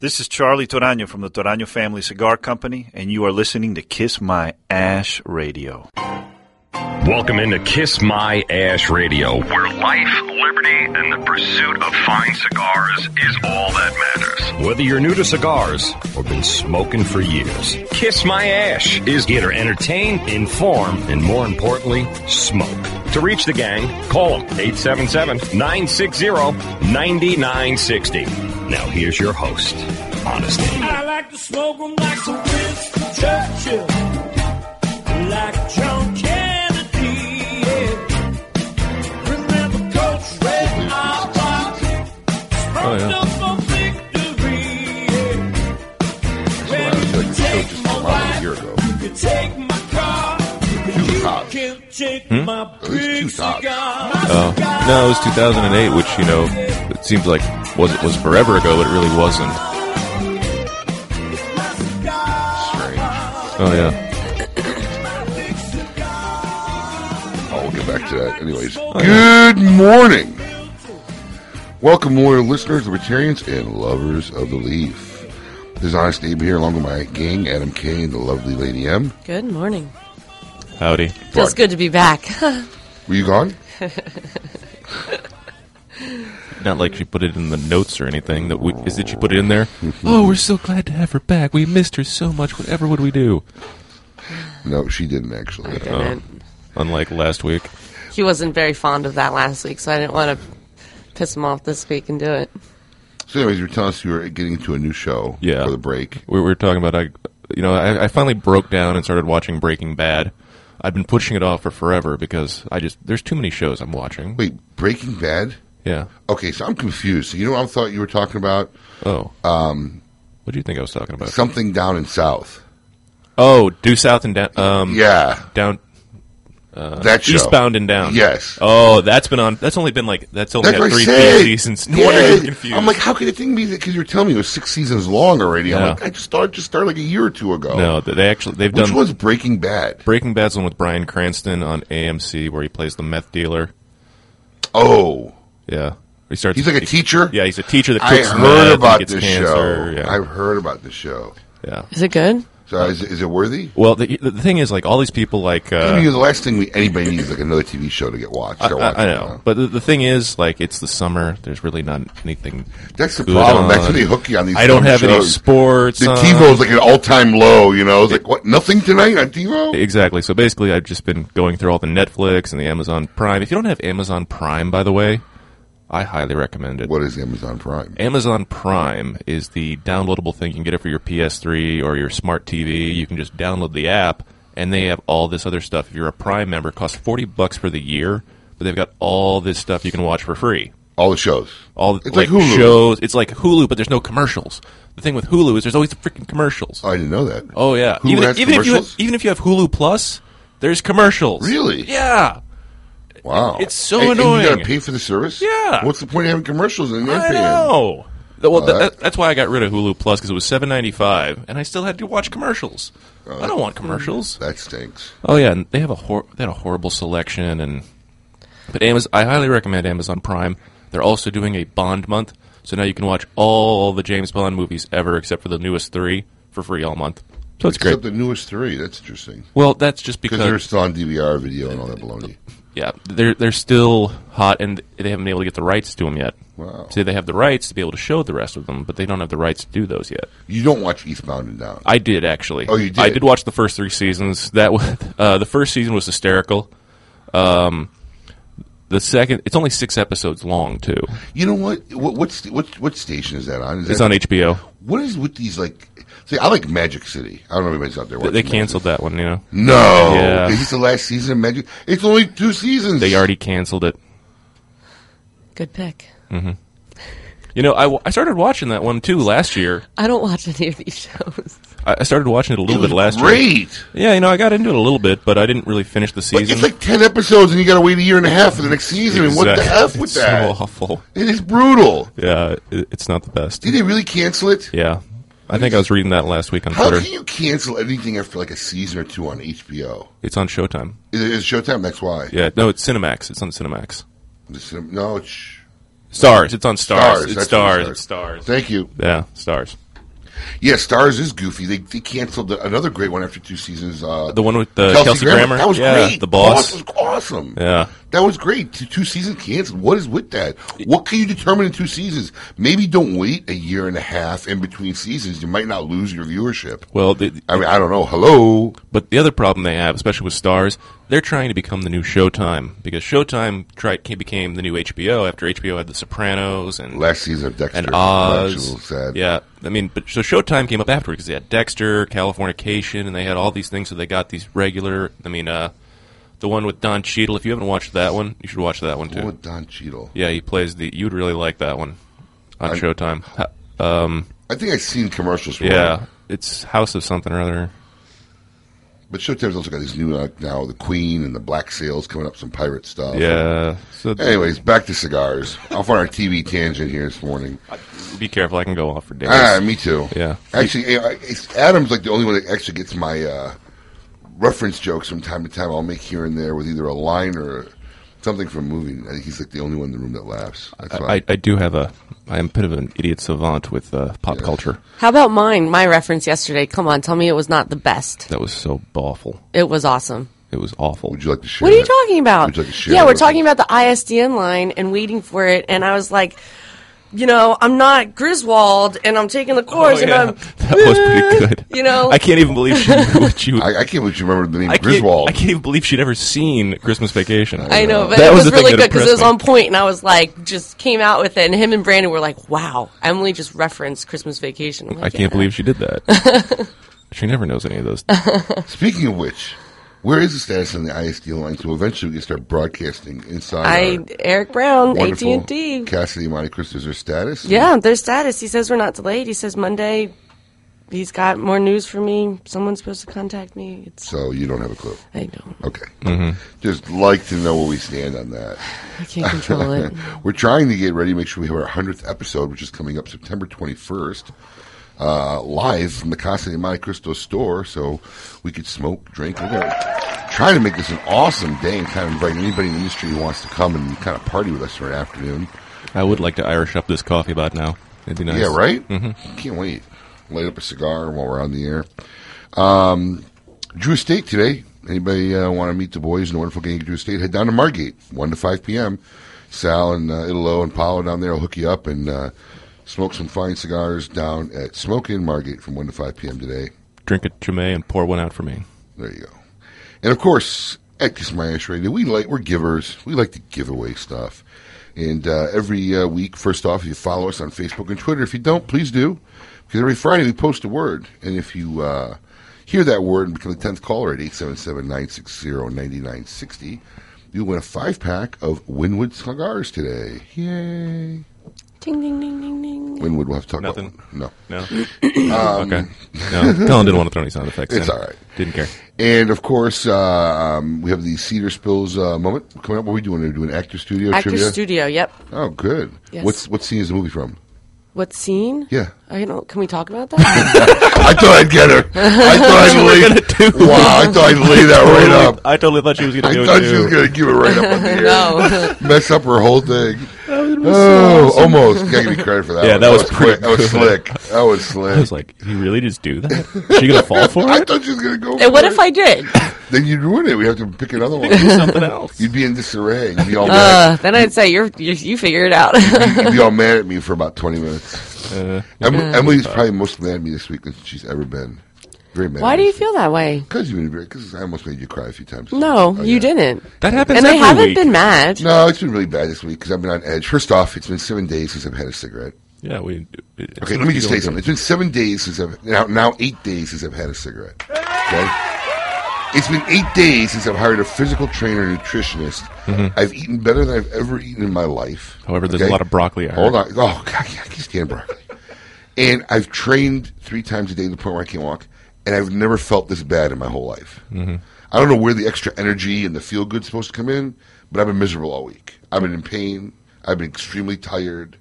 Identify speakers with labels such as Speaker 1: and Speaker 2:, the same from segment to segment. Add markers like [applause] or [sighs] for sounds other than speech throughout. Speaker 1: This is Charlie Torano from the Torano Family Cigar Company, and you are listening to Kiss My Ash Radio.
Speaker 2: Welcome into Kiss My Ash Radio, where life, liberty, and the pursuit of fine cigars is all that matters. Whether you're new to cigars or been smoking for years, Kiss My Ash is here to entertain, inform, and more importantly, smoke. To reach the gang, call them 877-960-9960. Now here's your host, Honesty.
Speaker 3: I like to smoke 'em like the Winston Churchill, like John Kennedy. Yeah. Remember Coach Red Auerbach? Spurred
Speaker 4: Oh, yeah.
Speaker 3: up for victory. Yeah. Well,
Speaker 4: I was
Speaker 3: you
Speaker 4: like,
Speaker 3: can
Speaker 4: this
Speaker 3: take
Speaker 4: coach is
Speaker 3: my
Speaker 4: probably a
Speaker 3: wife,
Speaker 4: year ago.
Speaker 3: you can take my car,
Speaker 4: Too
Speaker 3: you
Speaker 4: hot.
Speaker 3: can take
Speaker 4: Hmm?
Speaker 3: my
Speaker 4: It was
Speaker 3: big
Speaker 4: too hot.
Speaker 3: cigar.
Speaker 4: Oh no, it was 2008, which you know it seems like was was forever ago, but it really wasn't. Oh yeah,
Speaker 5: Oh, we'll get back to that. Anyways, good morning. Welcome, loyal listeners, libertarians, and lovers of the leaf. This is Honest Abe here, along with my gang, Adam K, and the lovely Lady M.
Speaker 6: Good morning.
Speaker 4: howdy.
Speaker 6: Feels
Speaker 5: Right.
Speaker 6: good to be back. [laughs]
Speaker 5: Were you gone?
Speaker 4: Not like she put it in the notes or anything. That we is that she put it in there?
Speaker 5: Mm-hmm.
Speaker 4: oh, we're so glad to have her back. We missed her so much. Whatever would we do?
Speaker 5: No, she didn't actually.
Speaker 4: Oh, unlike last week.
Speaker 6: he wasn't very fond of that last week, so I didn't want to piss him off this week and do it.
Speaker 5: So, anyways, you were telling us you were getting into a new show
Speaker 4: Yeah.
Speaker 5: for the break.
Speaker 4: We were talking about I, you know, I, I finally broke down and started watching Breaking Bad. I've been pushing it off for forever because I just there's too many shows I'm watching.
Speaker 5: Wait, Breaking Bad?
Speaker 4: Yeah.
Speaker 5: Okay, so I'm confused. So you know what I thought you were talking about?
Speaker 4: Oh. Um. What do you think I was talking about?
Speaker 5: Something down in South.
Speaker 4: Oh, due south and down. Um,
Speaker 5: Yeah,
Speaker 4: down uh,
Speaker 5: that show.
Speaker 4: eastbound and down.
Speaker 5: Yes.
Speaker 4: Oh, that's been on. That's only been like that's only
Speaker 5: That's
Speaker 4: had
Speaker 5: what
Speaker 4: Oh, three
Speaker 5: I said.
Speaker 4: [laughs] seasons. No
Speaker 5: Yeah.
Speaker 4: wonder you're confused.
Speaker 5: I'm like, how could it thing be that? Because you're telling me it was six seasons long already. I'm
Speaker 4: Yeah.
Speaker 5: like, I just started just started like a year or two ago.
Speaker 4: no, th- they actually they've
Speaker 5: Oh. which
Speaker 4: done
Speaker 5: was Breaking Bad.
Speaker 4: Breaking Bad's one with Brian Cranston on AMC where he plays the meth dealer.
Speaker 5: Oh,
Speaker 4: Yeah, he starts.
Speaker 5: he's like a
Speaker 4: he-
Speaker 5: teacher.
Speaker 4: Yeah, he's a teacher that
Speaker 5: I
Speaker 4: cooks meth
Speaker 5: heard
Speaker 4: and
Speaker 5: about
Speaker 4: gets
Speaker 5: this
Speaker 4: cancer.
Speaker 5: show.
Speaker 4: Yeah,
Speaker 5: I've heard about this show.
Speaker 4: yeah.
Speaker 6: Is it good?
Speaker 5: So is, is it worthy?
Speaker 4: Well, the, the thing is, like all these people, like uh,
Speaker 5: Maybe the last thing we, anybody needs is like another TV show to get watched.
Speaker 4: I,
Speaker 5: Start
Speaker 4: I- I
Speaker 5: watching,
Speaker 4: know,
Speaker 5: huh?
Speaker 4: but the, the thing is, like, it's the summer. There's really not anything.
Speaker 5: That's the
Speaker 4: good
Speaker 5: problem.
Speaker 4: On.
Speaker 5: That's when they hook you on these
Speaker 4: I don't
Speaker 5: dumb
Speaker 4: have any
Speaker 5: shows.
Speaker 4: sports. uh,
Speaker 5: The
Speaker 4: on.
Speaker 5: TiVo's like an all time low. You know, it's like what? Nothing tonight on TiVo.
Speaker 4: Exactly. So basically, I've just been going through all the Netflix and the Amazon Prime. If you don't have Amazon Prime, by the way, I highly recommend it.
Speaker 5: What is Amazon Prime?
Speaker 4: Amazon Prime is the downloadable thing. You can get it for your PS3 or your smart TV. You can just download the app, and they have all this other stuff. If you're a Prime member, it costs forty bucks for the year, but they've got all this stuff you can watch for free.
Speaker 5: All the shows.
Speaker 4: All
Speaker 5: It's like
Speaker 4: like,
Speaker 5: Hulu.
Speaker 4: shows. It's like Hulu, but there's no commercials. The thing with Hulu is there's always freaking commercials.
Speaker 5: Oh, I didn't know that.
Speaker 4: Oh yeah.
Speaker 5: Hulu
Speaker 4: even
Speaker 5: has
Speaker 4: even if you have,
Speaker 5: commercials?
Speaker 4: even if you have Hulu Plus, there's commercials.
Speaker 5: Really?
Speaker 4: Yeah.
Speaker 5: Wow,
Speaker 4: It's so
Speaker 5: And- and you
Speaker 4: annoying.
Speaker 5: gotta pay for the service.
Speaker 4: Yeah.
Speaker 5: what's the point of having commercials and then
Speaker 4: I
Speaker 5: paying?
Speaker 4: know. Th- Well,
Speaker 5: Oh, that-
Speaker 4: th- that- that's why I got rid of Hulu Plus because it was seven ninety five, and I still had to watch commercials. I don't want commercials.
Speaker 5: That stinks.
Speaker 4: Oh yeah, and they have a hor- they had a horrible selection, and but Amazon. I highly recommend Amazon Prime. They're also doing a Bond month, so now you can watch all the James Bond movies ever except for the newest three for free all month. So it's
Speaker 5: Except
Speaker 4: great.
Speaker 5: the newest three. That's interesting
Speaker 4: Well, that's just
Speaker 5: because
Speaker 4: because
Speaker 5: they're still on DVR, video, and all that baloney.
Speaker 4: Yeah, they're they're still hot, and they haven't been able to get the rights to them yet.
Speaker 5: Wow.
Speaker 4: So they have the rights to be able to show the rest of them, but they don't have the rights to do those yet.
Speaker 5: You don't watch Eastbound and Down.
Speaker 4: I did actually.
Speaker 5: Oh, you did?
Speaker 4: I did watch the first three seasons. That was [laughs] uh, the first season was hysterical. Um, the second, it's only six episodes long too.
Speaker 5: you know what? What what's what what station is that on? Is
Speaker 4: It's
Speaker 5: that,
Speaker 4: on HBO.
Speaker 5: What is with these like? See, I like Magic City. I don't know if anybody's out there. Watching
Speaker 4: They
Speaker 5: Magic.
Speaker 4: canceled that one. You know,
Speaker 5: No,
Speaker 4: Yeah.
Speaker 5: is this the last season of Magic? It's only two seasons.
Speaker 4: [laughs] they already canceled it. Mm-hmm.
Speaker 6: Good pick.
Speaker 4: You know, I, w- I started watching that one too last year.
Speaker 6: I don't watch any of these shows.
Speaker 4: I, I started watching it a
Speaker 5: It
Speaker 4: little
Speaker 5: was
Speaker 4: bit last year.
Speaker 5: great.
Speaker 4: Yeah, you know, I got into it a little bit, but I didn't really finish the
Speaker 5: But
Speaker 4: season.
Speaker 5: it's like ten episodes, and you got to wait a year and a half for the next season. And what the f
Speaker 4: Exactly.
Speaker 5: with
Speaker 4: [laughs] It's
Speaker 5: that?
Speaker 4: So awful.
Speaker 5: It is brutal.
Speaker 4: Yeah, it, it's not the best.
Speaker 5: Did they really cancel it?
Speaker 4: Yeah, I think I was reading that last week on
Speaker 5: How
Speaker 4: Twitter.
Speaker 5: can you cancel anything after like a season or two on HBO?
Speaker 4: It's on Showtime.
Speaker 5: Is it is Showtime? That's why.
Speaker 4: Yeah, no, it's Cinemax. It's on Cinemax.
Speaker 5: The cinem- no, it's
Speaker 4: Stars. It's on Stars.
Speaker 5: Stars,
Speaker 4: It's
Speaker 5: that's what it
Speaker 4: Stars.
Speaker 5: is.
Speaker 4: It's Stars.
Speaker 5: thank you.
Speaker 4: Yeah, Stars.
Speaker 5: Yeah, Stars is goofy. They, they canceled the, another great one after two seasons. Uh,
Speaker 4: The one with the Kelsey Grammer?
Speaker 5: That was
Speaker 4: Yeah,
Speaker 5: great.
Speaker 4: the boss.
Speaker 5: was awesome.
Speaker 4: Yeah.
Speaker 5: That was great. Two, two seasons canceled. What is with that? What can you determine in two seasons? Maybe don't wait a year and a half in between seasons. You might not lose your viewership.
Speaker 4: Well, the,
Speaker 5: I mean, I don't know. Hello.
Speaker 4: But the other problem they have, especially with stars, they're trying to become the new Showtime because Showtime tried, ca- became the new HBO after HBO had The Sopranos and
Speaker 5: Last season of Dexter.
Speaker 4: and
Speaker 5: That's a
Speaker 4: Oz.
Speaker 5: little sad.
Speaker 4: Yeah, I mean, but so Showtime came up afterwards because they had Dexter, Californication, and they had all these things. So they got these regular. I mean, uh, the one with Don Cheadle. If you haven't watched that one, you should watch that one
Speaker 5: What
Speaker 4: too.
Speaker 5: with Don Cheadle?
Speaker 4: Yeah, he plays the. You'd really like that one on
Speaker 5: I'm-
Speaker 4: Showtime. Ha- um,
Speaker 5: I think I've seen commercials for it.
Speaker 4: yeah, it's House of something or other.
Speaker 5: But Showtime's also got these new uh, now the Queen and the Black Sails coming up, some pirate stuff.
Speaker 4: Yeah. So
Speaker 5: Anyways, back to cigars. Off on our TV tangent here this morning.
Speaker 4: be careful. I can go off for days.
Speaker 5: Ah, me too.
Speaker 4: Yeah.
Speaker 5: Actually, eh, I- it's, Adam's like the only one that actually gets my uh, reference jokes from time to time. I'll make here and there with either a line or something from a movie. I think he's like the only one in the room that laughs. That's why.
Speaker 4: I, I do have a. I'm a bit of an idiot savant with uh, pop culture.
Speaker 6: How about mine? My reference yesterday. Come on, tell me it was not the best.
Speaker 4: That was so awful.
Speaker 6: It was awesome.
Speaker 4: It was awful.
Speaker 5: Would you like to share?
Speaker 6: What are you
Speaker 5: that?
Speaker 6: talking about?
Speaker 5: Would you like to share
Speaker 6: yeah,
Speaker 5: that
Speaker 6: we're
Speaker 5: with
Speaker 6: talking
Speaker 5: us?
Speaker 6: about the ISDN line and waiting for it. And I was like, you know, I'm not Griswold, and I'm taking the course, and I'm
Speaker 4: [laughs] that was pretty good.
Speaker 6: you know-
Speaker 4: Oh, I can't even believe she knew what
Speaker 5: [laughs]
Speaker 4: you.
Speaker 5: I, I can't believe you remember the name
Speaker 4: I can't-
Speaker 5: Griswold.
Speaker 4: I can't even believe she'd ever seen Christmas Vacation.
Speaker 6: I know, but
Speaker 4: That
Speaker 6: it was,
Speaker 4: was the thing
Speaker 6: really
Speaker 4: that
Speaker 6: good because it
Speaker 4: impressed
Speaker 6: was
Speaker 4: me.
Speaker 6: on point, and I was like, just came out with it. And him and Brandon were like, "Wow, Emily just referenced Christmas Vacation." I'm like,
Speaker 4: I can't believe she did that. she never knows any of those.
Speaker 5: Speaking of which, where is the status on the ISD line? So eventually we can start broadcasting inside.
Speaker 6: I
Speaker 5: our
Speaker 6: Eric Brown, AT
Speaker 5: wonderful
Speaker 6: and T.
Speaker 5: Cassidy and Monte Cristo is their status.
Speaker 6: Yeah, their status. He says we're not delayed. He says Monday. He's got more news for me. Someone's supposed to contact me. It's
Speaker 5: So you don't have a clue.
Speaker 6: I don't.
Speaker 5: Okay. Just like to know where we stand on that.
Speaker 6: I can't control it.
Speaker 5: [laughs] We're trying to get ready, make sure we have our 100th episode, which is coming up September 21st, uh, live from the Casa de Monte Cristo store, so we could smoke, drink. We're gonna- trying to make this an awesome day and kind of invite anybody in the industry who wants to come and kind of party with us for an afternoon.
Speaker 4: I would like to Irish up this coffee about now. It'd be nice.
Speaker 5: Yeah, right? Mm-hmm. Can't wait. Light up a cigar while we're on the air. Um, Drew Estate today. Anybody uh, want to meet the boys in the wonderful gang at Drew Estate? Head down to Margate, 1 to 5 p.m. Sal and uh, Italo and Paolo down there will hook you up and uh, smoke some fine cigars down at Smoke in Margate from 1 to 5 p.m. today.
Speaker 4: Drink a Chimay and pour one out for me.
Speaker 5: There you go. And of course, at Kiss My Ash Radio, we like we're givers. We like to give away stuff. And uh, every uh, week, first off, you follow us on Facebook and Twitter. If you don't, please do, because every Friday we post a word. And if you uh, hear that word and become the tenth caller at 877-960-9960, you win a five pack of Winwood cigars today. Yay!
Speaker 6: ding ding ding ding ding.
Speaker 5: Winwood, we'll have to talk
Speaker 4: Nothing.
Speaker 5: about one. no. [clears throat]
Speaker 4: No. okay. No. Colin didn't want to throw any sound effects.
Speaker 5: It's
Speaker 4: in.
Speaker 5: all right.
Speaker 4: Didn't care.
Speaker 5: And of course, uh, um, we have the Cedar Spills uh, moment coming up. What are we doing? Are we doing actor studio
Speaker 6: Actor
Speaker 5: trivia?
Speaker 6: Studio. Yep.
Speaker 5: Oh, good.
Speaker 6: Yes.
Speaker 5: What's what scene is the movie from?
Speaker 6: What scene?
Speaker 5: Yeah,
Speaker 6: I don't. Can we talk about that?
Speaker 5: I thought I'd get her. I thought I'd lay.
Speaker 4: [laughs]
Speaker 5: Wow, I thought I'd lay that right up.
Speaker 4: I totally thought she was going
Speaker 5: I
Speaker 4: to do
Speaker 5: thought
Speaker 4: it
Speaker 5: she was
Speaker 4: too.
Speaker 5: gonna give it right up on
Speaker 4: [laughs]
Speaker 5: the air.
Speaker 6: no.
Speaker 5: [laughs] Mess up her whole thing. Oh, almost. Gotta
Speaker 4: [laughs]
Speaker 5: give me credit for that.
Speaker 4: Yeah,
Speaker 5: one.
Speaker 4: that was
Speaker 5: quick.
Speaker 4: pretty
Speaker 5: That was
Speaker 4: good.
Speaker 5: slick. That was slick.
Speaker 4: [laughs] I was like, you really just
Speaker 5: [laughs]
Speaker 4: do that? Is she going to [laughs] fall for
Speaker 5: I
Speaker 4: it?
Speaker 5: thought she was gonna go.
Speaker 6: and what
Speaker 5: for
Speaker 6: if
Speaker 5: it. [laughs]
Speaker 6: I did?
Speaker 5: Then you'd ruin it. We have to pick another one.
Speaker 4: Something else.
Speaker 5: You'd be in disarray. You'd be
Speaker 4: [laughs]
Speaker 5: all mad.
Speaker 6: Uh, then I'd say you're, you you figure it out.
Speaker 5: You'd be all mad at me for about 20 minutes.
Speaker 4: Uh,
Speaker 5: Em- Emily's probably most mad at me this week than she's ever been. Very mad.
Speaker 6: Why do you feel that way?
Speaker 5: Because you've been very. Because I almost made you cry a few times.
Speaker 6: No,
Speaker 5: Oh,
Speaker 6: you
Speaker 5: yeah.
Speaker 6: didn't.
Speaker 4: That happens
Speaker 6: And I
Speaker 4: every
Speaker 6: haven't
Speaker 4: week.
Speaker 6: been mad.
Speaker 5: No, it's been really bad this week because I've been on edge. First off, it's been seven days since I've had a cigarette.
Speaker 4: Yeah, we. it-
Speaker 5: Okay,
Speaker 4: it-
Speaker 5: let me just
Speaker 4: you
Speaker 5: say
Speaker 4: don't
Speaker 5: something. It's been seven days since I've now now eight days since I've had a cigarette. Okay, it's been eight days since I've hired a physical trainer, nutritionist.
Speaker 4: Mm-hmm.
Speaker 5: I've eaten better than I've ever eaten in my life.
Speaker 4: However, there's a lot of broccoli I
Speaker 5: Hold on. Oh [laughs] God, yeah, I can stand broccoli. and I've trained three times a day to the point where I can't walk, and I've never felt this bad in my whole life.
Speaker 4: Mm-hmm.
Speaker 5: I don't know where the extra energy and the feel good's supposed to come in, but I've been miserable all week. I've been in pain. I've been extremely tired.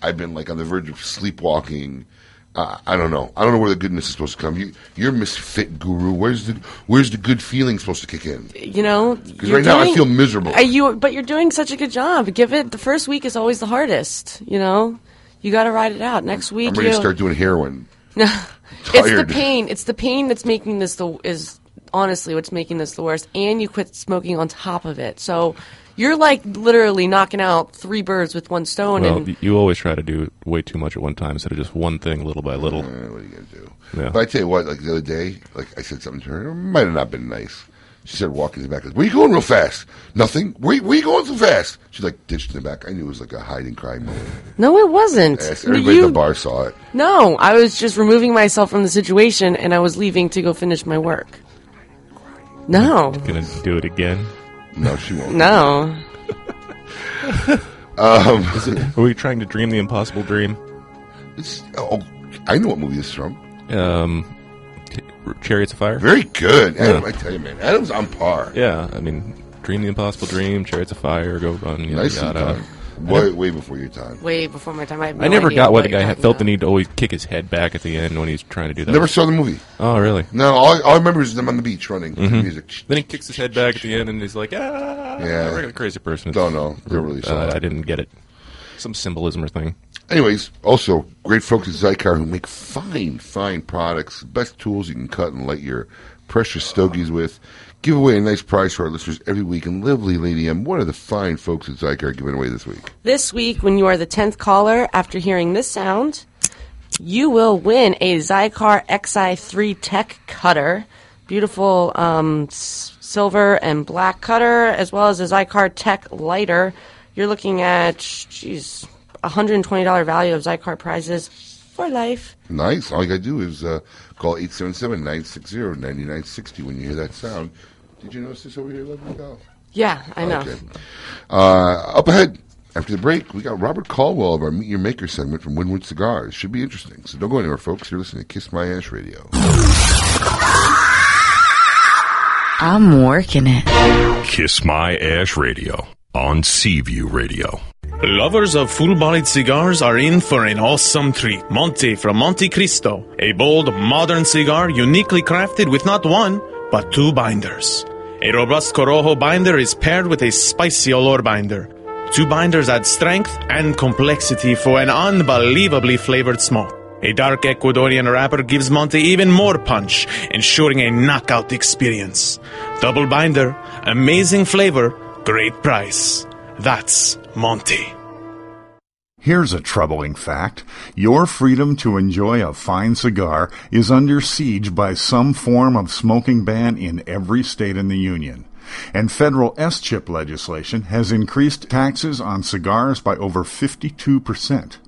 Speaker 5: I've been like on the verge of sleepwalking. Uh, I don't know. I don't know where the goodness is supposed to come. You, you're misfit guru. Where's the where's the good feeling supposed to kick in?
Speaker 6: You know,
Speaker 5: Because
Speaker 6: you're
Speaker 5: right now I
Speaker 6: doing-
Speaker 5: feel miserable.
Speaker 6: Are you, but you're doing such a good job. Give it. The first week is always the hardest. You know, you got to ride it out. Next
Speaker 5: I'm
Speaker 6: week,
Speaker 5: ready
Speaker 6: you
Speaker 5: to start doing heroin.
Speaker 6: [laughs]
Speaker 5: [laughs]
Speaker 6: It's the
Speaker 5: Tired.
Speaker 6: pain. It's the pain that's making this the is honestly what's making this the worst. And you quit smoking on top of it, so you're like literally knocking out three birds with one stone.
Speaker 4: Well,
Speaker 6: and
Speaker 4: you always try to do way too much at one time instead of just one thing little by little.
Speaker 5: Eh, what are you gonna do?
Speaker 4: Yeah.
Speaker 5: But I tell you what, like the other day, like I said something to her, it might have not been nice. She said, walking in the back, I goes, where you going real fast? Nothing. Where, where you going so fast? She like ditched in the back. I knew it was like a hide and cry moment.
Speaker 6: no, it wasn't.
Speaker 5: Yes, everybody
Speaker 6: You-
Speaker 5: at the bar saw it.
Speaker 6: No, I was just removing myself from the situation, and I was leaving to go finish my work. No,
Speaker 4: Gonna do it again.
Speaker 5: No, she won't.
Speaker 6: no.
Speaker 5: Um,
Speaker 4: Are we trying to dream the impossible dream?
Speaker 5: It's, oh, I know what movie this is from.
Speaker 4: Um, t- Chariots of Fire.
Speaker 5: Very good. Adam,
Speaker 4: Yeah.
Speaker 5: I tell you, man, Adam's on par.
Speaker 4: Yeah, I mean, dream the impossible dream. Chariots of Fire. Go run. Yada,
Speaker 5: Nice
Speaker 4: yada.
Speaker 5: time. Way, way before your time.
Speaker 6: Way before my time. I, have no
Speaker 4: I never
Speaker 6: idea
Speaker 4: got why
Speaker 6: what
Speaker 4: the
Speaker 6: you're
Speaker 4: guy had
Speaker 6: talking
Speaker 4: felt the
Speaker 6: about.
Speaker 4: need to always kick his head back at the end when he's trying to do that.
Speaker 5: Never saw the movie.
Speaker 4: oh, really?
Speaker 5: No, all, all I remember is them on the beach running to the music.
Speaker 4: Mm-hmm. Then he kicks his head back at the end and he's like, ah,
Speaker 5: Yeah.
Speaker 4: like a crazy person.
Speaker 5: Don't know. Don't really saw
Speaker 4: Uh,
Speaker 5: it.
Speaker 4: I didn't get it. Some symbolism or thing.
Speaker 5: Anyways, also great folks at Zycar who make fine, fine products, best tools you can cut and light your precious stogies with. Give away a nice prize for our listeners every week. And Lively Lady M, what are the fine folks at Zycar giving away this week?
Speaker 6: This week, when you are the 10th caller, after hearing this sound, you will win a Zycar XI3 Tech Cutter. Beautiful um, s- silver and black cutter, as well as a Zycar Tech Lighter. You're looking at, geez, $120 value of Zycar prizes for life.
Speaker 5: Nice. All you got to do is uh, call 877 960 9960 when you hear that sound. Did you notice this over here? Let me go.
Speaker 6: Yeah, I know.
Speaker 5: Okay. Uh, up ahead, after the break, we got Robert Caldwell of our Meet Your Maker segment from Winwood Cigars. Should be interesting. So don't go anywhere, folks. You're listening to Kiss My Ash Radio.
Speaker 7: I'm working it.
Speaker 2: Kiss My Ash Radio on Seaview Radio.
Speaker 8: Lovers of full bodied cigars are in for an awesome treat. Monte from Monte Cristo, a bold, modern cigar uniquely crafted with not one, but two binders. A robust Corojo binder is paired with a spicy Olor binder. Two binders add strength and complexity for an unbelievably flavored smoke. A dark Ecuadorian wrapper gives Monte even more punch, ensuring a knockout experience. Double binder, amazing flavor, great price. That's Monty.
Speaker 9: Here's a troubling fact. Your freedom to enjoy a fine cigar is under siege by some form of smoking ban in every state in the Union. And federal S chip legislation has increased taxes on cigars by over 52%.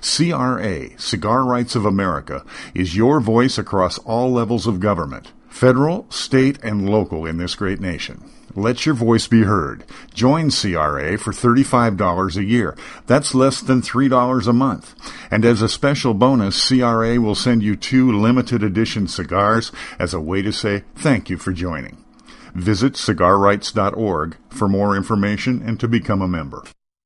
Speaker 9: CRA, Cigar Rights of America, is your voice across all levels of government federal, state, and local in this great nation. Let your voice be heard. Join CRA for $35 a year. That's less than $3 a month. And as a special bonus, CRA will send you two limited edition cigars as a way to say thank you for joining. Visit cigarrights.org for more information and to become a member.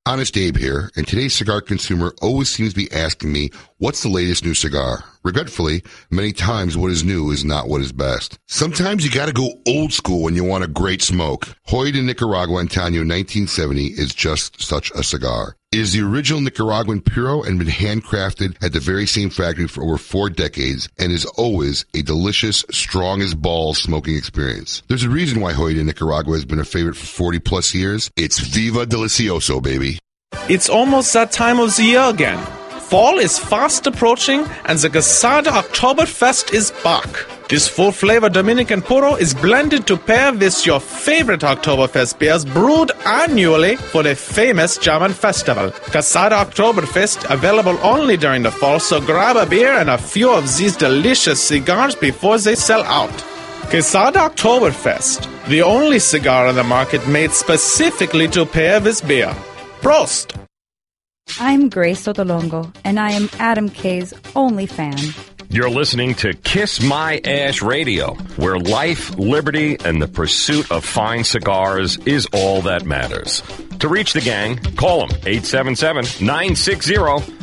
Speaker 5: Honest Abe here, and today's cigar consumer always seems to be asking me, what's the latest new cigar? Regretfully, many times what is new is not what is best. Sometimes you gotta go old school when you want a great smoke. Hoy de Nicaragua Antonio 1970 is just such a cigar. It is the original Nicaraguan Puro and been handcrafted at the very same factory for over four decades and is always a delicious, strong as balls smoking experience. There's a reason why Hoy de Nicaragua has been a favorite for 40 plus years. It's Viva Delicioso, baby.
Speaker 8: It's almost that time of the year again. Fall is fast approaching, and the Gasada Oktoberfest is back. This full flavor Dominican Puro is blended to pair with your favorite Oktoberfest beers brewed annually for the famous German festival. Casada Oktoberfest available only during the fall, so grab a beer and a few of these delicious cigars before they sell out. Quesada Oktoberfest, the only cigar on the market made specifically to pair with beer. Prost!
Speaker 10: I'm Grace Sotolongo, and I am Adam Kay's only fan.
Speaker 2: You're listening to Kiss My Ash Radio, where life, liberty, and the pursuit of fine cigars is all that matters. To reach the gang, call them 877 960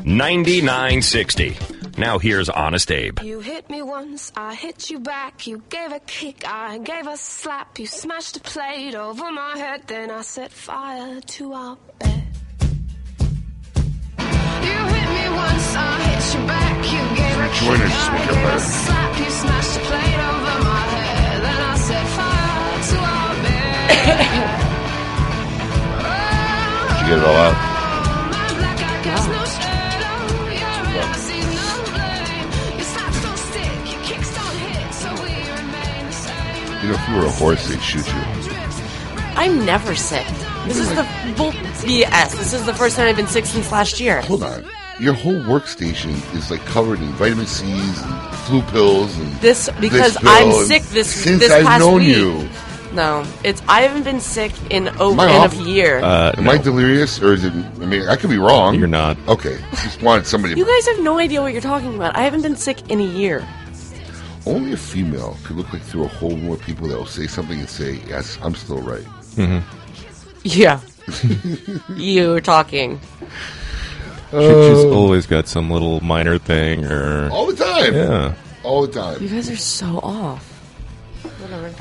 Speaker 2: 9960. Now here's Honest Abe.
Speaker 11: You hit me once, I hit you back. You gave a kick, I gave a slap. You smashed a plate over my head, then I set fire to our bed. You hit me once, I hit you back. You gave a
Speaker 5: to join us this weekend,
Speaker 11: I
Speaker 5: but
Speaker 11: slap you, smash the plate over my head, then I set fire to our bed.
Speaker 5: did you get it all out?
Speaker 11: My black eye gets no shadow, your eyes see no blame. Your slaps don't stick, your kicks don't hit, so we remain the same.
Speaker 5: You know, if you were a horse, they'd shoot you.
Speaker 6: I'm never sick. This is the bull BS. This is the first time I've been sick since last year.
Speaker 5: Hold on. Your whole workstation is like covered in vitamin C's and flu pills and
Speaker 6: This because
Speaker 5: pill
Speaker 6: I'm
Speaker 5: and-
Speaker 6: sick this
Speaker 5: since
Speaker 6: this
Speaker 5: I've
Speaker 6: past
Speaker 5: known
Speaker 6: week.
Speaker 5: you.
Speaker 6: No, it's I haven't been sick in
Speaker 5: Am
Speaker 6: over
Speaker 5: I
Speaker 6: in
Speaker 5: off? Uh,
Speaker 6: a
Speaker 4: Uh,
Speaker 6: year.
Speaker 5: Am I delirious or is it? I mean, I could be wrong. You're not. Okay, just wanted somebody.
Speaker 6: you guys have no idea what you're talking about. I haven't been sick in a year.
Speaker 5: Only a female could look like through a whole room of people that will say something and say, "Yes, I'm still right."
Speaker 4: Mm-hmm.
Speaker 6: [laughs] Yeah. You're talking.
Speaker 4: She just always got some little minor thing or
Speaker 5: Oh. All the time.
Speaker 4: Yeah.
Speaker 5: All the time.
Speaker 6: You guys are so off. Whatever.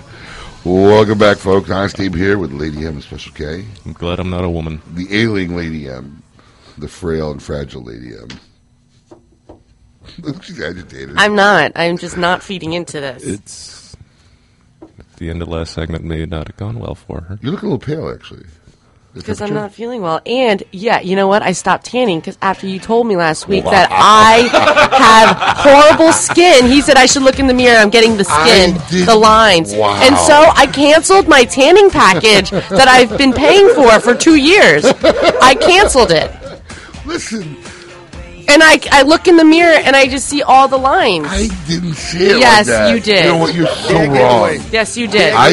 Speaker 5: Welcome back, folks. I'm Steve here with Lady M and Special K.
Speaker 4: I'm glad I'm not a woman.
Speaker 5: The ailing Lady M. The frail and fragile Lady M. Look, she's agitated.
Speaker 6: I'm not. I'm just not feeding into this.
Speaker 4: It's at the end of last segment may not have gone well for her.
Speaker 5: You look a little pale, actually.
Speaker 6: Because I'm not feeling well. And yeah, you know what? I stopped tanning because after you told me last week
Speaker 5: Wow.
Speaker 6: that
Speaker 5: [laughs]
Speaker 6: I have horrible skin, he said I should look in the mirror. I'm getting the skin,
Speaker 5: did-
Speaker 6: the lines.
Speaker 5: Wow.
Speaker 6: And so I canceled my tanning package that I've been paying for for two years. I canceled it.
Speaker 5: Listen,
Speaker 6: And I, I look in the mirror and I just see all the lines.
Speaker 5: I didn't say it
Speaker 6: Yes,
Speaker 5: like that.
Speaker 6: you did.
Speaker 5: You know what? You're so
Speaker 6: Take it
Speaker 5: wrong.
Speaker 6: Yes, you did.
Speaker 5: I,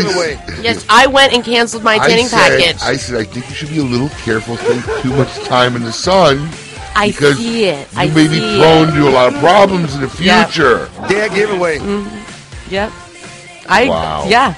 Speaker 6: yes, I went and canceled my
Speaker 5: I
Speaker 6: tanning
Speaker 5: said,
Speaker 6: package.
Speaker 5: I said, I think you should be a little careful. Spend too much time in the sun.
Speaker 6: I
Speaker 5: because
Speaker 6: see it.
Speaker 5: You
Speaker 6: I
Speaker 5: may be
Speaker 6: see
Speaker 5: prone to a lot of problems in the
Speaker 6: Yeah.
Speaker 5: future.
Speaker 12: Dare giveaway.
Speaker 6: Yep. I
Speaker 5: Wow.
Speaker 6: yeah.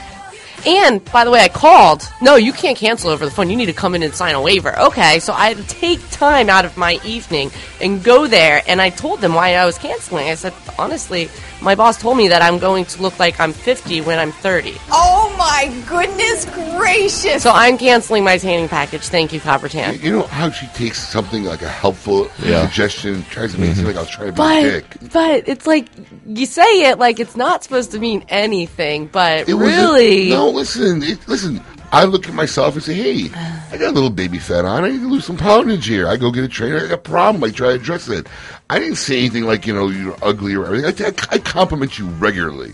Speaker 6: And by the way, I called. No, you can't cancel over the phone. You need to come in and sign a waiver. Okay, so I had to take time out of my evening and go there. And I told them why I was canceling. I said, honestly, my boss told me that I'm going to look like I'm 50 when I'm 30.
Speaker 13: [coughs] Oh my goodness gracious!
Speaker 6: So I'm canceling my tanning package. Thank you, Copper Tan.
Speaker 5: You know how she takes something like a helpful suggestion and tries to make it seem like I was trying to be a
Speaker 6: But
Speaker 5: dick.
Speaker 6: but it's like you say it like it's not supposed to mean anything, but
Speaker 5: It was a-
Speaker 6: really,
Speaker 5: no, listen. It, listen, I look at myself and say, hey, I got a little baby fat on. I need to lose some poundage here. I go get a trainer. I got a problem. I try to address it. I didn't say anything like, you know, you're ugly or everything. I, I, I compliment you regularly.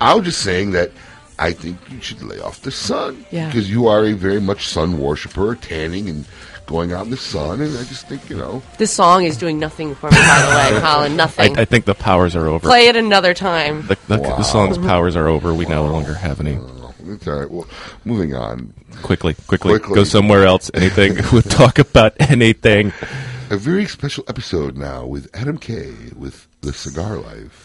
Speaker 5: I was just saying that I think you should lay off the sun.
Speaker 6: Yeah.
Speaker 5: Because you are a very much sun worshiper, tanning and going out in the sun. And I just think, you know.
Speaker 6: this song is doing nothing for me. By
Speaker 5: [laughs]
Speaker 6: the way, Colin, nothing.
Speaker 4: I, I think the powers are over.
Speaker 6: Play it another time.
Speaker 4: The, the,
Speaker 5: Wow. Oh,
Speaker 4: the song's powers are over. We no longer have any.
Speaker 5: It's all right. Well, moving on.
Speaker 4: Quickly, quickly,
Speaker 5: Quickly.
Speaker 4: go somewhere else. Anything. [laughs] we'll talk about anything.
Speaker 5: A very special episode now with Adam Kay with The Cigar Life.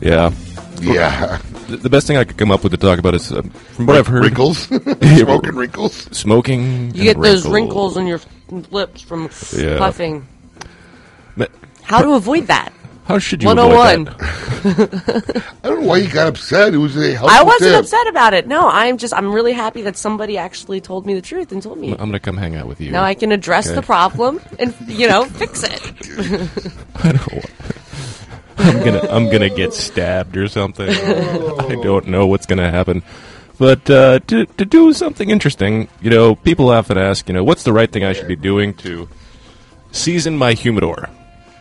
Speaker 4: Yeah.
Speaker 5: Yeah.
Speaker 4: The, the best thing I could come up with to talk about is, uh, from what I've heard, [laughs]
Speaker 5: Wrinkles?
Speaker 4: Yeah,
Speaker 5: Smoking wrinkles?
Speaker 4: smoking.
Speaker 6: You get those wrinkles on your lips from
Speaker 4: Yeah.
Speaker 6: puffing.
Speaker 4: Ma-
Speaker 6: How to avoid that?
Speaker 4: How should you? avoid
Speaker 6: 101.
Speaker 4: that?
Speaker 5: I don't know why you got upset. It was a helpful
Speaker 6: I wasn't
Speaker 5: tip.
Speaker 6: upset about it. No, I'm just I'm really happy that somebody actually told me the truth and told me.
Speaker 4: I'm gonna come hang out with you.
Speaker 6: now I can address the
Speaker 4: Okay.
Speaker 6: problem and you know fix it.
Speaker 4: [laughs] I don't want- [laughs] I'm gonna I'm gonna get stabbed or something. I don't know what's gonna happen. But uh, to to do something interesting, you know, people often ask, you know, what's the right thing I should be doing to season my humidor?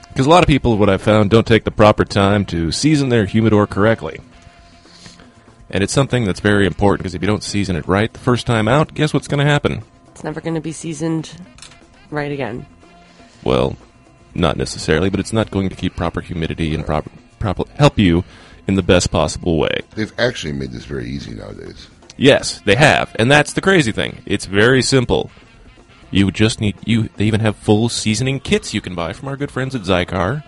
Speaker 4: Because a lot of people, what I've found, don't take the proper time to season their humidor correctly. And it's something that's very important because if you don't season it right the first time out, guess what's going to happen?
Speaker 6: It's never going to be seasoned right again.
Speaker 4: Well, not necessarily, but it's not going to keep proper humidity and proper, proper help you in the best possible way.
Speaker 5: They've actually made this very easy nowadays.
Speaker 4: Yes, they have, and that's the crazy thing. It's very simple. You just need you. They even have full seasoning kits you can buy from our good friends
Speaker 5: [coughs]
Speaker 4: at Zycar.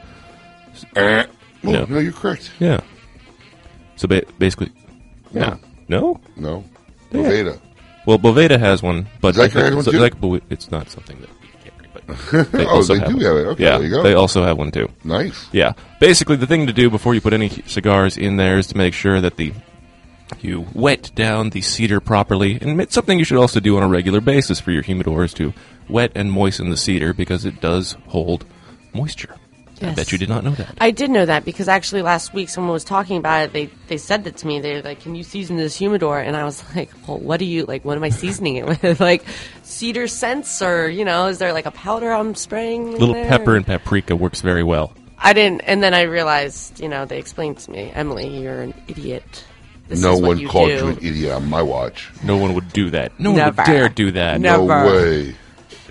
Speaker 5: no.
Speaker 4: No.
Speaker 5: Oh, no, you're correct. [laughs]
Speaker 4: Yeah. So ba- basically, yeah. No.
Speaker 5: No. Boveda.
Speaker 4: Well, Boveda has one, but
Speaker 5: Zycar has one
Speaker 4: so-
Speaker 5: too?
Speaker 4: Zyc- but it's not something that we carry. But they
Speaker 5: Oh,
Speaker 4: also
Speaker 5: they
Speaker 4: have
Speaker 5: do
Speaker 4: one.
Speaker 5: have it. Okay,
Speaker 4: yeah,
Speaker 5: there you go.
Speaker 4: they also have one too.
Speaker 5: Nice.
Speaker 4: Yeah. Basically, the thing to do before you put any cigars in there is to make sure that the you wet down the cedar properly, and it's something you should also do on a regular basis for your humidor is to wet and moisten the cedar because it does hold moisture. I
Speaker 6: Yes.
Speaker 4: bet you did not know that.
Speaker 6: I did know that because actually last week someone was talking about it. They they said that to me. They were like, "Can you season this humidor?" And I was [laughs] like, "Well, what do you like? What am I seasoning it with? [laughs] like cedar scents, or you know, is there like a powder I'm spraying? in
Speaker 4: Little
Speaker 6: there?
Speaker 4: pepper and paprika works very well.
Speaker 6: I didn't. And then I realized, you know, they explained to me, Emily, you're an idiot. This
Speaker 5: no
Speaker 6: is what
Speaker 5: one
Speaker 6: you
Speaker 5: called
Speaker 6: do.
Speaker 5: you an idiot on my watch.
Speaker 4: No one would do that. No one would
Speaker 6: Never.
Speaker 4: dare do that.
Speaker 6: No Never.
Speaker 5: No way.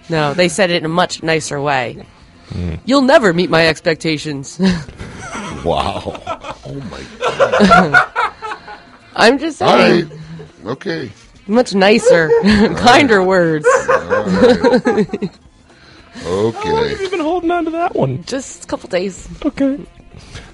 Speaker 6: No, they said it in a much nicer way.
Speaker 4: Hmm.
Speaker 6: You'll never meet my expectations. [laughs]
Speaker 5: Wow. [laughs] oh my.
Speaker 6: I'm just
Speaker 5: All right.
Speaker 6: saying,
Speaker 5: Okay.
Speaker 6: much nicer, kinder words. [laughs]
Speaker 5: Okay.
Speaker 4: You've been holding on to that one.
Speaker 6: Just a couple days.
Speaker 4: Okay.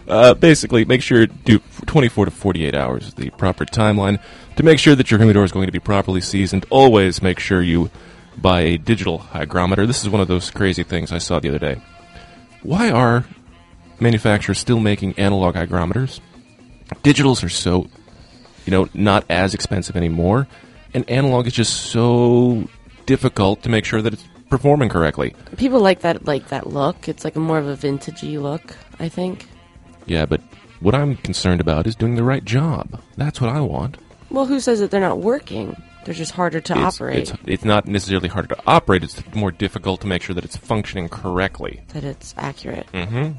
Speaker 4: Uh, basically, make sure to do 24 to 48 hours is the proper timeline to make sure that your humidor is going to be properly seasoned. Always make sure you buy a digital hygrometer. This is one of those crazy things I saw the other day. Why are manufacturers still making analog hygrometers? Digitals are so, you know, not as expensive anymore, and analog is just so difficult to make sure that it's performing correctly.
Speaker 6: People like that, like that look. It's like a more of a vintagey look, I think.
Speaker 4: Yeah, but what I'm concerned about is doing the right job. That's what I want.
Speaker 6: Well, who says that they're not working? They're just harder to
Speaker 4: it's,
Speaker 6: operate.
Speaker 4: It's, it's not necessarily harder to operate. It's more difficult to make sure that it's functioning correctly.
Speaker 6: that it's accurate.
Speaker 4: Mm-hmm.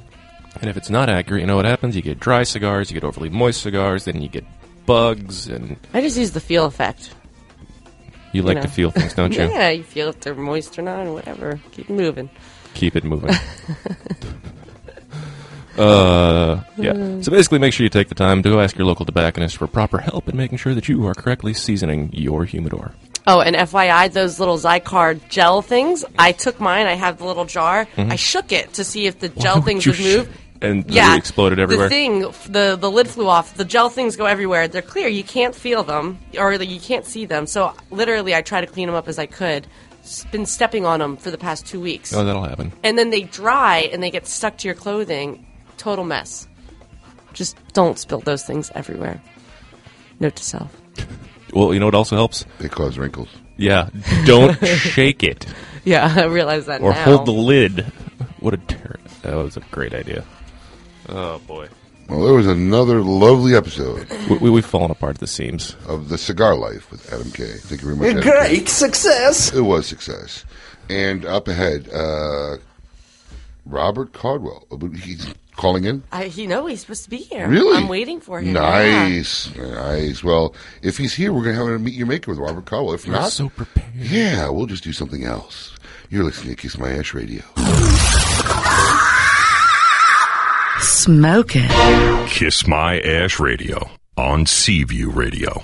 Speaker 4: And if it's not accurate, you know what happens? You get dry cigars, you get overly moist cigars, then you get bugs, and
Speaker 6: I just use the feel effect.
Speaker 4: you like
Speaker 6: know.
Speaker 4: to feel
Speaker 6: [laughs]
Speaker 4: things, don't you?
Speaker 6: yeah, you feel if they're moist or not, or whatever. Keep moving.
Speaker 4: Keep
Speaker 6: [laughs]
Speaker 4: it moving. uh, yeah. So basically, make sure you take the time to go ask your local tobacconist for proper help in making sure that you are correctly seasoning your humidor.
Speaker 6: Oh, and FYI, those little Zycar gel things. I took mine. I have the little jar.
Speaker 4: Mhm.
Speaker 6: I shook it to see if the gel
Speaker 4: would
Speaker 6: things
Speaker 4: you
Speaker 6: would move.
Speaker 4: sh- and they
Speaker 6: yeah,
Speaker 4: exploded everywhere?
Speaker 6: The thing, f- the the lid flew off. The gel things go everywhere. They're clear. You can't feel them, or like, you can't see them. So literally, I tried to clean them up as I could. S- been stepping on them for the past two weeks.
Speaker 4: Oh, that'll happen.
Speaker 6: And then they dry and they get stuck to your clothing. Total mess. Just don't spill those things everywhere. Note to self.
Speaker 4: Well, you know what also helps?
Speaker 5: They cause wrinkles.
Speaker 4: Yeah.
Speaker 5: [laughs]
Speaker 4: Don't shake it.
Speaker 6: Yeah, [laughs] I realize that
Speaker 4: or
Speaker 6: now.
Speaker 4: hold the lid. What a ter- that was a great idea. Oh boy,
Speaker 5: Well, there was another lovely episode
Speaker 4: we, we, we've fallen apart at the seams.
Speaker 5: of The Cigar Life with Adam Kay. Thank you very much.
Speaker 14: A
Speaker 5: Adam
Speaker 14: great
Speaker 5: Kay.
Speaker 14: success.
Speaker 5: It was success. And up ahead, uh, Robert Caldwell. He's calling in.
Speaker 6: I, he know he's supposed to be here.
Speaker 5: Really?
Speaker 6: I'm waiting for him.
Speaker 5: Nice, nice. Well, if he's here, we're going to have a meet your maker with Robert Caldwell. If
Speaker 4: You're
Speaker 5: not,
Speaker 4: so
Speaker 5: prepared. Yeah, we'll just do something else. You're listening to Kiss My Ash Radio.
Speaker 7: Smoke it.
Speaker 3: Kiss My Ash Radio on Seaview Radio.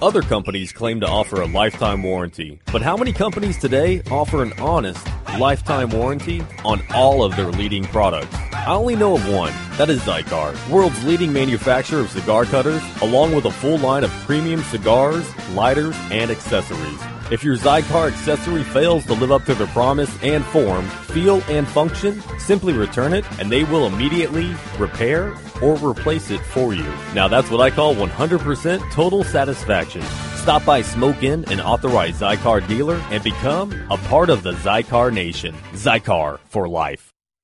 Speaker 15: Other companies claim to offer a lifetime warranty, but how many companies today offer an honest lifetime warranty on all of their leading products? I only know of one. That is Zycar, world's leading manufacturer of cigar cutters, along with a full line of premium cigars, lighters, and accessories. If your Zycar accessory fails to live up to their promise and form, feel, and function, simply return it and they will immediately repair or replace it for you. Now that's what I call 100% total satisfaction. Stop by Smoke In, an authorized Zycar dealer, and become a part of the Zycar Nation. Zycar for life.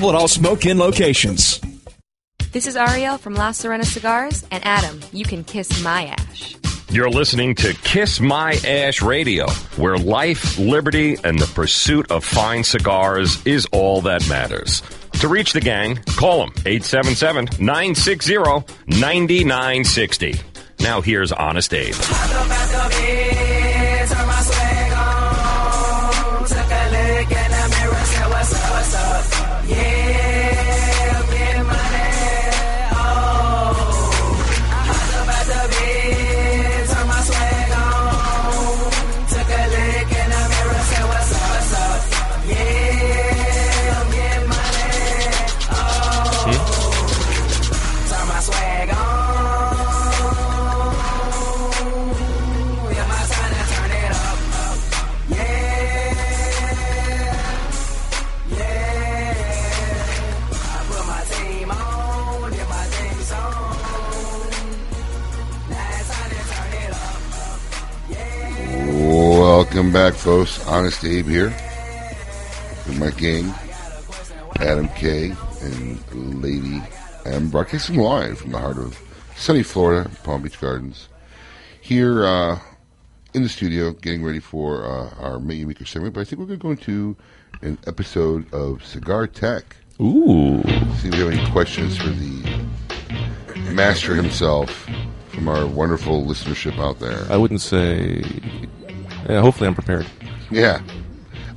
Speaker 12: at all smoke in locations.
Speaker 16: This is Ariel from La Serena Cigars, and Adam, you can kiss my ash.
Speaker 2: You're listening to Kiss My Ash Radio, where life, liberty, and the pursuit of fine cigars is all that matters. To reach the gang, call them 877 960 9960. Now here's Honest Abe.
Speaker 5: Welcome back, folks. Honest Abe here with my gang, Adam K. and Lady M. Broadcasting live from the heart of sunny Florida, Palm Beach Gardens. Here uh, in the studio, getting ready for uh, our May Week segment, but I think we're going to go into an episode of Cigar Tech.
Speaker 4: Ooh.
Speaker 5: See if we have any questions for the master himself from our wonderful listenership out there.
Speaker 4: I wouldn't say. Yeah, hopefully, I'm prepared.
Speaker 5: Yeah.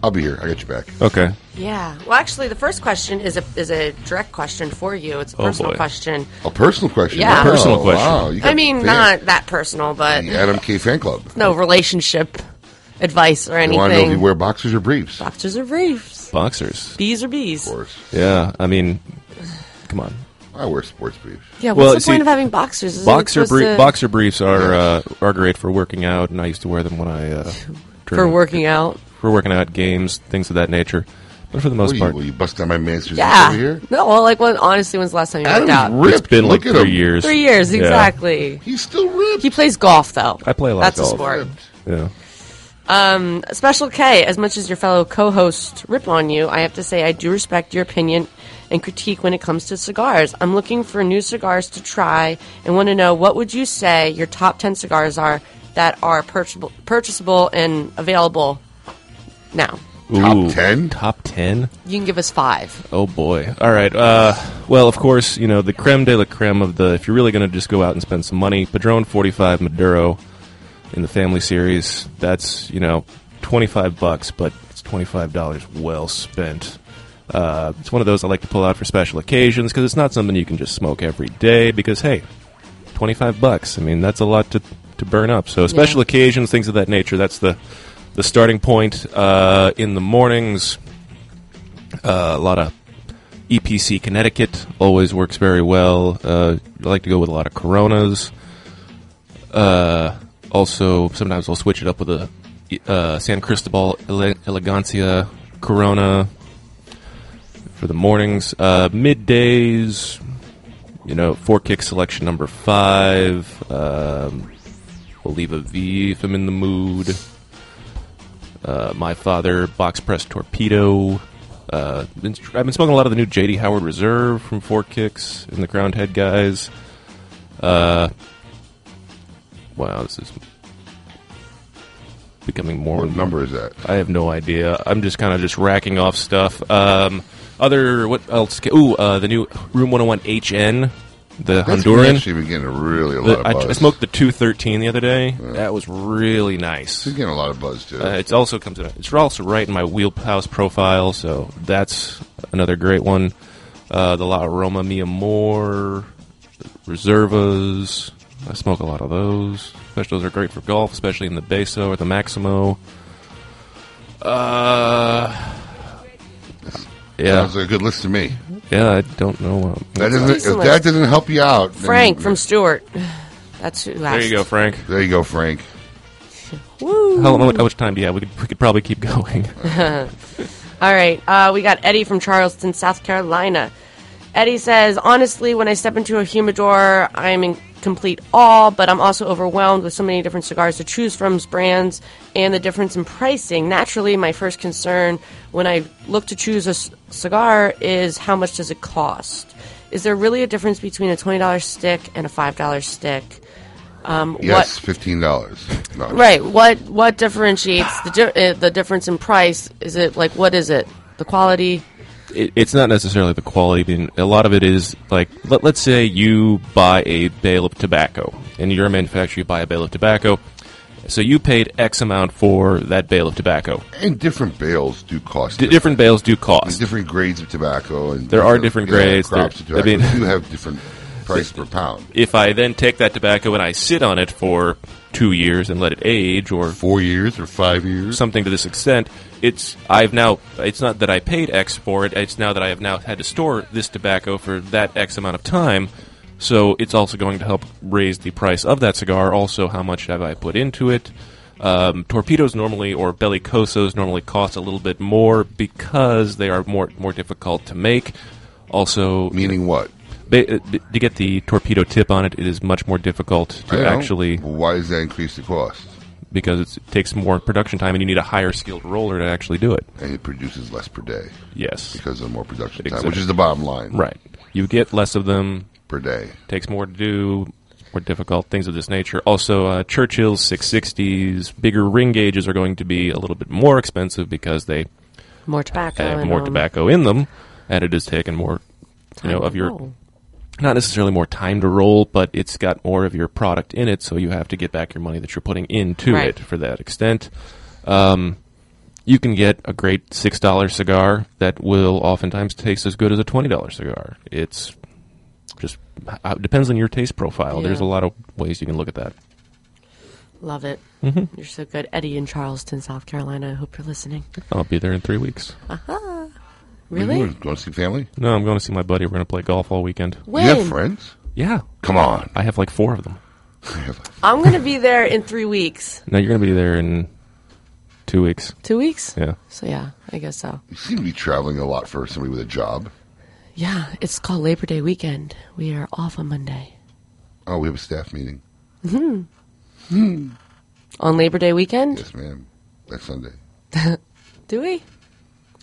Speaker 5: I'll be here. I got you back.
Speaker 4: Okay.
Speaker 6: Yeah. Well, actually, the first question is a is a direct question for you. It's a
Speaker 5: Oh,
Speaker 6: personal
Speaker 5: boy.
Speaker 6: question.
Speaker 5: A personal question. Oh,
Speaker 6: Yeah.
Speaker 5: Wow.
Speaker 6: Personal
Speaker 4: question.
Speaker 5: Wow. You got
Speaker 6: I mean,
Speaker 5: fan-
Speaker 6: not that personal, but
Speaker 5: the Adam K. Fan Club.
Speaker 6: no relationship advice or
Speaker 5: They want to know if you
Speaker 6: anything.
Speaker 5: wear boxers or briefs.
Speaker 6: Boxers or briefs?
Speaker 4: Boxers.
Speaker 6: Bees or bees?
Speaker 4: Yeah, I mean, come on.
Speaker 5: I wear sports briefs.
Speaker 6: Yeah, what's the point of having boxers? Isn't it
Speaker 4: boxer,
Speaker 6: supposed
Speaker 4: brie-
Speaker 6: to-
Speaker 4: boxer briefs are uh, are great for working out, and I used to wear them when
Speaker 6: [laughs]
Speaker 4: I uh,
Speaker 6: For
Speaker 4: during-
Speaker 6: working out?
Speaker 4: for working out games, things of that nature. But for the most
Speaker 5: What are you-
Speaker 4: part,
Speaker 5: will you bust down my man's
Speaker 6: Yeah. No, well, like, when, honestly, when's the last time you worked out?
Speaker 4: It's been like
Speaker 5: Look at
Speaker 4: three
Speaker 5: him.
Speaker 4: years.
Speaker 6: Three years,
Speaker 4: Yeah.
Speaker 6: exactly.
Speaker 5: He's still ripped.
Speaker 6: He plays golf, though.
Speaker 4: I play a lot.
Speaker 6: That's
Speaker 4: of
Speaker 6: a sport.
Speaker 4: golf. Yeah.
Speaker 6: Um, Special K, as much as your fellow co host rip on you, I have to say I do respect your opinion and critique when it comes to cigars. I'm looking for new cigars to try and want to know what would you say your top 10 cigars are that are purchasable, purchasable and available now?
Speaker 4: Top ten. Top ten.
Speaker 6: You can give us five.
Speaker 4: Oh boy! All right. Uh, well, of course, you know the creme de la creme of the. If you're really going to just go out and spend some money, Padron 45 Maduro in the family series. That's you know 25 bucks, but it's 25 dollars well spent. Uh, it's one of those I like to pull out for special occasions because it's not something you can just smoke every day. Because hey, 25 bucks. I mean, that's a lot to to burn up. So special occasions, things of that nature. That's the the starting point uh, in the mornings. Uh, a lot of EPC Connecticut always works very well. Uh, I like to go with a lot of Coronas. Uh, also, sometimes I'll switch it up with a uh, San Cristobal Ele- Elegancia Corona for the mornings. Uh, middays, you know, four kick selection number five. Um, we'll leave a V if I'm in the mood. Uh, my father box press torpedo. Uh, been- I've been smoking a lot of the new JD Howard Reserve from Four Kicks and the Crowned Head guys. Uh, wow, this is becoming more.
Speaker 5: What
Speaker 4: and
Speaker 5: number
Speaker 4: more-
Speaker 5: is that?
Speaker 4: I have no idea. I'm just kind of just racking off stuff. Um, other what else? ca- Ooh, uh, the new Room 101 HN, the
Speaker 5: That's
Speaker 4: Honduran.
Speaker 5: actually been getting really a
Speaker 4: The-
Speaker 5: lot of
Speaker 4: I,
Speaker 5: buzz.
Speaker 4: I smoked the 213 the other day. That was really nice. It's
Speaker 5: getting a lot of buzz too.
Speaker 4: Uh, it also comes in. It's also right in my wheelhouse profile, so that's another great one. Uh, the La Roma Mia Moore Reservas. I smoke a lot of those. Specials are great for golf, especially in the Beso or the Maximo. Uh, Yeah.
Speaker 5: Sounds like a good list to me.
Speaker 4: Yeah, I don't know. Um,
Speaker 5: That doesn't, if that doesn't help you out, then-
Speaker 6: Frank from Stewart. [sighs] That's who asked.
Speaker 4: Mm-hmm. There you go, Frank.
Speaker 5: There you go, Frank.
Speaker 6: Woo.
Speaker 4: How, how, much- how much time do you have? We could, we could probably keep [laughs] going.
Speaker 6: [laughs] All right. Uh, we got Eddie from Charleston, South Carolina. Eddie says, honestly, when I step into a humidor, I'm in complete awe, but I'm also overwhelmed with so many different cigars to choose from, brands, and the difference in pricing. Naturally, my first concern when I look to choose a c- cigar is how much does it cost? Is there really a difference between a $20 stick and a $5 stick? Um, what
Speaker 5: Yes, fifteen dollars.
Speaker 6: Right. What what differentiates the di- uh, the difference in price? Is it like what is it? The quality.
Speaker 4: it, it's not necessarily the quality. I mean, a lot of it is like, let, let's say you buy a bale of tobacco, and you're a manufacturer, you buy a bale of tobacco. So you paid X amount for that bale of tobacco.
Speaker 5: And different bales do cost.
Speaker 4: D- different bales do cost.
Speaker 5: different grades of tobacco, and
Speaker 4: There are different
Speaker 5: yeah,
Speaker 4: grades.
Speaker 5: Crops of
Speaker 4: There- I
Speaker 5: tobacco
Speaker 4: mean-
Speaker 5: do have
Speaker 4: [laughs]
Speaker 5: different price per pound.
Speaker 4: If I then take that tobacco and I sit on it for two years and let it age, or
Speaker 5: four years, or five years,
Speaker 4: something to this extent, it's I've now. It's not that I paid X for it. It's now that I have now had to store this tobacco for that X amount of time. So it's also going to help raise the price of that cigar. Also, how much have I put into it? Um, torpedoes normally or bellicosos normally cost a little bit more because they are more more difficult to make. Also,
Speaker 5: meaning what?
Speaker 4: Ba- uh, b- to get the torpedo tip on it, it is much more difficult
Speaker 5: I
Speaker 4: to
Speaker 5: know.
Speaker 4: actually.
Speaker 5: Why does that increase the cost?
Speaker 4: Because it's, it takes more production time, and you need a higher skilled roller to actually do it.
Speaker 5: And it produces less per day.
Speaker 4: Yes,
Speaker 5: because of more production time,
Speaker 4: Exactly.
Speaker 5: which is the bottom line.
Speaker 4: Right. You get less of them
Speaker 5: per day.
Speaker 4: Takes more to do, more difficult things of this nature. Also, uh, Churchill's 660s, bigger ring gauges are going to be a little bit more expensive because they
Speaker 6: More tobacco
Speaker 4: have
Speaker 6: in
Speaker 4: more
Speaker 6: them.
Speaker 4: tobacco in them, and it is taken more, you know,
Speaker 6: Time
Speaker 4: of
Speaker 6: to
Speaker 4: your
Speaker 6: roll.
Speaker 4: not necessarily more time to roll, but it's got more of your product in it, so you have to get back your money that you're putting into
Speaker 6: Right.
Speaker 4: it for that extent. Um, you can get a great six dollar cigar that will oftentimes taste as good as a twenty dollar cigar. It's just uh, depends on your taste profile.
Speaker 6: Yeah.
Speaker 4: There's a lot of ways you can look at that.
Speaker 6: Love it.
Speaker 4: Mhm.
Speaker 5: Mm-hmm.
Speaker 6: You're so good, Eddie in Charleston, South Carolina. I hope you're
Speaker 5: [laughs]
Speaker 6: listening.
Speaker 4: I'll be there in three weeks.
Speaker 6: Aha. Really?
Speaker 5: You want to see family?
Speaker 4: No, I'm going to see my buddy. We're going to play golf all weekend.
Speaker 6: When? You have
Speaker 5: friends?
Speaker 4: Yeah.
Speaker 5: Come on.
Speaker 4: I have like four of them.
Speaker 6: I'm gonna be there in three weeks.
Speaker 4: No, you're going to be there in two weeks.
Speaker 6: Two weeks.
Speaker 4: Yeah.
Speaker 6: So yeah, I guess so.
Speaker 5: You seem to be traveling a lot for somebody with a job.
Speaker 6: Yeah, it's called Labor Day weekend. We are off on Monday.
Speaker 5: Oh, we have a staff meeting.
Speaker 6: hmm
Speaker 5: Mm-hmm.
Speaker 6: On Labor Day weekend,
Speaker 5: Yes, ma'am. That's Sunday.
Speaker 6: [laughs] do we?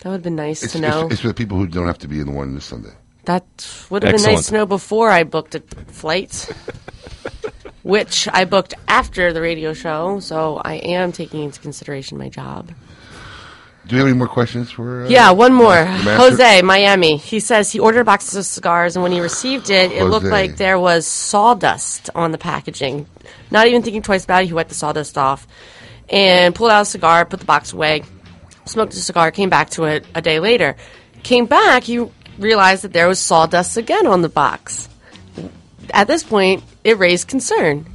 Speaker 6: That would have been nice
Speaker 5: It's,
Speaker 6: to know.
Speaker 5: it's, it's for the people who don't have to be in the one this Sunday.
Speaker 6: That would have been
Speaker 5: Excellent.
Speaker 6: nice to know before I booked a
Speaker 5: [laughs]
Speaker 6: flight, which I booked after the radio show. So I am taking into consideration my job.
Speaker 5: Do we have any more questions for? Uh,
Speaker 6: yeah, one more.
Speaker 5: the master?
Speaker 6: Jose, Miami. He says he ordered boxes of cigars, and when he received it, it looked
Speaker 5: Jose.
Speaker 6: like there was sawdust on the packaging. Not even thinking twice about it, he wiped the sawdust off and pulled out a cigar, put the box away, smoked a cigar, came back to it a day later. Came back, he realized that there was sawdust again on the box. At this point, it raised concern.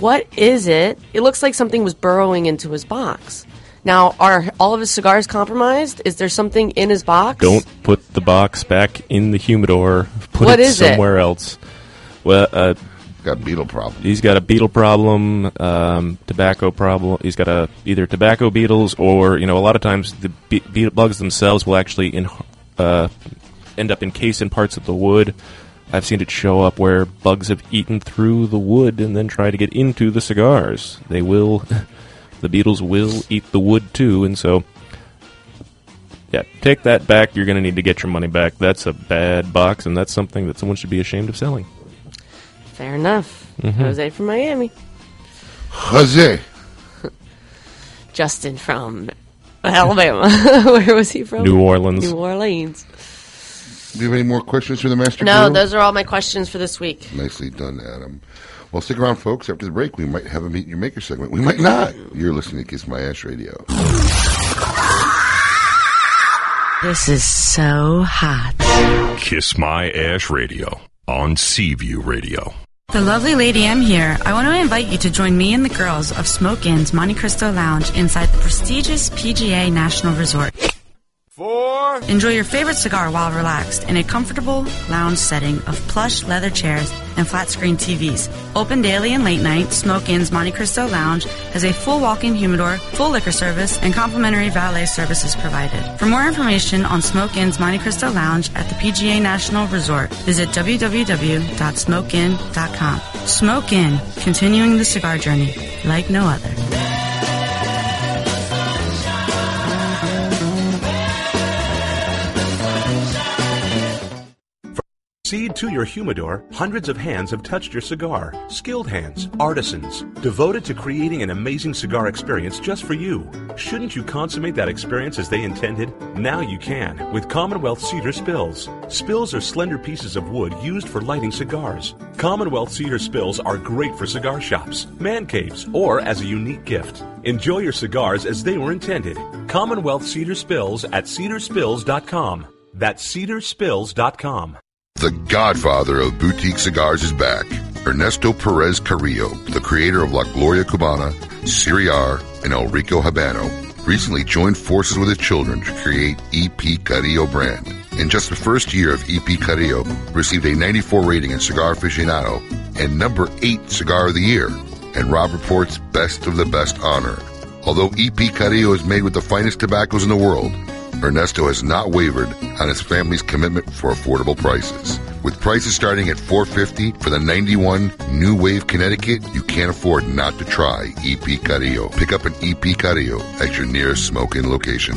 Speaker 6: What is it? It looks like something was burrowing into his box. Now, are all of his cigars compromised? Is there something in his box?
Speaker 4: Don't put the box back in the humidor. Put
Speaker 6: What
Speaker 4: it
Speaker 6: is it?
Speaker 4: somewhere else. Well, uh,
Speaker 5: got beetle problem.
Speaker 4: He's got a beetle problem, um, tobacco problem. He's got a either tobacco beetles or you know a lot of times the be- beetle bugs themselves will actually in, uh, end up encased in parts of the wood. I've seen it show up where bugs have eaten through the wood and then try to get into the cigars. They will, [laughs] the beetles will eat the wood too, and so yeah, take that back. You're going to need to get your money back. That's a bad box, and that's something that someone should be ashamed of selling.
Speaker 6: Fair enough.
Speaker 5: Mm-hmm.
Speaker 4: Mhm.
Speaker 6: Jose from Miami.
Speaker 5: Jose.
Speaker 6: Justin from Alabama. [laughs] Where was he from?
Speaker 5: New Orleans.
Speaker 6: New Orleans.
Speaker 5: Do you have any more questions for the master?
Speaker 6: No,
Speaker 5: Grill?
Speaker 6: those are all my questions for this week.
Speaker 5: Nicely done, Adam. Well, stick around, folks. After the break, we might have a Meet Your Maker segment. We might not. You're listening to Kiss My Ash Radio.
Speaker 7: This is so hot.
Speaker 2: Kiss My Ash Radio on Seaview Radio.
Speaker 7: The lovely Lady M here. I want to invite you to join me and the girls of Smoke Inn's Monte Cristo Lounge inside the prestigious PGA National Resort.
Speaker 3: Four
Speaker 17: cigar.
Speaker 7: Enjoy your favorite cigar while relaxed in a comfortable lounge setting of plush leather chairs and flat screen TVs. Open daily and late night, Smoke Inn's Monte Cristo Lounge has a full walk in humidor, full liquor service, and complimentary valet services provided. For more information on Smoke Inn's Monte Cristo Lounge at the PGA National Resort, visit www.smokeinn.com. Smoke In, continuing the cigar journey like no other.
Speaker 18: Seed to your humidor, hundreds of hands have touched your cigar. Skilled hands, artisans, devoted to creating an amazing cigar experience just for you. Shouldn't you consummate that experience as they intended? Now you can with Commonwealth Cedar Spills. Spills are slender pieces of wood used for lighting cigars. Commonwealth Cedar Spills are great for cigar shops, man caves, or as a unique gift. Enjoy your cigars as they were intended. Commonwealth Cedar Spills at cedarspills.com. That's cedarspills.com.
Speaker 5: The godfather of boutique cigars is back. Ernesto Perez Carrillo, the creator of La Gloria Cubana, Siriar, and El Rico Habano, recently joined forces with his children to create EP Carrillo brand. In just the first year of EP Carrillo, received a 94 rating in Cigar Aficionado and number 8 Cigar of the Year, and Rob Report's Best of the Best honor. Although EP Carrillo is made with the finest tobaccos in the world, Ernesto has not wavered on his family's commitment for affordable prices. With prices starting at 450 for the 91 New Wave Connecticut, you can't afford not to try EP Carrillo. Pick up an EP Carrillo at your nearest smoking location.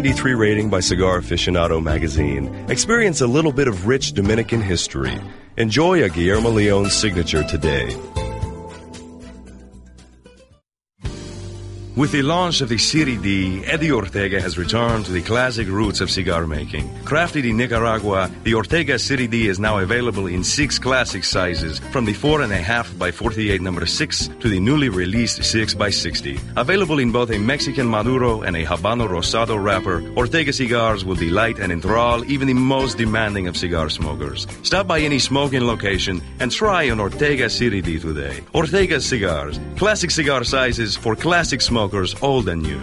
Speaker 19: 93 rating by Cigar Aficionado magazine. Experience a little bit of rich Dominican history. Enjoy a Guillermo Leon signature today.
Speaker 20: With the launch of the Siri D, Eddie Ortega has returned to the classic roots of cigar making. Crafted in Nicaragua, the Ortega Siri D is now available in six classic sizes, from the 4.5 by 48 number 6 to the newly released 6 by 60. Available in both a Mexican Maduro and a Habano Rosado wrapper, Ortega cigars will delight and enthrall even the most demanding of cigar smokers. Stop by any smoking location and try an Ortega Siri D today. Ortega Cigars, classic cigar sizes for classic smokers old and new.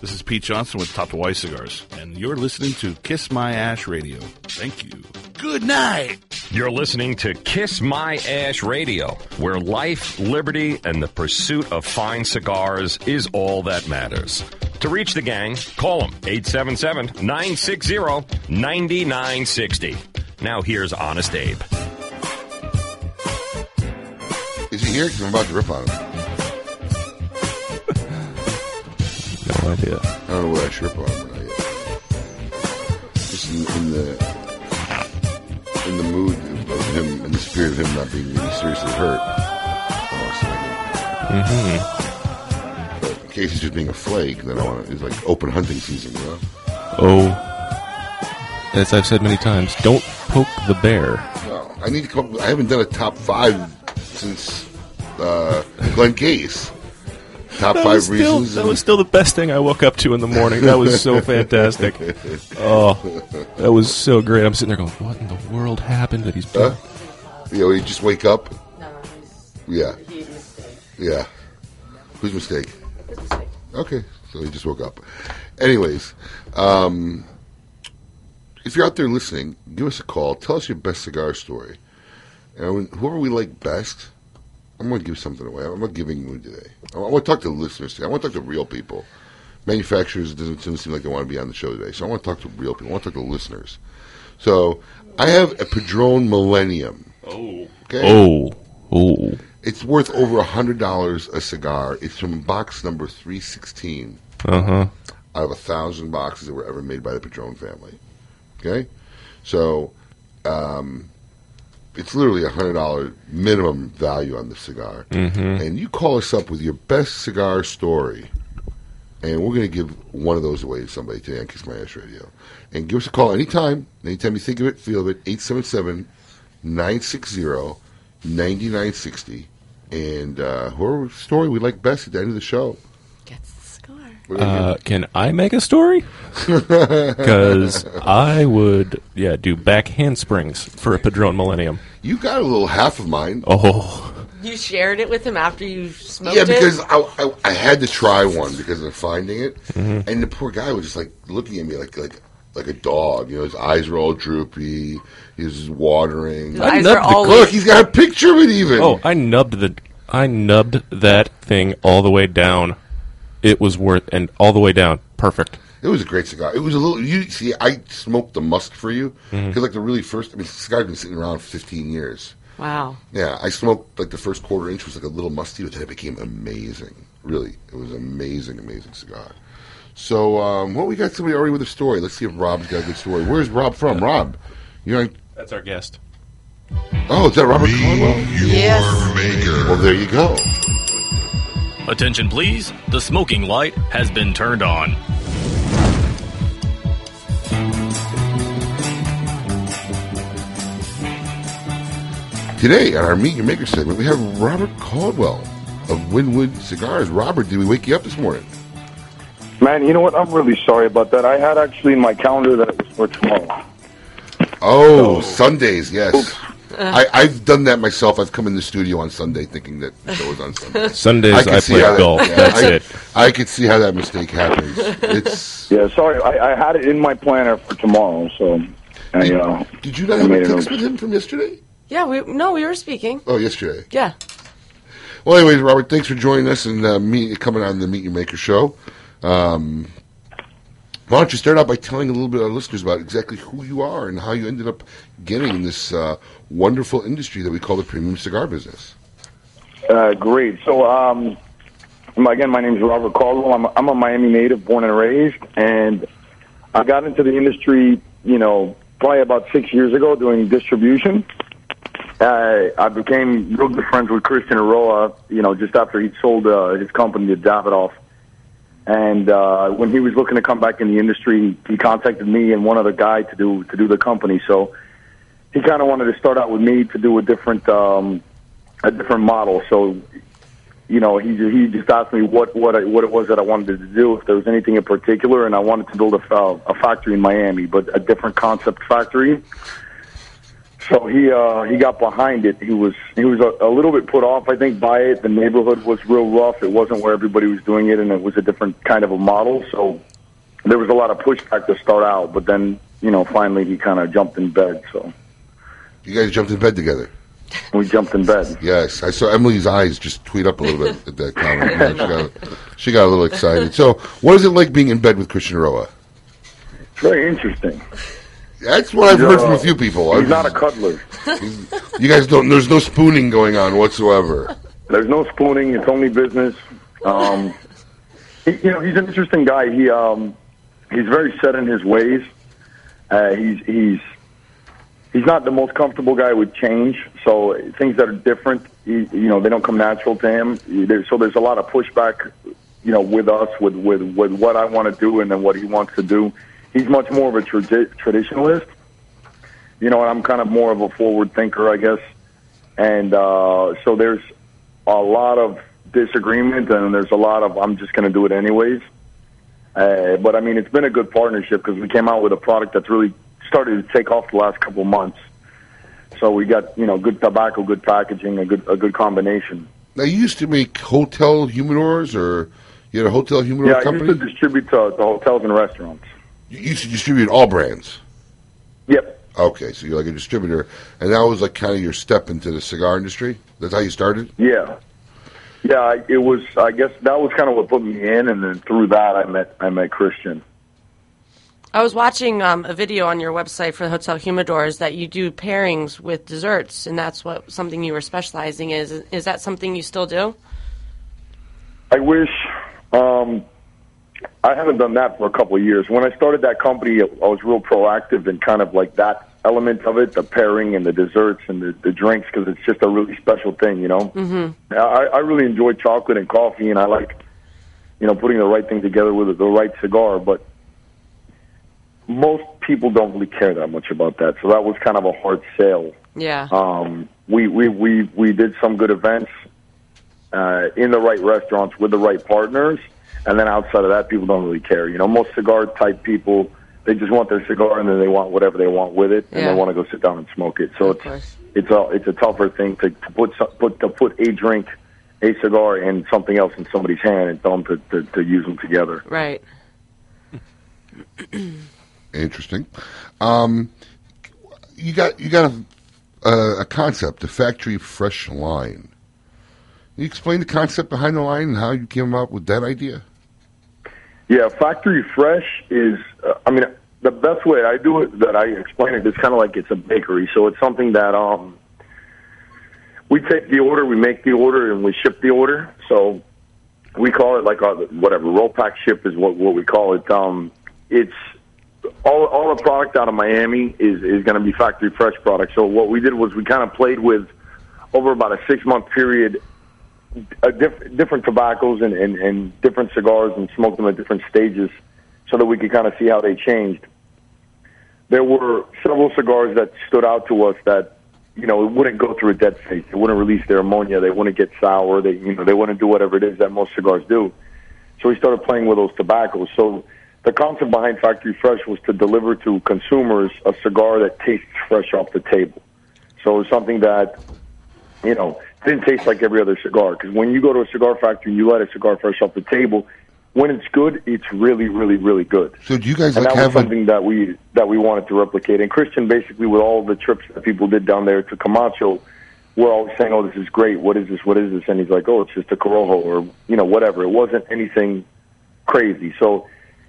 Speaker 2: This is Pete Johnson with Top Hawaii Cigars, and you're listening to Kiss My Ash Radio. Thank you.
Speaker 21: Good night.
Speaker 2: You're
Speaker 21: listening
Speaker 2: to
Speaker 21: Kiss My
Speaker 2: Ash
Speaker 21: Radio,
Speaker 2: where life,
Speaker 21: liberty,
Speaker 2: and the pursuit
Speaker 21: of fine cigars
Speaker 2: is all
Speaker 21: that matters.
Speaker 2: To reach the gang, call them 877 960 9960.
Speaker 21: Now here's Honest Abe.
Speaker 5: Is he here? 'Cause I'm about to rip on him.
Speaker 4: No idea.
Speaker 5: I don't know what I should rip on him. but I- Just in, in the in the mood of him, in the spirit of him not being really seriously hurt. Oh, so
Speaker 4: Mm-hmm.
Speaker 5: But in case he's just being a flake, then I want to. It's like open hunting season, you know?
Speaker 4: Oh, as I've said many times, don't poke the bear.
Speaker 5: No, I need to come. Up, I haven't done a top five since uh, Glenn Case. Top
Speaker 4: That
Speaker 5: five
Speaker 4: was still-
Speaker 5: reasons.
Speaker 4: That was still the best thing I woke up to in the morning. That was
Speaker 5: [laughs]
Speaker 4: so [laughs] fantastic. Oh, that was so great. I'm sitting there going, "What in the world happened that he's?"
Speaker 5: Huh? Yeah, we just wake up. Yeah. Yeah. Whose mistake? Okay, so he just woke up. Anyways, um, if you're out there listening, give us a call. Tell us your best cigar story. And when- whoever we like best, I'm going to give something away. I'm not giving away today. I want to talk to listeners today. I want to talk to real people. Manufacturers it doesn't, doesn't seem like they want to be on the show today, so I want to talk to real people. I want to talk to listeners. So I have a Padron Millennium. Oh. Okay.
Speaker 4: Oh, oh,
Speaker 5: It's worth over a hundred dollars a cigar. It's from box number three sixteen
Speaker 4: uh huh.
Speaker 5: out of a thousand boxes that were ever made by the Padron family. Okay, so um, it's literally a hundred dollar minimum value on the cigar.
Speaker 3: Mhm.
Speaker 5: And you call us up with your best cigar story, and we're going to give one of those away to somebody today on Kiss My Ash Radio. And give us a call anytime, anytime you think of it, feel of it, 877 960 9960. And uh, whoever story we like best at the end of the show gets the cigar.
Speaker 4: Uh, can I make
Speaker 5: [laughs]
Speaker 4: a story? Because I would, yeah, do back handsprings for a Padron Millennium.
Speaker 5: You got a little half of mine.
Speaker 4: Oh,
Speaker 6: You shared it with him after you smoked
Speaker 5: Yeah, because
Speaker 6: it.
Speaker 5: I, I, I had to try one because of finding it,
Speaker 4: Mm-hmm.
Speaker 5: and the poor guy was just like looking at me like like like a dog. You know, his eyes were all droopy. He was watering.
Speaker 6: His I eyes
Speaker 4: nubbed were the- always-
Speaker 5: Look, he's got a picture of it even.
Speaker 4: oh, I nubbed the, I nubbed that thing all the way down. It was worth, and all the way down, perfect.
Speaker 5: It was a great cigar. It was a little. You see, I smoked the musk for you because
Speaker 4: Mhm.
Speaker 5: like the really first. I mean, this cigar's been sitting around for fifteen years.
Speaker 6: Wow.
Speaker 5: Yeah, I smoked like the first quarter inch was like a little musty, but then it became amazing. Really, it was amazing, amazing cigar. So, um, well, we got somebody already with a story. Let's see if Rob's got a good story. Where's Rob from? Rob, you're on-
Speaker 4: That's our guest.
Speaker 5: Oh, is that Robert Conwell?
Speaker 13: Yes.
Speaker 5: Well, there you go.
Speaker 22: Attention, please. The smoking light has been turned on.
Speaker 5: Today on our Meet Your Maker segment, we have Robert Caldwell of Winwood Cigars. Robert, did we wake you up this morning?
Speaker 23: Man, you know what? I'm really sorry about that. I had actually in my calendar that it was for tomorrow.
Speaker 5: Oh, Sundays, yes.
Speaker 4: oh,
Speaker 5: I, I've done that myself. I've come in the studio on Sunday thinking that the show was on Sunday.
Speaker 4: [laughs] Sundays
Speaker 5: can
Speaker 4: I
Speaker 5: see
Speaker 4: play
Speaker 5: how
Speaker 4: golf. That's
Speaker 5: I,
Speaker 4: it.
Speaker 5: I could see how that mistake happens. It's
Speaker 23: Yeah, sorry. I, I had it in my planner for tomorrow, so. I, uh,
Speaker 5: Did you not
Speaker 23: I
Speaker 5: have a
Speaker 23: made it
Speaker 5: text
Speaker 23: over.
Speaker 5: with him from yesterday?
Speaker 6: Yeah, we no, we were speaking.
Speaker 5: Oh, yesterday.
Speaker 6: Yeah.
Speaker 5: Well, anyways, Robert, thanks for joining us and uh, meet, coming on the Meet Your Maker show. Um, why don't you start out by telling a little bit our listeners about exactly who you are and how you ended up getting in this uh, wonderful industry that we call the premium cigar business?
Speaker 23: Uh, great. So, um, my- again, my name is Robert Caldwell. I'm a, I'm a Miami native, born and raised, and I got into the industry, you know, probably about six years ago doing distribution. Uh, I became real good friends with Christian Aroa, you know, just after he sold uh, his company to Davidoff. And uh, when he was looking to come back in the industry, he contacted me and one other guy to do to do the company. So he kind of wanted to start out with me to do a different um, a different model. So, you know, he he just asked me what what I, what it was that I wanted to do, if there was anything in particular, and I wanted to build a fa- a factory in Miami, but a different concept factory. So he uh, he got behind it. He was he was a, a little bit put off, I think, by it. The neighborhood was real rough. It wasn't where everybody was doing it, and it was a different kind of a model. So there was a lot of pushback to start out, but then you know, finally he kind of jumped in bed. So
Speaker 5: You guys jumped in bed together.
Speaker 23: We jumped in bed.
Speaker 5: Yes, I saw Emily's eyes just tweet up a little bit at that comment. You know, she, got, she got a little excited. So, what is it like being in bed with Christian Roa?
Speaker 23: very interesting.
Speaker 5: That's what I've
Speaker 23: He's,
Speaker 5: heard from
Speaker 23: uh,
Speaker 5: a few people.
Speaker 23: He's
Speaker 5: I've- [laughs]
Speaker 23: not a cuddler.
Speaker 5: You guys don't. There's no spooning going on whatsoever.
Speaker 23: There's no spooning. It's only business. Um, [laughs] he, you know, he's an interesting guy. He um, he's very set in his ways. Uh, he's he's he's not the most comfortable guy with change. So things that are different, he, you know, they don't come natural to him. He- there- So there's a lot of pushback, you know, with us with with with what I want to do and then what he wants to do. He's much more of a tradi- traditionalist. You know, and I'm kind of more of a forward thinker, I guess. And uh, so there's a lot of disagreement and there's a lot of I'm just going to do it anyways. Uh, but I mean, it's been a good partnership because we came out with a product that's really started to take off the last couple months. So we got you know good tobacco, good packaging, a good a good combination.
Speaker 5: Now, you used to make hotel humidors, or you had a hotel humidor
Speaker 23: yeah, I
Speaker 5: company.
Speaker 23: used to distribute to, to hotels and restaurants.
Speaker 5: You used to distribute all brands.
Speaker 23: Yep.
Speaker 5: Okay, so you're like a distributor, and that was like kind of your step into the cigar industry. That's how you started.
Speaker 23: Yeah, yeah. I- It was I guess that was kind of what put me in, and then through that I met I met Christian.
Speaker 6: I was watching um, a video on your website for Hotel Humidors that you do pairings with desserts, and that's what something you were specializing is. Is that something you still do?
Speaker 23: I wish. Um, I haven't done that for a couple of years. When I started that company, I was real proactive and kind of like that element of it, the pairing and the desserts and the, the drinks, because it's just a really special thing, you know.
Speaker 3: Mm-hmm.
Speaker 23: I, I really enjoy chocolate and coffee, and I like, you know, putting the right thing together with the right cigar. But most people don't really care that much about that, so that was kind of a hard sale.
Speaker 6: Yeah.
Speaker 23: [laughs] Um, we, we, we, we did some good events uh, in the right restaurants with the right partners. And then outside of that, people don't really care. You know, most cigar type people, they just want their cigar and then they want whatever they want with it, and
Speaker 3: Yeah.
Speaker 23: they want to go sit down and smoke it. So it's
Speaker 3: course.
Speaker 23: it's a it's a tougher thing to, to put some, put to put a drink, a cigar, and something else in somebody's hand and tell them to, to, to use them together.
Speaker 6: Right.
Speaker 5: Interesting. Um, you got you got a, a, a concept, the factory fresh line. Can you explain the concept behind the line and how you came up with that idea?
Speaker 23: Yeah, factory fresh is. Uh, I mean, the best way I do it that I explain it is kind of like it's a bakery. So it's something that um, we take the order, we make the order, and we ship the order. So we call it like our whatever roll pack ship is what what we call it. Um, it's all all the product out of Miami is is going to be factory fresh product. So what we did was we kind of played with over about a six month period uh, diff- different tobaccos and, and, and different cigars and smoked them at different stages so that we could kind of see how they changed. There were several cigars that stood out to us that, you know, it wouldn't go through a dead phase. They wouldn't release their ammonia. They wouldn't get sour. They, you know, they wouldn't do whatever it is that most cigars do. So we started playing with those tobaccos. So the concept behind Factory Fresh was to deliver to consumers a cigar that tastes fresh off the table. So it's something that you know, didn't taste like every other cigar. Because when you go to a cigar factory and you let a cigar fresh off the table, when it's good, it's really, really, really good.
Speaker 5: So do you guys
Speaker 23: and
Speaker 5: like
Speaker 23: that was
Speaker 5: have a
Speaker 23: something that we that we wanted to replicate. And Christian, basically, with all the trips that people did down there to Camacho, we're always saying, "Oh, this is great. What is this? What is this?" And he's like, "Oh, it's just a Corojo, or you know, whatever. It wasn't anything crazy." So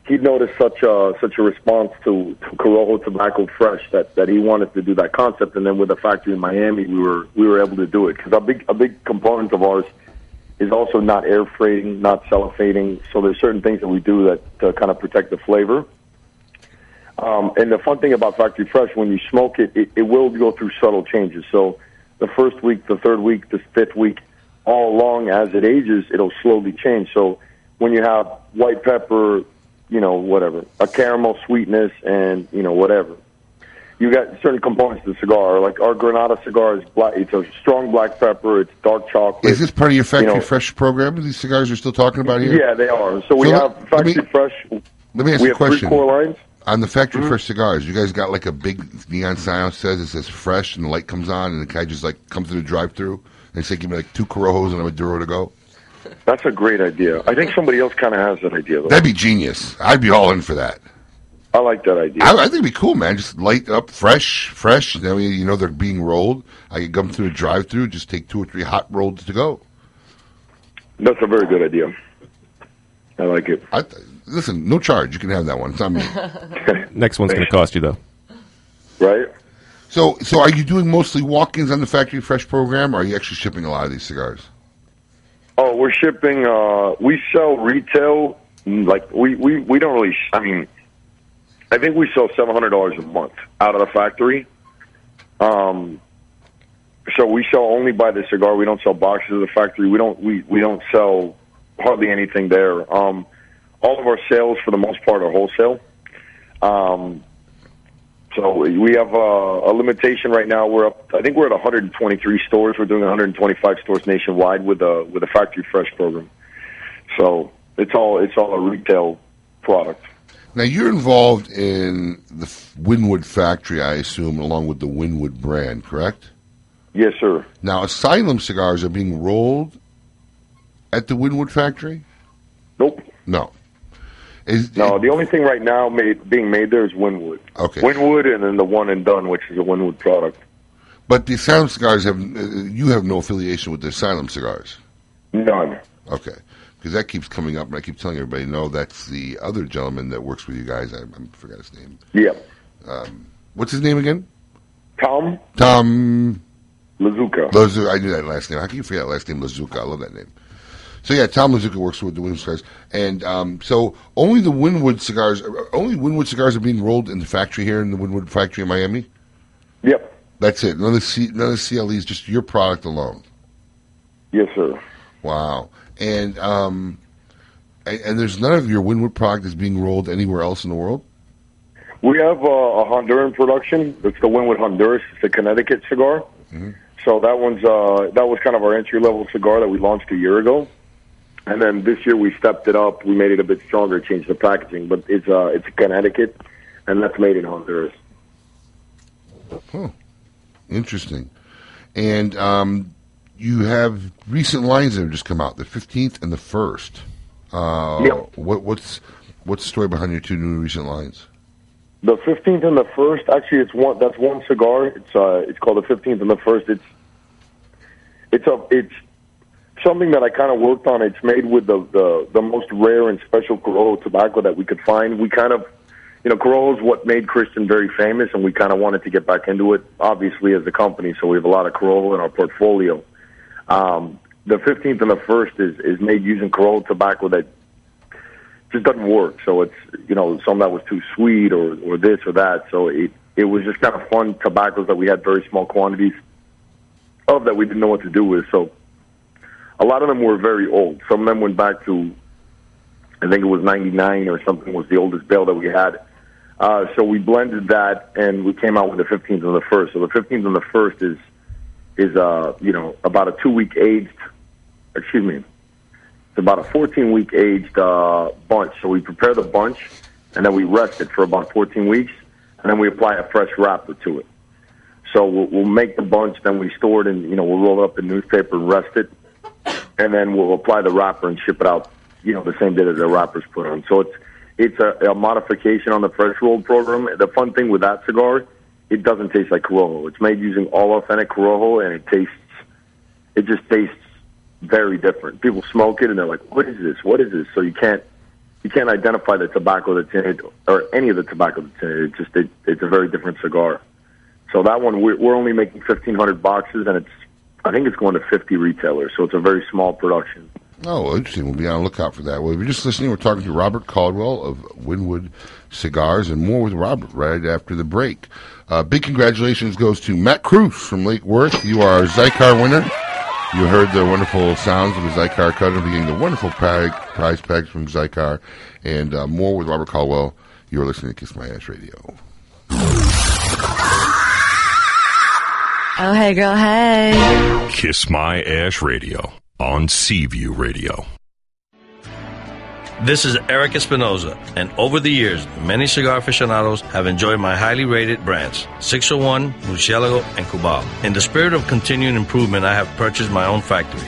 Speaker 23: he noticed such a such a response to, to Corojo Tobacco Fresh that that he wanted to do that concept, and then with the factory in Miami, we were we were able to do it because a big a big component of ours is also not air freighting, not cellophating. So there's certain things that we do that to kind of protect the flavor. Um, and the fun thing about factory fresh, when you smoke it, it, it will go through subtle changes. So the first week, the third week, the fifth week, all along as it ages, it'll slowly change. So when you have white pepper, you know, whatever, a caramel sweetness and, you know, whatever. You got certain components to the cigar. Like our Granada cigar is black. It's a strong black pepper. It's dark chocolate.
Speaker 5: Is this part of your factory
Speaker 23: you know.
Speaker 5: fresh program? These cigars you're still talking about here?
Speaker 23: Yeah, they are. So we
Speaker 5: So
Speaker 23: have factory fresh.
Speaker 5: Let me ask
Speaker 23: we
Speaker 5: you a
Speaker 23: have three
Speaker 5: question.
Speaker 23: core lines. Mm-hmm.
Speaker 5: On the factory fresh cigars, you guys got like a big neon sign that says it says fresh, and the light comes on, and the guy just like comes to the drive-through and say, "Give me like two corojos and a maduro to go."
Speaker 23: That's a great idea. I think somebody else kind of has that idea. Though.
Speaker 5: That'd be genius. I'd be all in for that.
Speaker 23: I like that idea.
Speaker 5: I, I think it'd be cool, man. Just light up fresh, fresh. Now you you know they're being rolled. I could come through the drive-through, just take two or three hot rolls to go.
Speaker 23: That's a very good idea. I like it.
Speaker 5: I, listen, no charge. You can have that one. It's not
Speaker 23: [laughs]
Speaker 5: me.
Speaker 4: Next one's going to cost you though.
Speaker 23: right?
Speaker 5: So, so are you doing mostly walk-ins on the Factory Fresh program, or are you actually shipping a lot of these cigars?
Speaker 23: Oh, we're shipping. Uh, we sell retail. mm, Like we we we don't really. Sh- I mean, I think we sell seven hundred dollars a month out of the factory. Um, so we sell only by the cigar. We don't sell boxes of the factory. We don't we we don't sell hardly anything there. Um, all of our sales for the most part are wholesale. Um, so we have uh, a limitation right now. We're up. I think we're at 123 stores. We're doing 125 stores nationwide with a with a factory fresh program. So it's all it's all a retail product.
Speaker 5: Now you're involved in the F- Winwood factory, I assume, along with the Winwood brand, correct?
Speaker 23: Yes, sir.
Speaker 5: Now Asylum cigars are being rolled at the Winwood factory.
Speaker 23: Nope.
Speaker 5: No. Is,
Speaker 23: No, the only thing right now made being made there is Winwood.
Speaker 5: Okay.
Speaker 23: Winwood, and then the one and done, which is a Winwood product.
Speaker 5: But the Asylum cigars have uh, you have no affiliation with the Asylum cigars.
Speaker 23: None.
Speaker 5: Okay. Because that keeps coming up, and I keep telling everybody, no, that's the other gentleman that works with you guys. I, I forgot his name.
Speaker 23: Yeah.
Speaker 5: Um, what's his name again?
Speaker 23: Tom.
Speaker 5: Tom.
Speaker 23: Lazuka.
Speaker 5: Lazuka. I knew that last name. How can you forget that last name, Lazuka? I love that name. So yeah, Tom Lazuka works with the Winwood cigars, and um, so only the Winwood cigars, only Winwood cigars are being rolled in the factory here in the Winwood factory in Miami.
Speaker 23: Yep.
Speaker 5: That's it. None of the, C, none of the CLE is just your product alone.
Speaker 23: Yes, sir.
Speaker 5: Wow. And um, and, and there's none of your Winwood product that's being rolled anywhere else in the world.
Speaker 23: We have uh, a Honduran production. It's the Winwood Honduras. It's a Connecticut cigar.
Speaker 5: Mhm.
Speaker 23: So that one's uh, that was kind of our entry level cigar that we launched a year ago, and then this year we stepped it up. We made it a bit stronger, changed the packaging, but it's uh, it's Connecticut, and that's made in Honduras.
Speaker 5: Huh. Interesting. And um, you have recent lines that have just come out: the 15th and the 1st. Uh,
Speaker 23: Yep.
Speaker 5: What, what's what's the story behind your two new recent lines?
Speaker 23: The fifteenth and the first, actually, it's one. That's one cigar. It's uh, it's called the fifteenth and the first. It's it's a it's something that I kind of worked on. It's made with the the, the most rare and special Corojo tobacco that we could find. We kind of, you know, Corojo is what made Christian very famous, and we kind of wanted to get back into it, obviously, as a company. So we have a lot of Corojo in our portfolio. Um, the fifteenth and the first is is made using Corojo tobacco that just doesn't work. So it's you know some that was too sweet or or this or that. So it it was just kind of fun tobaccos that we had very small quantities of that we didn't know what to do with. So a lot of them were very old. Some of them went back to I think it was '99 or something was the oldest bale that we had. Uh, so we blended that and we came out with the 15th and the first. So the 15th and the first is is uh you know about a two week aged excuse me it's about a 14 week aged uh, bunch. So we prepare the bunch and then we rest it for about 14 weeks and then we apply a fresh wrapper to it. So we'll, we'll make the bunch, then we store it and you know we'll roll it up in newspaper and rest it, and then we'll apply the wrapper and ship it out. You know the same day that the wrapper's put on. So it's it's a, a modification on the fresh roll program. The fun thing with that cigar, it doesn't taste like Corojo. It's made using all authentic Corojo, and it tastes it just tastes very different. People smoke it and they're like, "What is this? What is this?" So you can't you can't identify the tobacco that's in it or any of the tobacco that's in it. It's just it, it's a very different cigar. So that one we're, we're only making fifteen hundred boxes, and it's I think it's going to fifty retailers. So it's a very small production.
Speaker 5: Oh, interesting. We'll be on the lookout for that. Well, if you're just listening, we're talking to Robert Caldwell of Winwood Cigars and more with Robert right after the break. Uh, big congratulations goes to Matt Cruz from Lake Worth. You are a Zycar winner. You heard the wonderful sounds of the Zycar cutter beginning the wonderful pri- prize packs from Zycar and uh, more with Robert Caldwell. You're listening to Kiss My Ass Radio.
Speaker 7: Oh, hey, girl, hey.
Speaker 2: Kiss My Ash Radio on Seaview Radio.
Speaker 24: This is Eric Espinoza, and over the years, many cigar aficionados have enjoyed my highly rated brands 601, Mucielago, and Cubao. In the spirit of continuing improvement, I have purchased my own factory,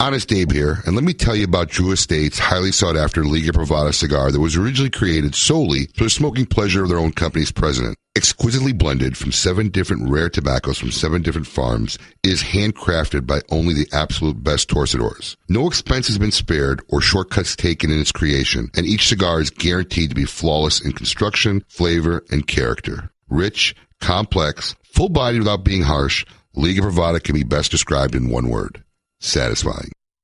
Speaker 5: Honest Abe here, and let me tell you about Drew Estate's highly sought after Liga Privada cigar that was originally created solely for the smoking pleasure of their own company's president. Exquisitely blended from seven different rare tobaccos from seven different farms, it is handcrafted by only the absolute best torcedores. No expense has been spared or shortcuts taken in its creation, and each cigar is guaranteed to be flawless in construction, flavor, and character. Rich, complex, full bodied without being harsh, Liga Privada can be best described in one word satisfying.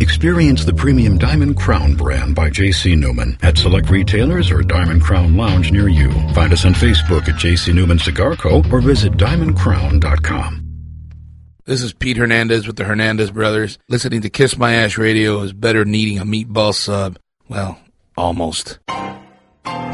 Speaker 25: Experience the premium Diamond Crown brand by J.C. Newman at select retailers or Diamond Crown Lounge near you. Find us on Facebook at J.C. Newman Cigar Co. or visit diamondcrown.com.
Speaker 26: This is Pete Hernandez with the Hernandez Brothers. Listening to Kiss My Ash Radio is better than eating a meatball sub. Well, almost.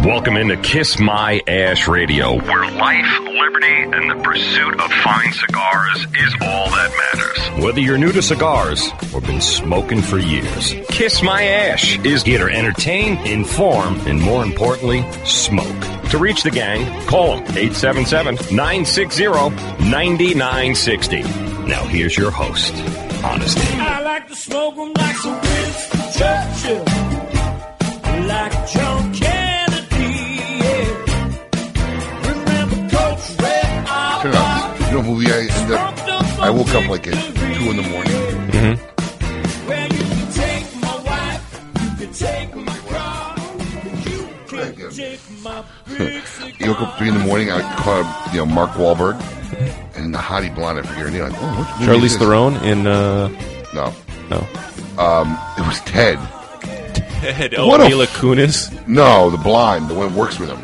Speaker 27: Welcome into Kiss My Ash Radio, where life, liberty, and the pursuit of fine cigars is all that matters.
Speaker 2: Whether you're new to cigars or been smoking for years, Kiss My Ash is here to entertain, inform, and more importantly, smoke. To reach the gang, call them 877-960-9960. Now here's your host, Honesty.
Speaker 14: I like to smoke 'em like some Winston Churchill, like John Kennedy. Yeah. Remember Coach Red Eye
Speaker 5: Turn up. You know who I end up? I woke up like at two in the morning. [laughs]
Speaker 4: Mm-hmm.
Speaker 14: Where you can take my wife, you can take my car, you can take my big
Speaker 5: You woke up three in the morning. I caught you know Mark Wahlberg and the hottie blonde. I forget her name. Like, oh, what movie is this?
Speaker 4: Charlize Theron in uh,
Speaker 5: No,
Speaker 4: no.
Speaker 5: Um, it was Ted.
Speaker 4: Ted oh,
Speaker 5: What a-
Speaker 4: Mila Kunis.
Speaker 5: No, the blonde, the one that works with him.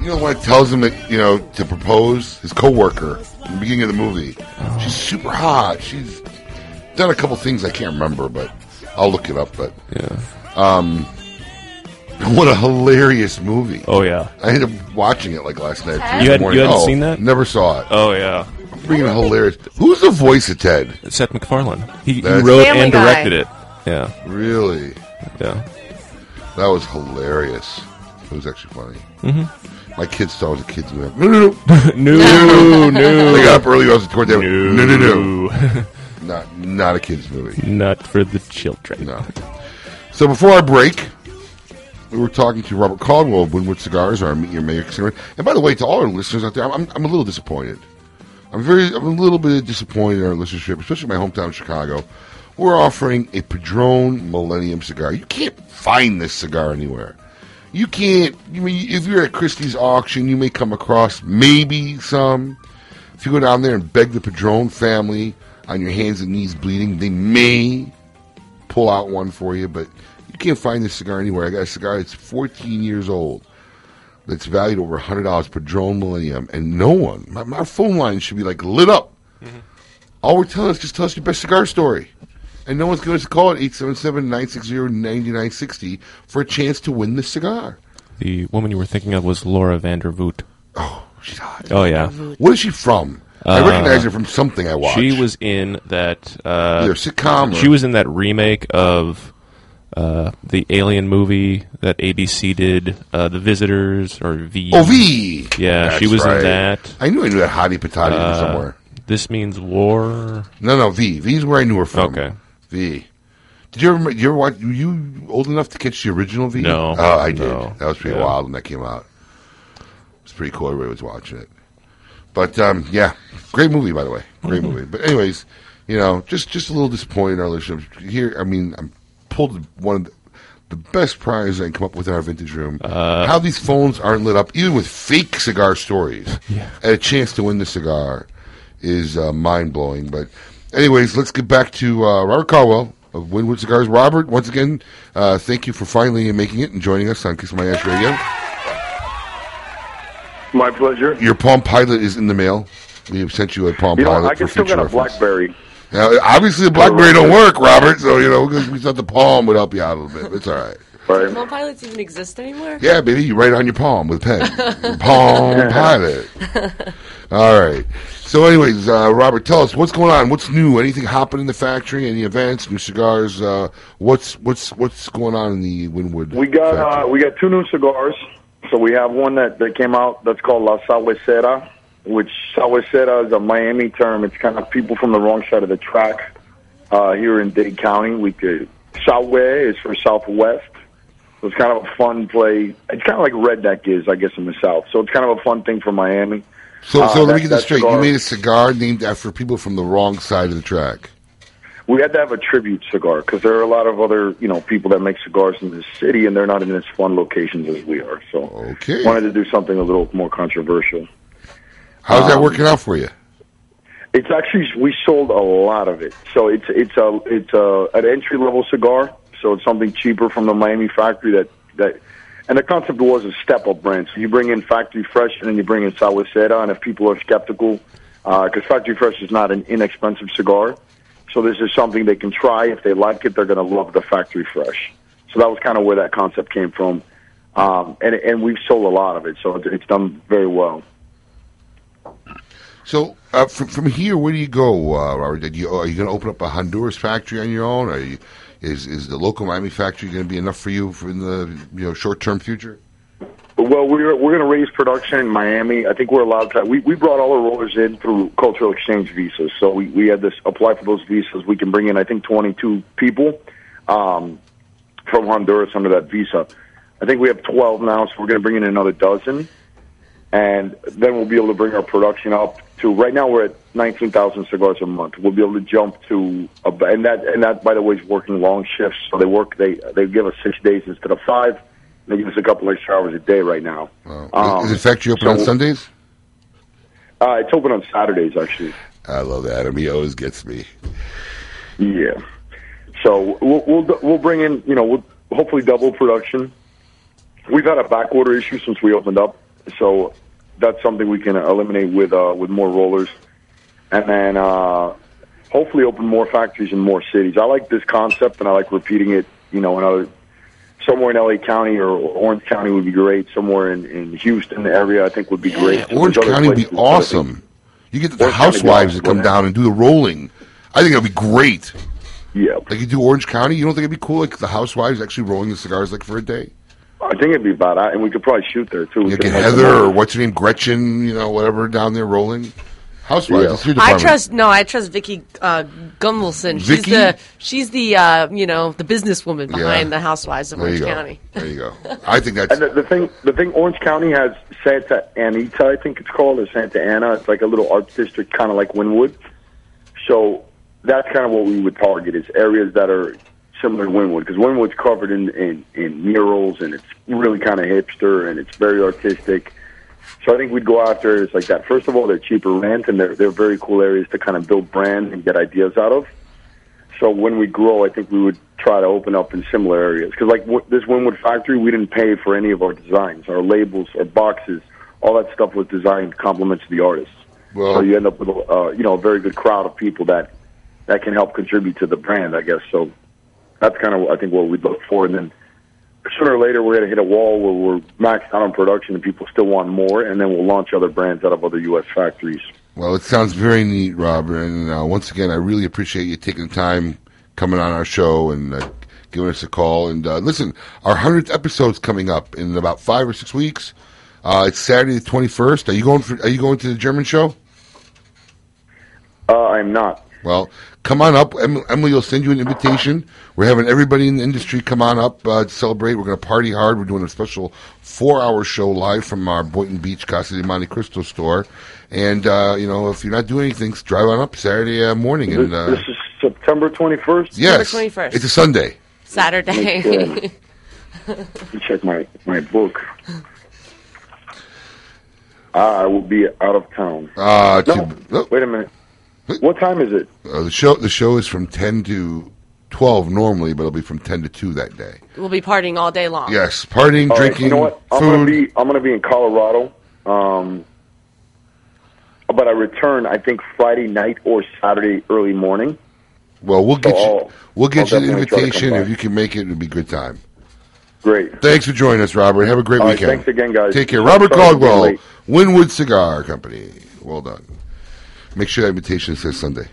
Speaker 5: You know what tells him that you know to propose his coworker in the beginning of the movie. She's super hot. She's done a couple things I can't remember, but I'll look it up. But
Speaker 4: yeah,
Speaker 5: um, [laughs] what a hilarious movie!
Speaker 4: Oh yeah,
Speaker 5: I ended up watching it like last night.
Speaker 4: You hadn't- you hadn't seen that?
Speaker 5: Never saw it.
Speaker 4: Oh yeah.
Speaker 5: I'm freaking hilarious. Who's the voice of Ted?
Speaker 4: Seth MacFarlane. He, he
Speaker 5: That's-
Speaker 4: wrote
Speaker 5: Family
Speaker 4: and
Speaker 5: Guy.
Speaker 4: directed it. Yeah.
Speaker 5: Really?
Speaker 4: Yeah.
Speaker 5: That was hilarious. It was actually funny.
Speaker 4: Mhm.
Speaker 5: My kids thought I was a kid's movie.
Speaker 4: [laughs]
Speaker 5: No, no, no.
Speaker 4: No, no.
Speaker 5: They got up early. I was toward them. No, no, no.
Speaker 4: [laughs] No.
Speaker 5: not, not a kid's movie.
Speaker 4: Not for the children.
Speaker 5: No. So before our break, we were talking to Robert Caldwell of Winwood Cigars, our Meet Your Maker cigar. And by the way, to all our listeners out there, I'm- I'm, I'm a little disappointed. I'm very, I'm a little bit disappointed in our listenership, especially my hometown of Chicago. We're offering a Padron Millennium cigar. You can't find this cigar anywhere. You can't. I mean, if you're at Christie's auction, you may come across maybe some. If you go down there and beg the Padron family on your hands and knees, bleeding, they may pull out one for you, but you can't find this cigar anywhere. I got a cigar that's 14 years old that's valued over $100, Padron Millennium, and no one, my, my phone line should be like lit up.
Speaker 6: Mm-hmm.
Speaker 5: All we're telling is just tell us your best cigar story. And no one's going to call it 877 960 9960 for a chance to win this cigar.
Speaker 4: The woman you were thinking of was Laura Vandervoot.
Speaker 5: Oh, she's hot.
Speaker 4: Oh yeah. Uh,
Speaker 5: What is she from? I recognize her from something I watched.
Speaker 4: She was in that uh,
Speaker 5: Either sitcom or-
Speaker 4: She was in that remake of uh, the Alien movie that ABC did, uh, The Visitors or V.
Speaker 5: Oh, V!
Speaker 4: Yeah, she
Speaker 5: That's
Speaker 4: was
Speaker 5: right.
Speaker 4: in that.
Speaker 5: I knew I knew that hottie patati from
Speaker 4: Uh,
Speaker 5: somewhere.
Speaker 4: This means war.
Speaker 5: No, no, V. V is where I knew her from.
Speaker 4: Okay.
Speaker 5: V. Did you ever? You ever watch? Were you old enough to catch the original V?
Speaker 4: No.
Speaker 5: Oh, I did.
Speaker 4: No.
Speaker 5: That was pretty
Speaker 4: Yeah.
Speaker 5: wild when that came out. It was pretty cool. Everybody was watching it. But um, yeah, great movie by the way. Great
Speaker 4: Mm-hmm.
Speaker 5: movie. But anyways, you know, just just a little disappointed in our relationship here. I mean, I'm pulled one of the, the best prize I can come up with in our vintage room.
Speaker 4: Uh.
Speaker 5: How these phones aren't lit up, even with fake cigar stories. And a chance to win the cigar is uh, mind blowing. But anyways, let's get back to uh, Robert Caldwell. Of Winwood Cigars, Robert. Once again, uh, thank you for finally making it and joining us on Kiss My Ash Radio.
Speaker 23: My pleasure.
Speaker 5: Your Palm Pilot is in the mail. We have sent you a Palm
Speaker 23: you know,
Speaker 5: Pilot
Speaker 23: I
Speaker 5: for
Speaker 23: can still
Speaker 5: future
Speaker 23: got a
Speaker 5: reference.
Speaker 23: BlackBerry.
Speaker 5: Now, obviously, the BlackBerry don't work, Robert. So you know, we thought the Palm would help you out a little bit. It's all right.
Speaker 6: Palm pilots even exist anymore? [laughs]
Speaker 5: Yeah, baby, you write on your palm with a
Speaker 14: [laughs]
Speaker 5: pen. palm pilot. All right. So, anyways, uh, Robert, tell us what's going on. What's new? Anything hopping in the factory? Any events? New cigars? Uh, what's what's what's going on in the Winwood?
Speaker 23: We got uh, we got two new cigars. So we have one that, that came out that's called La Salicera, which Salicera is a Miami term. It's kind of people from the wrong side of the track uh, here in Dade County. We could Sawe is for Southwest. So it's kind of a fun play. It's kind of like redneck is, I guess, in the South. So it's kind of a fun thing for Miami.
Speaker 5: So,
Speaker 23: Uh,
Speaker 5: so let
Speaker 23: that-
Speaker 5: me get this
Speaker 23: that
Speaker 5: straight.
Speaker 23: cigar-
Speaker 5: You made a cigar named after people from the wrong side of the track.
Speaker 23: we had to have a tribute cigar because there are a lot of other you know people that make cigars in this city and they're not in as fun locations as we are so
Speaker 5: okay.
Speaker 23: wanted to do something a little more controversial
Speaker 5: How's that
Speaker 23: Um,
Speaker 5: working out for you?
Speaker 23: it's actually we sold a lot of it so it's it's a it's a an entry level cigar so it's something cheaper from the miami factory that that and the concept was a step up brand so you bring in factory fresh and then you bring in salicera and if people are skeptical because factory fresh is not an inexpensive cigar So this is something they can try. If they like it, they're going to love the factory fresh. So that was kind of where that concept came from, um, and and we've sold a lot of it, so it's, it's done very well.
Speaker 5: So uh, from from here, where do you go, uh, Robert? Did you, are you going to open up a Honduras factory on your own? Are you, is is the local Miami factory going to be enough for you for in the you know short term future?
Speaker 23: Well, we're we're going to raise production in Miami. I think we're allowed to. We we brought all our rollers in through cultural exchange visas, so we we had this apply for those visas. We can bring in I think 22 people um, from Honduras under that visa. I think we have 12 now, so we're going to bring in another dozen, and then we'll be able to bring our production up to. Right now, we're at 19,000 cigars a month. We'll be able to jump to, a, and that and that by the way is working long shifts. So they work they they give us six days instead of five. They give us a couple extra hours a day right now. Um,
Speaker 5: is the factory open on
Speaker 23: so-
Speaker 5: Sundays?
Speaker 23: Uh, it's open on Saturdays, actually.
Speaker 5: I love Adam. He always gets me.
Speaker 23: Yeah. So we'll we'll, we'll bring in you know we'll hopefully double production. We've had a back order issue since we opened up, so that's something we can eliminate with uh, with more rollers, and then uh, hopefully open more factories in more cities. I like this concept, and I like repeating it. You know, in other somewhere in LA County or Orange County would be great. Somewhere in, in Houston area, I think would be great. So
Speaker 5: Orange
Speaker 23: there's other
Speaker 5: County would be
Speaker 23: places that I think-
Speaker 5: awesome. You get the
Speaker 23: Orange County would be
Speaker 5: housewives
Speaker 23: awesome.
Speaker 5: that come down and do the rolling. I think that'd be great.
Speaker 23: Yeah,
Speaker 5: like you do Orange County. You don't think it'd be cool? Like the housewives actually rolling the cigars like for a day.
Speaker 23: I think it'd be about that, and we could probably shoot there too. We
Speaker 5: You
Speaker 23: could
Speaker 5: get
Speaker 23: have
Speaker 5: Heather
Speaker 23: some-
Speaker 5: or what's her name, Gretchen, you know, whatever down there rolling. Housewives,
Speaker 23: Yeah.
Speaker 5: it's your
Speaker 6: I
Speaker 5: department.
Speaker 6: trust no, I trust Vicky uh, Gumbelson. She's
Speaker 5: Vicky?
Speaker 6: the she's the uh, you know the businesswoman behind
Speaker 5: Yeah.
Speaker 6: the Housewives of
Speaker 5: There
Speaker 6: Orange
Speaker 5: you go.
Speaker 6: County.
Speaker 5: There you go. I think that's
Speaker 23: and the, the thing. The thing Orange County has Santa Anita, I think it's called, or Santa Ana. It's like a little arts district, kind of like Winwood. So that's kind of what we would target is areas that are similar to Winwood because Winwood's covered in, in in murals and it's really kind of hipster and it's very artistic. So I think we'd go after areas like that. First of all, they're cheaper rent and they're they're very cool areas to kind of build brand and get ideas out of. So when we grow, I think we would try to open up in similar areas. Because like w- this Winwood factory, we didn't pay for any of our designs, our labels, our boxes. All that stuff was designed compliments to the artists.
Speaker 5: Well-
Speaker 23: so you end up with a, uh, you know a very good crowd of people that that can help contribute to the brand, I guess. So that's kind of I think what we'd look for. And then sooner or later, we're going to hit a wall where we're maxed out on production, and people still want more. And then we'll launch other brands out of other U.S. factories.
Speaker 5: Well, it sounds very neat, Robert. And uh, once again, I really appreciate you taking the time coming on our show and uh, giving us a call. And uh, listen, our 100th episode's coming up in about five or six weeks. Uh, it's Saturday the 21st. Are you going for, Are you going to the German show?
Speaker 23: Uh, I'm not.
Speaker 5: Well, come on up. Em- Emily will send you an invitation. We're having everybody in the industry come on up uh, to celebrate. We're going to party hard. We're doing a special four-hour show live from our Boynton Beach Casa de Monte Cristo store. And uh, you know, if you're not doing anything, drive on up Saturday uh, morning. And uh,
Speaker 23: This is September 21st.
Speaker 5: yes,
Speaker 6: September 21st.
Speaker 5: it's a Sunday. [laughs]
Speaker 6: Saturday.
Speaker 23: Okay. Check my my book. I will be out of town.
Speaker 5: Uh,
Speaker 23: no,
Speaker 5: to-
Speaker 23: wait a minute. What time is it?
Speaker 5: Uh, the show the show is from ten to twelve normally, but it'll be from ten to two that day.
Speaker 6: [laughs] we'll be partying all day long.
Speaker 5: Yes, partying,
Speaker 23: Uh, All right,
Speaker 5: drinking,
Speaker 23: you know what? I'm
Speaker 5: food.
Speaker 23: gonna be I'm gonna be in Colorado. Um, but but I return I think Friday night or Saturday early morning.
Speaker 5: Well, we'll get
Speaker 23: So
Speaker 5: you.
Speaker 23: I'll-
Speaker 5: We'll get
Speaker 23: I'll
Speaker 5: you the
Speaker 23: definitely try to come
Speaker 5: invitation
Speaker 23: by.
Speaker 5: if you can make it. It'd be a good time.
Speaker 23: Great.
Speaker 5: Thanks for joining us, Robert. Have a great
Speaker 23: All right,
Speaker 5: weekend.
Speaker 23: thanks again, guys.
Speaker 5: Take care,
Speaker 23: I'm
Speaker 5: Robert
Speaker 23: sorry I'm
Speaker 5: Caldwell,
Speaker 23: late.
Speaker 5: Winwood Cigar Company. Well done. Make sure that invitation says Sunday.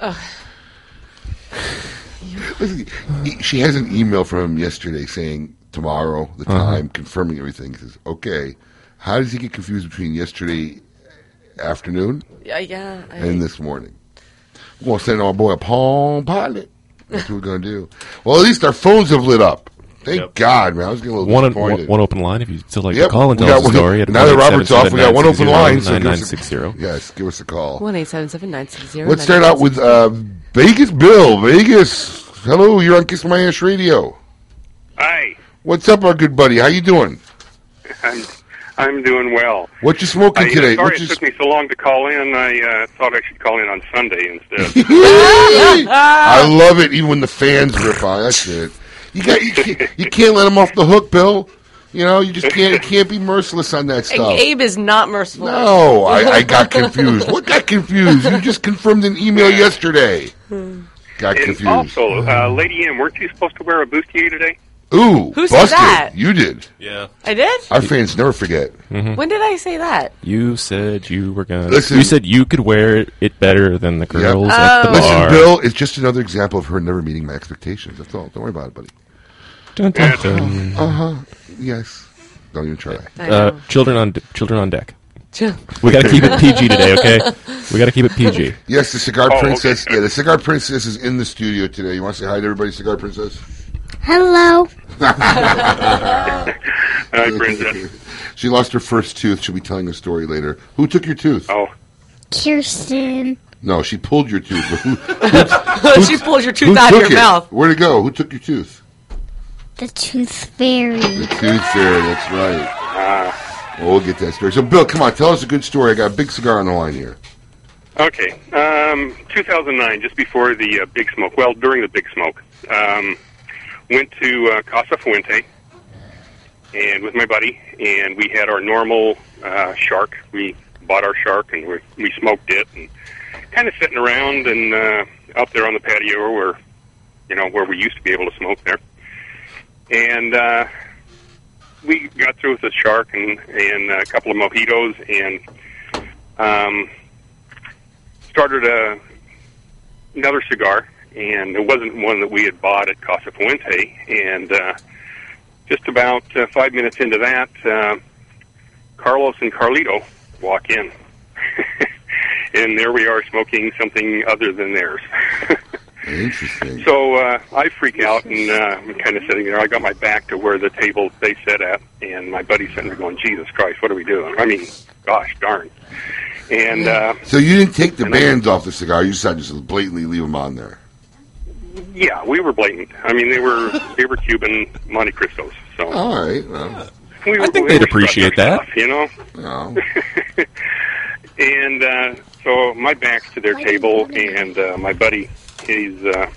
Speaker 6: Ugh.
Speaker 5: Listen, e- she has an email from him yesterday saying tomorrow, the
Speaker 4: Uh-huh.
Speaker 5: time, confirming everything. He says, okay. How does he get confused between yesterday afternoon
Speaker 6: Yeah, yeah. I-
Speaker 5: and this morning? We're going to send our boy a palm pilot. That's what we're going to do. Well, at least our phones have lit up. Thank God, man. I was getting a little
Speaker 4: One,
Speaker 5: disappointed.
Speaker 4: one, one open line if you'd still like
Speaker 5: Yep,
Speaker 4: to call and
Speaker 5: we
Speaker 4: tell
Speaker 5: got
Speaker 4: us a
Speaker 5: one-
Speaker 4: story.
Speaker 5: now that Robert's off, we got one open line, so give us a- Yes, give us a call.
Speaker 6: One eight seven seven nine six zero.
Speaker 5: Let's start out with uh, Vegas Bill. Vegas, hello. You're on Kiss My Ash Radio.
Speaker 10: Hi,
Speaker 5: What's up, our good buddy? How you doing?
Speaker 10: I'm I'm doing well.
Speaker 5: What you smoking
Speaker 10: I, uh,
Speaker 5: today?
Speaker 10: Sorry,
Speaker 5: What
Speaker 10: it
Speaker 5: you
Speaker 10: took me so long to call in. I uh, thought I should call in on Sunday instead.
Speaker 5: [laughs] I love it. Even when the fans rip on, that's it. You got you can't, you can't let them off the hook, Bill. You know you just can't you can't be merciless on that
Speaker 6: And
Speaker 5: stuff.
Speaker 6: Abe is not merciful.
Speaker 5: No, I,
Speaker 6: [laughs]
Speaker 5: I got confused. What got confused? You just confirmed an email yesterday. Got
Speaker 10: and
Speaker 5: confused.
Speaker 10: also, uh, Lady M, weren't you supposed to wear a bustier today?
Speaker 5: Ooh,
Speaker 6: Who said
Speaker 5: busted.
Speaker 6: that?
Speaker 5: You did.
Speaker 10: Yeah.
Speaker 6: I did.
Speaker 5: Our fans never forget.
Speaker 4: Mm-hmm.
Speaker 6: When did I say that?
Speaker 4: You said you were gonna.
Speaker 5: Listen-
Speaker 4: you said you could wear it better than the girls
Speaker 5: Yep.
Speaker 11: Oh.
Speaker 4: at the
Speaker 5: Listen,
Speaker 4: bar.
Speaker 5: Bill, it's just another example of her never meeting my expectations. That's all. Don't worry about it, buddy.
Speaker 4: Dun, dun, dun.
Speaker 5: Uh huh. Yes. Don't even try.
Speaker 6: I
Speaker 4: Uh, children on children on deck.
Speaker 6: Chil-
Speaker 4: we got to keep it PG today, okay? We got to keep it PG.
Speaker 5: [laughs] Yes, the cigar
Speaker 4: Oh, okay.
Speaker 5: princess. Yeah, the cigar princess is in the studio today. You want to say hi to everybody, cigar princess? [laughs]
Speaker 11: Hello.
Speaker 10: Hi, Uh, Brenda.
Speaker 5: she lost her first tooth. She'll be telling a story later. Who took your tooth?
Speaker 10: Oh,
Speaker 11: Kirsten.
Speaker 5: no, she pulled your tooth. But
Speaker 11: [laughs]
Speaker 5: who,
Speaker 11: she pulled your
Speaker 5: who took it? Where'd it go? Who took your tooth?
Speaker 11: The tooth fairy.
Speaker 5: The tooth fairy. That's
Speaker 4: Ah.
Speaker 5: right. Well, we'll get that story. So, Bill, come on, tell us a good story. I got a big cigar on the line here.
Speaker 10: Okay. Um, 2009, just before the uh, Big Smoke, well, during the Big Smoke, um, went to uh, Casa Fuente and with my buddy, and we had our normal uh, shark. We bought our shark and we, we smoked it and kind of sitting around and uh, out there on the patio where, you know, where we used to be able to smoke there. And uh, we got through with the shark and, and a couple of mojitos and um, started a, another cigar, and it wasn't one that we had bought at Casa Fuente. And uh, just about uh, five minutes into that, uh, Carlos and Carlito walk in. [laughs] and there we are smoking something other than theirs. [laughs]
Speaker 5: Interesting.
Speaker 10: So uh, I freak out and uh, I'm kind of sitting there. I got my back to where the table they sit at, and my buddy's sitting there going, Jesus Christ, what are we doing? I mean, gosh darn. And uh,
Speaker 5: So you didn't take the bands off the cigar. You decided to just blatantly leave them on there.
Speaker 10: Yeah, we were blatant. I mean, they
Speaker 5: [laughs]
Speaker 10: were they were Cuban Monte Cristos. So
Speaker 5: All right. Well,
Speaker 10: we were, we
Speaker 4: They'd
Speaker 10: were
Speaker 4: appreciate that.
Speaker 10: stuff, you know. [laughs] and uh, so my back's to their table, and uh, my buddy, he's uh,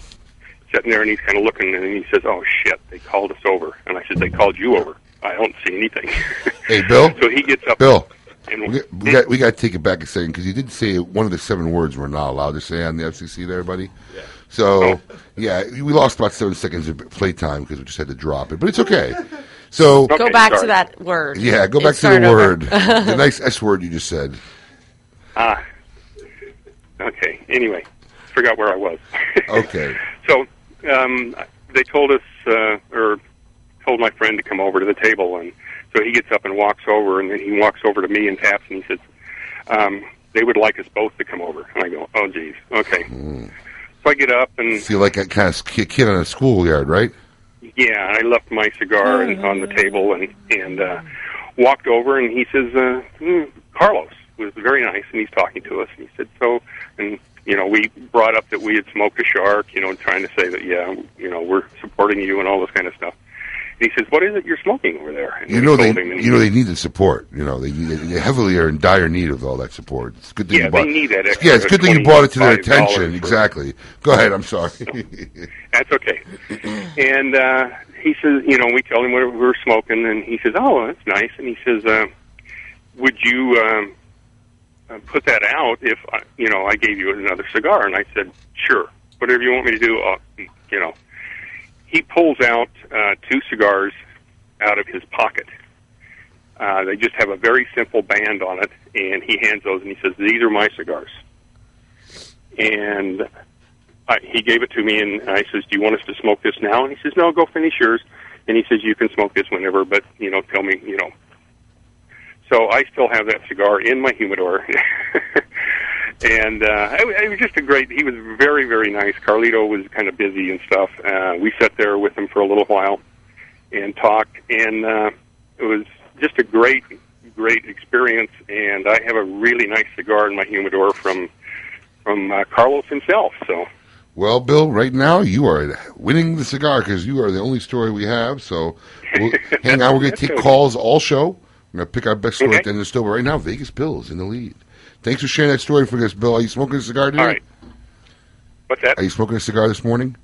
Speaker 10: sitting there and he's kind of looking, and he says, "Oh shit, they called us over." And I said, "They called you over. I don't see anything." [laughs]
Speaker 5: hey, Bill.
Speaker 10: so he gets up.
Speaker 5: Bill,
Speaker 10: and
Speaker 5: we got, we got we got to take it back a second because you did say one of the seven words we're not allowed to say on the FCC there, buddy. Yeah.
Speaker 10: Oh.
Speaker 5: So yeah, we lost about seven seconds of playtime because we just had to drop it, but it's okay. So
Speaker 6: go back to that word.
Speaker 5: Yeah, go
Speaker 6: It
Speaker 5: back to
Speaker 6: started
Speaker 5: the
Speaker 6: over. [laughs]
Speaker 5: word, the nice S word you just said.
Speaker 10: Ah. Okay. Anyway, forgot where I was.
Speaker 5: Okay.
Speaker 10: So um, they told us, uh, or told my friend to come over to the table, and so he gets up and walks over, and then he walks over to me and taps, and he says, um, "They would like us both to come over." And I go, "Oh, geez, okay." So I get up and
Speaker 5: Feel like that kind of kid on a schoolyard, right?
Speaker 10: yeah, I left my cigar and, on the table and and uh, walked over, and he says, uh, hmm, "Carlos was very nice," and he's talking to us, and he said, "So," and you know, we brought up that we had smoked a shark, you know, and trying to say that yeah, you know, we're supporting you and all this kind of stuff. And he says, "What is it you're smoking over there?" And
Speaker 5: You
Speaker 10: we
Speaker 5: know
Speaker 10: told
Speaker 5: they,
Speaker 10: him, and
Speaker 5: you know they need the support. You know they, they heavily are in dire need of all that support. It's a good thing
Speaker 10: Yeah,
Speaker 5: you bought.
Speaker 10: they need that
Speaker 5: yeah, it's a good thing you brought it to their
Speaker 10: $25
Speaker 5: attention.
Speaker 10: for-
Speaker 5: Exactly. Go ahead. I'm sorry. [laughs]
Speaker 10: That's okay. And uh, he says, you know, we tell him what we were smoking, and he says, oh, that's nice. And he says, uh, would you um, uh, put that out if I, you know I gave you another cigar?" And I said, "Sure, whatever you want me to do." I'll, you know, he pulls out uh, two cigars out of his pocket. Uh, they just have a very simple band on it, and he hands those and he says, "These are my cigars." And I, he gave it to me, and I says, "Do you want us to smoke this now?" And he says, "No, go finish yours." And he says, "You can smoke this whenever, but you know, tell me, you know." So I still have that cigar in my humidor, [laughs] and uh, it, wa- it was just a great. He was very, very nice. Carlito was kind of busy and stuff. Uh, we sat there with him for a little while and talked, and uh, it was just a great, great experience. And I have a really nice cigar in my humidor from from uh, Carlos himself. So.
Speaker 5: Well, Bill, right now you are winning the cigar because you are the only story we have. So
Speaker 10: [laughs]
Speaker 5: we'll, hang on, we're going to take calls all show. We're going to pick our best story at the end of the show. But right now, Vegas Bill is in the lead. Thanks for sharing that story for us, Bill. Are you smoking a cigar today? All right.
Speaker 10: What's that?
Speaker 5: Are you smoking a cigar this morning?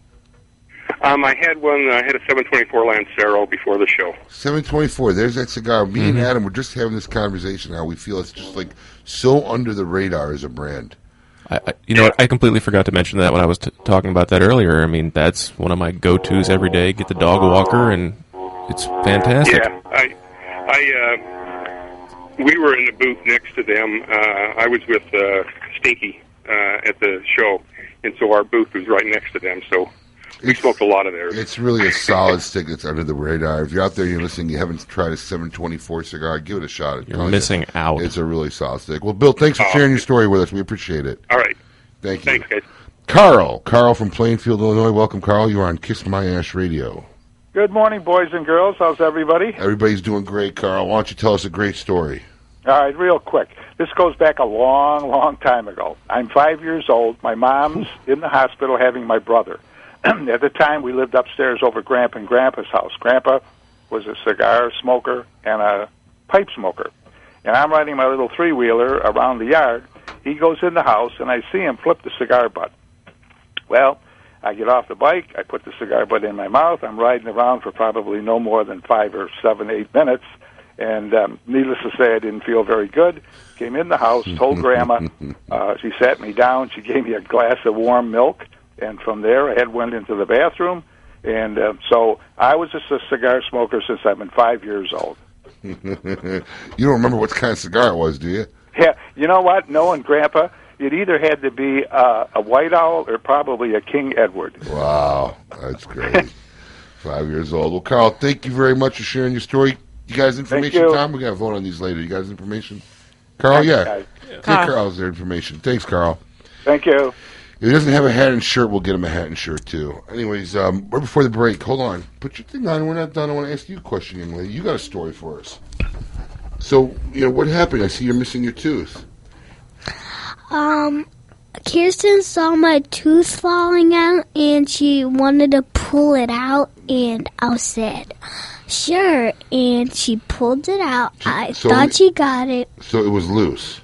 Speaker 10: Um, I had one. I had a 724 Lancero before the show.
Speaker 5: Seven twenty-four. There's that cigar. Me
Speaker 4: Mm-hmm.
Speaker 5: and Adam were just having this conversation. How we feel it's just like so under the radar as a brand.
Speaker 4: I, I, you know what? I completely forgot to mention that when I was t- talking about that earlier. I mean, that's one of my go-tos every day. Get the dog walker, and it's fantastic.
Speaker 10: Yeah, I, I, uh, we were in the booth next to them. Uh, I was with uh, Stinky uh, at the show, and so our booth was right next to them. So we smoked a lot of theirs.
Speaker 5: It's really a
Speaker 4: [laughs]
Speaker 5: solid stick that's under the radar. If you're out there, and you're listening, you haven't tried a 724 cigar, give it a shot. I'm
Speaker 4: You're
Speaker 5: telling
Speaker 4: missing out.
Speaker 5: It's a really solid stick. Well, Bill, thanks for sharing your story with us. We appreciate it.
Speaker 10: Oh. All right.
Speaker 5: Thank you.
Speaker 10: Thanks, guys.
Speaker 5: Carl, Carl from Plainfield, Illinois. Welcome, Carl. You're on Kiss My Ash Radio.
Speaker 12: Good morning, boys and girls. How's everybody?
Speaker 5: Everybody's doing great, Carl. Why don't you tell us a great story? [laughs]
Speaker 12: All right, real quick. This goes back a long, long time ago. I'm five years old. My mom's in the hospital having my brother. [clears throat] At the time, we lived upstairs over Grandpa and Grandpa's house. Grandpa was a cigar smoker and a pipe smoker. And I'm riding my little three wheeler around the yard. He goes in the house, and I see him flip the cigar butt. Well, I get off the bike. I put the cigar butt in my mouth. I'm riding around for probably no more than five or seven, eight minutes. And um, needless to say, I didn't feel very good. Came in the house, told Grandma. Uh, she sat me down. She gave me a glass of warm milk. And from there, I had went into the bathroom. And uh, so I was just a cigar smoker since I've been five years old. [laughs]
Speaker 5: you don't remember what kind of cigar it was, do you?
Speaker 12: Yeah, you know what? Knowing Grandpa, it either had to be uh, a White Owl or probably a King Edward.
Speaker 5: Wow, that's great. Five years old. Well, Carl, thank you very much for sharing your story. You guys, information
Speaker 12: you.
Speaker 5: time? We got to vote on these later. You guys, information? Carl,
Speaker 12: Thanks,
Speaker 5: yeah.
Speaker 12: guys.
Speaker 5: Give
Speaker 12: Carl.
Speaker 5: Carl's their information. Thanks, Carl.
Speaker 12: Thank you.
Speaker 5: If he doesn't have a hat and shirt, we'll get him a hat and shirt, too. Anyways, um, right before the break, hold on. Put your thing on. We're not done. I want to ask you a question, young lady. You got a story for us. So, you know, what happened? I see you're missing your tooth.
Speaker 11: Um, Kirsten saw my tooth falling out and she wanted to pull it out, and I said, sure. And she pulled it out. I
Speaker 5: so
Speaker 11: thought
Speaker 5: we-
Speaker 11: she got it.
Speaker 5: So it was loose.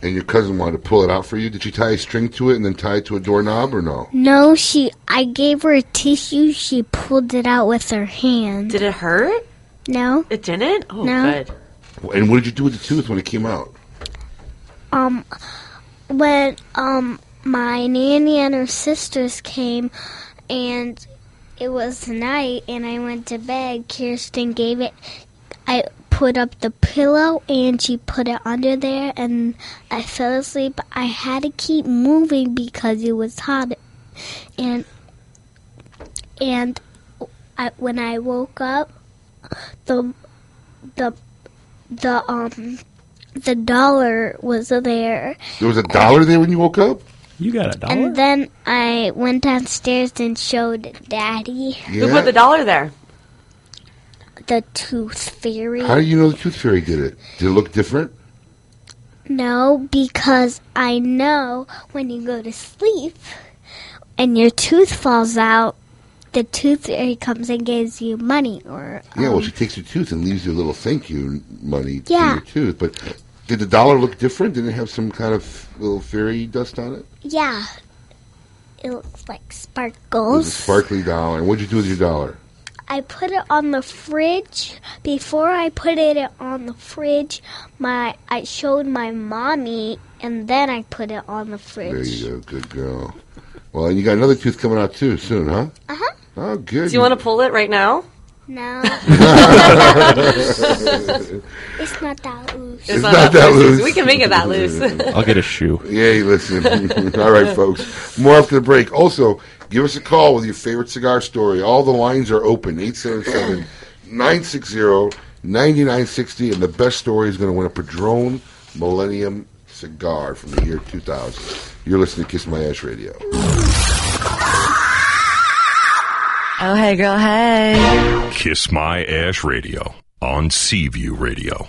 Speaker 5: And your cousin wanted to pull it out for you. Did she tie a string to it and then tie it to a doorknob or no?
Speaker 11: No, she. I gave her a tissue. She pulled it out with her hand. Did it hurt? No. It didn't.
Speaker 6: Oh,
Speaker 11: no.
Speaker 6: good.
Speaker 5: And what did you do with the tooth when it came out?
Speaker 11: Um, when um my nanny and her sisters came, and it was night, and I went to bed. Kirsten gave it. I put up the pillow, and she put it under there, and I fell asleep. I had to keep moving because it was hot, and and I, when I woke up, the the the um the dollar was there.
Speaker 5: There was a dollar there when you woke up? You got a
Speaker 11: And then I went downstairs and showed Daddy.
Speaker 5: Who put the
Speaker 11: dollar there? The tooth fairy.
Speaker 5: How do you know the tooth fairy did it? Did it look different?
Speaker 11: No, because I know when you go to sleep and your tooth falls out, the tooth fairy comes and gives you money or um,
Speaker 5: Yeah, well, she takes your tooth and leaves your little thank you money
Speaker 11: Yeah.
Speaker 5: to your tooth. But did the dollar look different? Did it have some kind of little fairy dust on it?
Speaker 11: yeah. It looks like
Speaker 5: It was a
Speaker 11: sparkles.
Speaker 5: sparkly dollar. And what'd you do with your dollar?
Speaker 11: I put it on the fridge. Before I put it on the fridge, my I showed my mommy, and then I put it on the
Speaker 5: There
Speaker 11: fridge.
Speaker 5: you go. Good girl. Well, and you got another tooth coming out too soon, huh? Uh
Speaker 11: Uh-huh.
Speaker 5: huh. Oh, good.
Speaker 6: Do you want to pull it right now?
Speaker 5: [laughs]
Speaker 11: No. it's not that loose.
Speaker 6: It's not that loose. We can make it
Speaker 5: [laughs]
Speaker 6: that loose.
Speaker 5: I'll
Speaker 4: get
Speaker 6: [laughs]
Speaker 4: a shoe.
Speaker 5: Yay, listen. [laughs] All right, folks. More after the break. Also, give us a call with your favorite cigar story. All the lines are open 877 960 9960. And the best story is going to win a Padron Millennium cigar from the year 2000. You're listening to Kiss My Ash Radio.
Speaker 7: Oh, hey, girl, hey.
Speaker 2: Kiss My Ash Radio on Seaview Radio.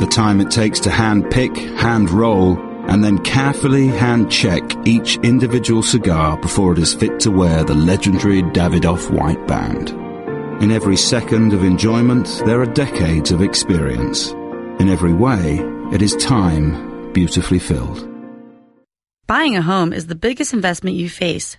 Speaker 28: the time it takes to hand pick, hand roll, and then carefully hand check each individual cigar before it is fit to wear the legendary Davidoff white band. In every second of enjoyment, there are decades of experience. In every way, it is time beautifully filled.
Speaker 7: Buying a home is the biggest investment you face.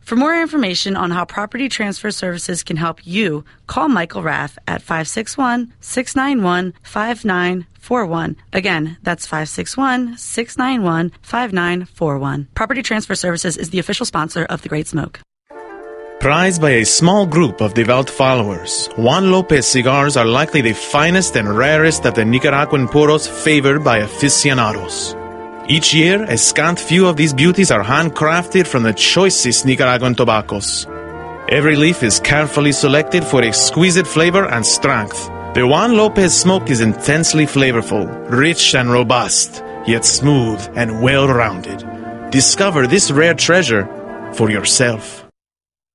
Speaker 7: For more information on how property transfer services can help you, call Michael Raff at 561 691 5941. Again, that's 561 691 5941. Property Transfer Services is the official sponsor of The Great Smoke.
Speaker 16: Prized by a small group of devout followers, Juan Lopez cigars are likely the finest and rarest of the Nicaraguan puros favored by aficionados. Each year, a scant few of these beauties are handcrafted from the choicest Nicaraguan tobaccos. Every leaf is carefully selected for exquisite flavor and strength. The Juan Lopez smoke is intensely flavorful, rich and robust, yet smooth and well rounded. Discover this rare treasure for yourself.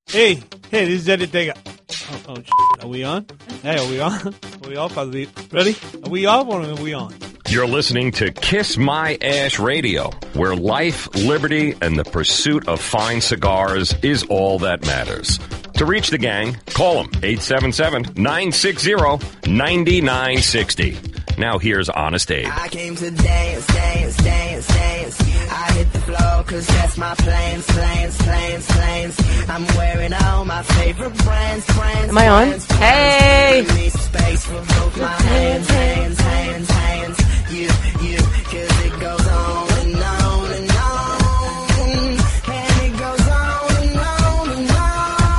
Speaker 18: Hey, hey, this is Eddie Tega. Oh, oh shit. are we on? Hey, are we [laughs] on? Are we off? Are we ready? Are we off or are we on?
Speaker 2: You're listening to Kiss My Ash Radio, where life, liberty, and the pursuit of fine cigars is all that matters. To reach the gang, call them 877 960 9960. Now here's Honest Abe.
Speaker 14: I came to dance, dance, dance, dance. I hit the floor cause that's my plans, plans, plans, plans. I'm wearing all my favorite brands, brands.
Speaker 6: Am I on?
Speaker 14: brands, brands.
Speaker 6: Hey!
Speaker 14: I need space for both my hands, hands, hands, hands. You, you, cause it goes on and on and on. And it goes on and on and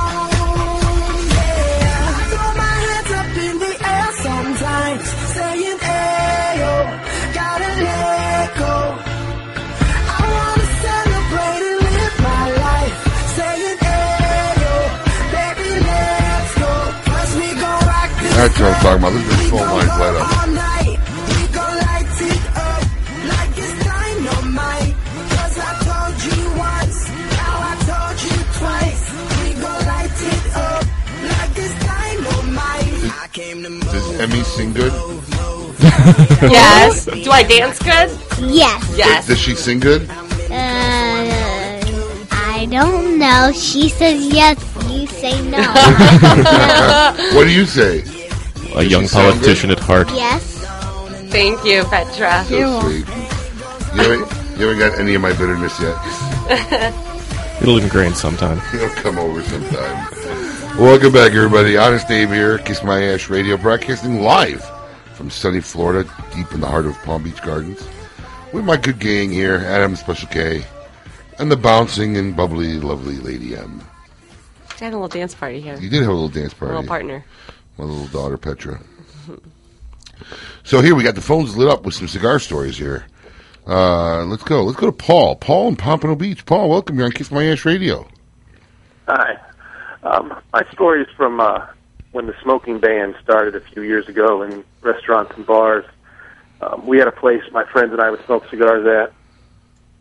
Speaker 14: on. Yeah. I throw my hands up in the air sometimes, saying, ayo, gotta let go. I wanna celebrate and live my life, saying, ayo, baby, let's go. Watch me go rock this
Speaker 5: That's what I'm talking about. This is phone lines light up.
Speaker 14: all night. We gon' light it up like it's dynamite. 'Cause I told you once, now I told you twice. We gon' light it up like it's dynamite. I came to
Speaker 5: Does Emmy sing good?
Speaker 6: [laughs]
Speaker 5: [laughs]
Speaker 6: yes. Do I dance good?
Speaker 11: Yes.
Speaker 5: Does,
Speaker 6: Yes.
Speaker 5: does she sing good?
Speaker 11: Uh, I don't know. She says yes. You say [laughs]
Speaker 6: [laughs]
Speaker 11: no.
Speaker 5: what do you say?
Speaker 4: A young politician at heart.
Speaker 11: yes.
Speaker 6: Thank you, Petra. [laughs]
Speaker 5: So sweet. You know, You haven't got any of my bitterness yet.
Speaker 4: It'll ingrain sometime.
Speaker 5: He'll come over sometime. Welcome back, everybody. Honest Dave here, Kiss My Ash Radio, broadcasting live from sunny Florida, deep in the heart of Palm Beach Gardens, with my good gang here, Adam Special K, and the bouncing and bubbly, lovely Lady M.
Speaker 6: I had a little dance party here.
Speaker 5: You did have a little dance party.
Speaker 6: Little partner. [laughs]
Speaker 5: My little daughter, Petra. So here we got the phones lit up with some cigar stories here. Uh, let's go. Let's go to Paul. Paul in Pompano Beach. Paul, welcome. You're on Kiss My Ash Radio. [laughs]
Speaker 1: Hi. Um, my story is from uh, when the smoking ban started a few years ago in restaurants and bars. Um, we had a place my friends and I would smoke cigars at,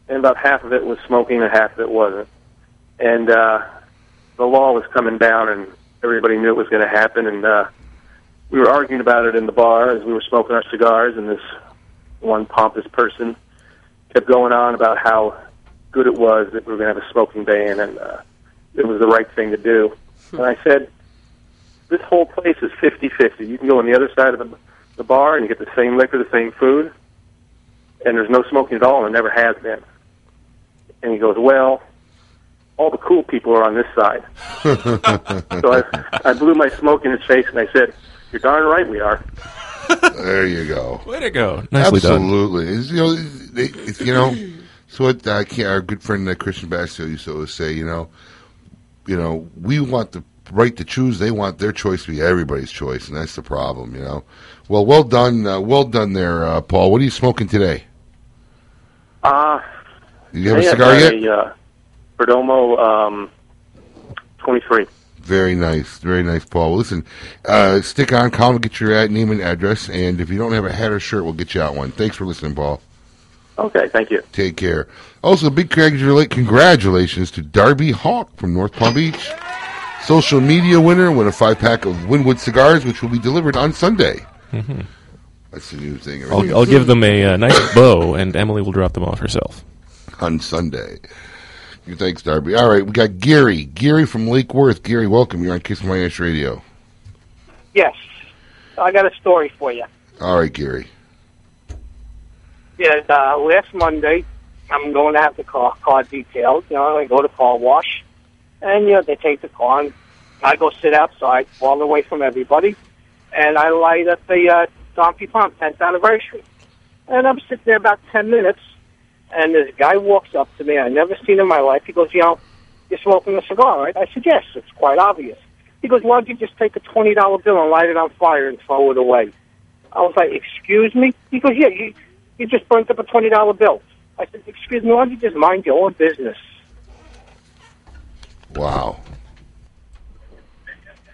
Speaker 1: and about half of it was smoking and half of it wasn't. And uh, the law was coming down, and everybody knew it was going to happen. And uh, we were arguing about it in the bar as we were smoking our cigars, and this one pompous person kept going on about how good it was that we were going to have a smoking ban and uh, it was the right thing to do. And I said, this whole place is 50-50. You can go on the other side of the, the bar and you get the same liquor, the same food, and there's no smoking at all, and there never has been. And he goes, well, all the cool people are on this side. So I, I blew my smoke in his face and I said, you're darn right we are.
Speaker 5: There you go.
Speaker 4: Way to go. Nicely done.
Speaker 5: Absolutely. It's, you know, they, it's, you know, it's what uh, Ke- our good friend uh, Christian Bastille used to always say. You know, you know, we want the right to choose. They want their choice to be everybody's choice, and that's the problem. You know. Well, well done, uh, well done there, uh, Paul. What are you smoking today?
Speaker 1: Uh,
Speaker 5: You have
Speaker 1: I
Speaker 5: a cigar
Speaker 1: had
Speaker 5: yet?
Speaker 1: A, uh, Perdomo um, 23.
Speaker 5: Very nice, very nice, Paul. Well, listen, uh, stick on, call, and get your ad, name and address, and if you don't have a hat or shirt, we'll get you out one. Thanks for listening, Paul.
Speaker 1: Okay, thank you.
Speaker 5: Take care. Also, big congratula- congratulations to Darby Hawk from North Palm Beach. Social media winner, win a five pack of Winwood cigars, which will be delivered on Sunday.
Speaker 4: Mhm.
Speaker 5: That's the new thing.
Speaker 4: I'll, I'll give them a uh, nice bow, and Emily will drop them off herself.
Speaker 5: on Sunday. Thanks, Darby. All right, we got Gary. Gary from Lake Worth. Gary, welcome. You're on Kiss My Ash Radio.
Speaker 13: Yes. I got a story for you.
Speaker 5: All right, Gary.
Speaker 13: Yeah, uh, last Monday, I'm going to have the car, car detailed. You know, I go to car wash, and, you know, they take the car, and I go sit outside, far away from everybody, and I light up the uh, Donkey Pump 10th anniversary. And I'm sitting there about 10 minutes, and this guy walks up to me. i never seen him in my life. He goes, you know, you're smoking a cigar, right? I said, yes, it's quite obvious. He goes, why don't you just take a $20 bill and light it on fire and throw it away? I was like, excuse me? He goes, yeah, you, you just burnt up a $20 bill. I said, excuse me, why don't you just mind your own business?
Speaker 5: Wow.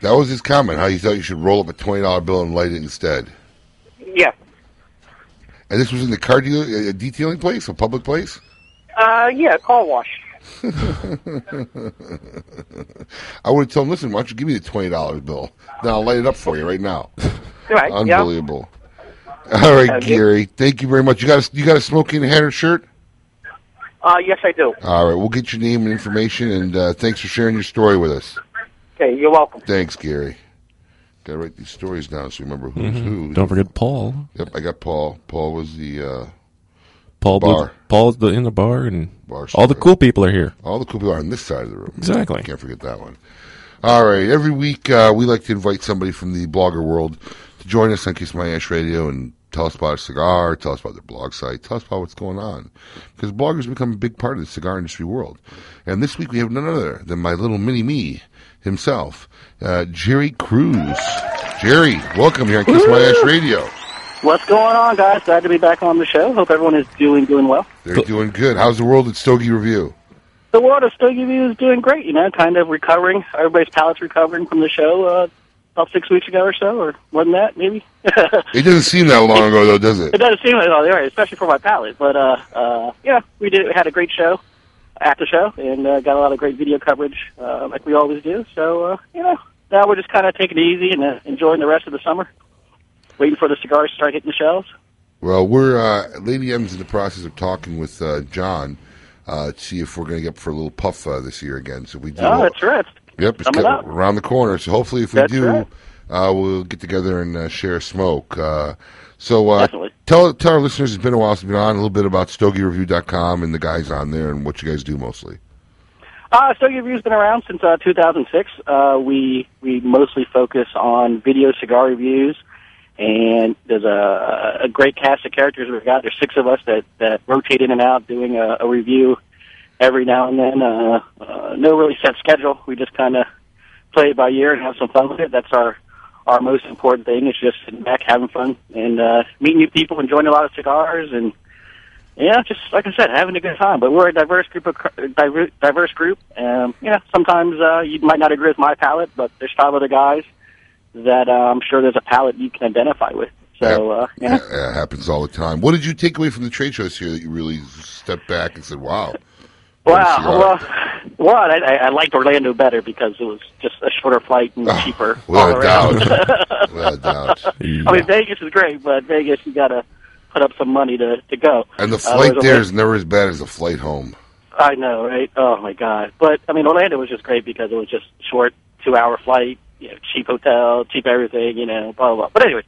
Speaker 5: That was his comment, how you thought you should roll up a $20 bill and light it instead.
Speaker 13: Yeah.
Speaker 5: And this was in the car dealer, a detailing place, a public place? [laughs]
Speaker 13: Uh, yeah, car wash.
Speaker 5: I would have told him, listen, why don't you give me the $20 bill? Then I'll light it up for you right now.
Speaker 13: Right, yeah.
Speaker 5: Unbelievable. All right, Gary. Thank you very much. You got a, you got a smoking hat or shirt?
Speaker 13: Uh, yes, I do.
Speaker 5: All right, we'll get your name and information, and uh, thanks for sharing your story with us.
Speaker 13: Okay, you're welcome.
Speaker 5: Thanks, Gary. Got to write these stories down so you remember who's
Speaker 4: Mhm.
Speaker 5: who.
Speaker 4: Don't forget Paul.
Speaker 5: Yep, I got Paul. Paul was the uh,
Speaker 4: Paul
Speaker 5: bar.
Speaker 4: Blue, Paul's the, in the bar, and
Speaker 5: Bar
Speaker 4: all the cool people are here.
Speaker 5: All the cool people are on this side of the room.
Speaker 4: Exactly.
Speaker 5: Can't forget that one. All right. Every week, uh, we like to invite somebody from the blogger world to join us on Kiss My Ash Radio and tell us about a cigar, tell us about their blog site, tell us about what's going on. Because bloggers become a big part of the cigar industry world. And this week, we have none other than my little mini me himself, uh, Jerry Cruz. Jerry, welcome here on Kiss My Ash Radio.
Speaker 29: What's going on, guys? Glad to be back on the show. Hope everyone is doing doing well.
Speaker 5: They're doing good. How's the world at Stogie Review?
Speaker 29: The world of Stogie View is doing great. You know, kind of recovering. Everybody's palate's recovering from the show uh, about six weeks ago or so, or more than that, maybe. [laughs]
Speaker 5: It doesn't seem that long ago, though, does it?
Speaker 29: It doesn't seem like all right, especially for my palate. But uh, uh, yeah, we did. We had a great show after show, and uh, got a lot of great video coverage, uh, like we always do. So uh, you know, now we're just kind of taking it easy and uh, enjoying the rest of the summer, waiting for the cigars to start hitting the shelves.
Speaker 5: Well, we're uh, Lady M's in the process of talking with uh, John uh, to see if we're going to get up for a little puff uh, this year again. So we do.
Speaker 29: Oh, that's right.
Speaker 5: Yep, it's
Speaker 29: Coming
Speaker 5: got-
Speaker 29: up.
Speaker 5: around the corner. So hopefully, if we
Speaker 29: That's
Speaker 5: do,
Speaker 29: right.
Speaker 5: uh, we'll get together and uh, share a smoke. Uh, so uh, Tell tell our listeners it's been a while since we've been on a little bit about StogieReview.com and the guys on there and what you guys do mostly.
Speaker 29: Uh, Stogie Review's been around since uh, 2006. Uh, we we mostly focus on video cigar reviews, and there's a, a great cast of characters we've got. There's six of us that that rotate in and out doing a, a review every now and then. Uh, uh, no really set schedule. We just kind of play it by ear and have some fun with it. That's our our most important thing. It's just sitting back, having fun, and uh, meeting new people, enjoying a lot of cigars, and yeah, just like I said, having a good time. But we're a diverse group of diver- diverse group. Um, you know, sometimes uh, you might not agree with my palate, but there's five other guys that uh, I'm sure there's a palate you can identify with. So uh, yeah.
Speaker 5: Yeah, it happens all the time. What did you take away from the trade shows here that you really stepped back and said, "Wow,
Speaker 29: Wow. Well, well, I, I- I liked Orlando better because it was just a shorter flight and cheaper all
Speaker 5: Oh, without
Speaker 29: around. [laughs]
Speaker 5: doubt. without doubt."
Speaker 29: I mean, Vegas is great, but Vegas you got to put up some money to to go.
Speaker 5: And the
Speaker 29: Uh,
Speaker 5: flight
Speaker 29: whereas
Speaker 5: there is never as bad as the flight home.
Speaker 29: I know, right? Oh my god! But I mean, Orlando was just great because it was just short, two-hour flight, you know, cheap hotel, cheap everything, you know, blah blah. blah. But anyway,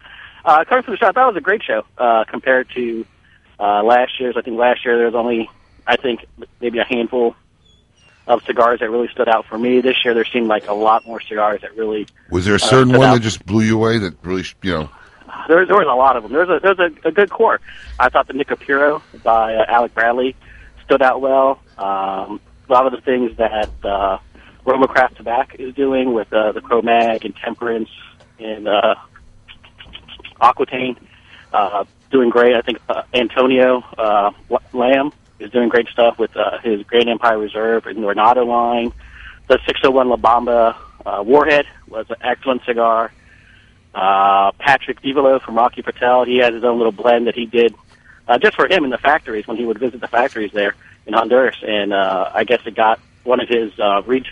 Speaker 29: uh, coming from the shop, that was a great show uh, compared to uh, last year's. I think last year there was only, I think, maybe a handful of cigars that really stood out for me. This year there seemed like a lot more cigars that really
Speaker 5: Was there
Speaker 29: uh,
Speaker 5: a certain
Speaker 29: stood
Speaker 5: one
Speaker 29: out.
Speaker 5: that just blew you away? That really, sh- you know,
Speaker 29: There, there was a lot of them. There was a, there was a, a good core. I thought the Nicopiro by uh, Alec Bradley stood out well. Um, a lot of the things that uh, Romacraft Tobacco is doing with uh, the Chromag and Temperance and uh, Aquitaine, uh, doing great. I think uh, Antonio uh, L- Lamb is doing great stuff with uh, his Grand Empire Reserve and the Renato line. The 601 La Bamba uh, Warhead was an excellent cigar. Uh, Patrick Develo from Rocky Patel, he has his own little blend that he did uh, just for him in the factories when he would visit the factories there in Honduras. And uh, I guess it got one of his uh, reach,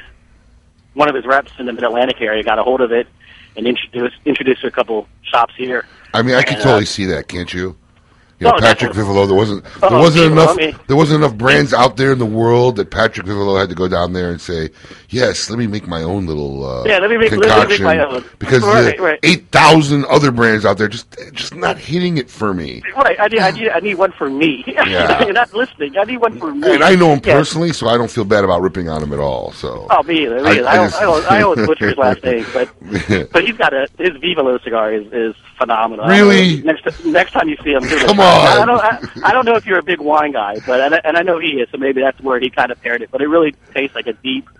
Speaker 29: one of his reps in the Mid Atlantic area got a hold of it and introduced introduced to a couple shops here.
Speaker 5: I mean, I could
Speaker 29: And, uh,
Speaker 5: totally see that, can't you? You know,
Speaker 29: Oh,
Speaker 5: Patrick
Speaker 29: definitely.
Speaker 5: Vivolo. There wasn't there
Speaker 29: Oh,
Speaker 5: wasn't
Speaker 29: Vivolo,
Speaker 5: enough
Speaker 29: I mean-
Speaker 5: there wasn't enough brands out there in the world that Patrick Vivolo had to go down there and say, "Yes, let me make my own little uh,
Speaker 29: Yeah, let me make- let me make
Speaker 5: concoction,"
Speaker 29: my own.
Speaker 5: because
Speaker 29: Right,
Speaker 5: the
Speaker 29: right.
Speaker 5: eight thousand other brands out there just just not hitting it for me.
Speaker 29: Right, I need, I need, I need one for me. [laughs]
Speaker 5: Yeah.
Speaker 29: You're not listening. I need one for me.
Speaker 5: And I know him
Speaker 29: Yeah.
Speaker 5: personally, so I don't feel bad about ripping on him at all. So
Speaker 29: Oh, me either. Me
Speaker 5: I-
Speaker 29: either.
Speaker 5: I
Speaker 29: I, always
Speaker 5: just-
Speaker 29: I, always I always butcher his
Speaker 5: [laughs]
Speaker 29: last name, but but he's got a his Vivalo cigar is, is phenomenal.
Speaker 5: Really?
Speaker 29: Next next time you see him, give it a
Speaker 5: Come
Speaker 29: try. I,
Speaker 5: on.
Speaker 29: don't I, I don't know if you're a big wine guy, but and I, and I know he is, so maybe that's where he kind of paired it. But it really tastes like a deep,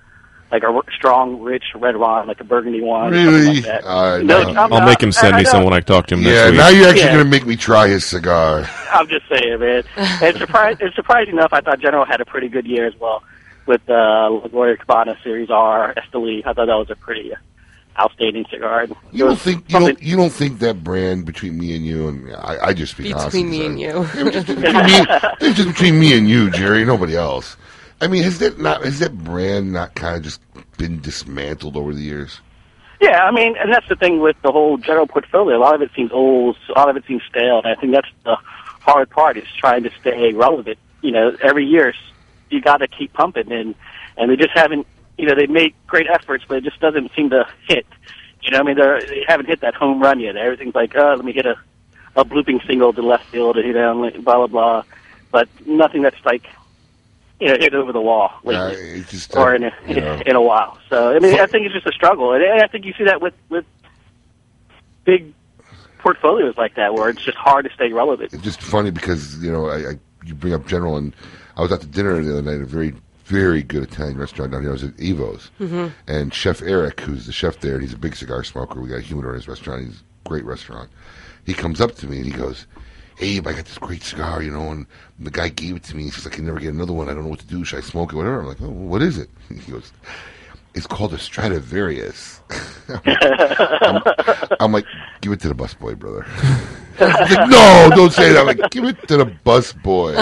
Speaker 29: like a r- strong, rich red wine, like a burgundy wine. something Like that.
Speaker 5: [laughs] I
Speaker 29: No,
Speaker 5: know.
Speaker 29: I'm- I'll make him send I- I me know. some when I talk to him
Speaker 5: Yeah,
Speaker 29: next week.
Speaker 5: now you're actually
Speaker 29: Yeah.
Speaker 5: going to make me try his cigar.
Speaker 29: [laughs] I'm just saying, man. And surprise, and surprising enough, I thought General had a pretty good year as well with uh, Laguardia Cabana Series R Esteli. I thought that was a pretty outstanding cigar.
Speaker 5: You don't think you don't, you don't think that brand between me and you and I, I just speak honestly.
Speaker 6: Between me and you. [laughs]
Speaker 5: It's just between me and you, Jerry. Nobody else. I mean, has that not has that brand not kind of just been dismantled over the years?
Speaker 29: Yeah, I mean, and that's the thing with the whole general portfolio. A lot of it seems old, a lot of it seems stale, and I think that's the hard part is trying to stay relevant. You know, every year s- you got to keep pumping, and and they just haven't. You know, they make great efforts, but it just doesn't seem to hit. You know, I mean, they're, they haven't hit that home run yet. Everything's like, oh, let me hit a a blooping single to left field, and you know, like, blah blah blah, but nothing that's like. You know, hit over the wall
Speaker 5: Uh,
Speaker 29: lately,
Speaker 5: it just,
Speaker 29: or in a,
Speaker 5: you know.
Speaker 29: [laughs] in a while. So I mean, I think it's just a struggle, and I think you see that with with big portfolios like that where it's just hard to stay relevant.
Speaker 5: It's just funny because you know I, I you bring up General and I was out to dinner the other night at a very very good Italian restaurant down here. I was at Evo's.
Speaker 8: Mhm.
Speaker 5: and Chef Eric, who's the chef there, and he's a big cigar smoker. We got a humidor in his restaurant. He's a great restaurant. He comes up to me and he goes, "Abe, I got this great cigar, you know." And the guy gave it to me. He says, "I can never get another one. I don't know what to do. Should I smoke it? Whatever." I'm like, "Oh, what is it?" [laughs] He goes, "It's called a Stradivarius." [laughs] I'm, I'm like, "Give it to the busboy, brother." [laughs] He's like, no, don't say that. I'm like, give it to the busboy.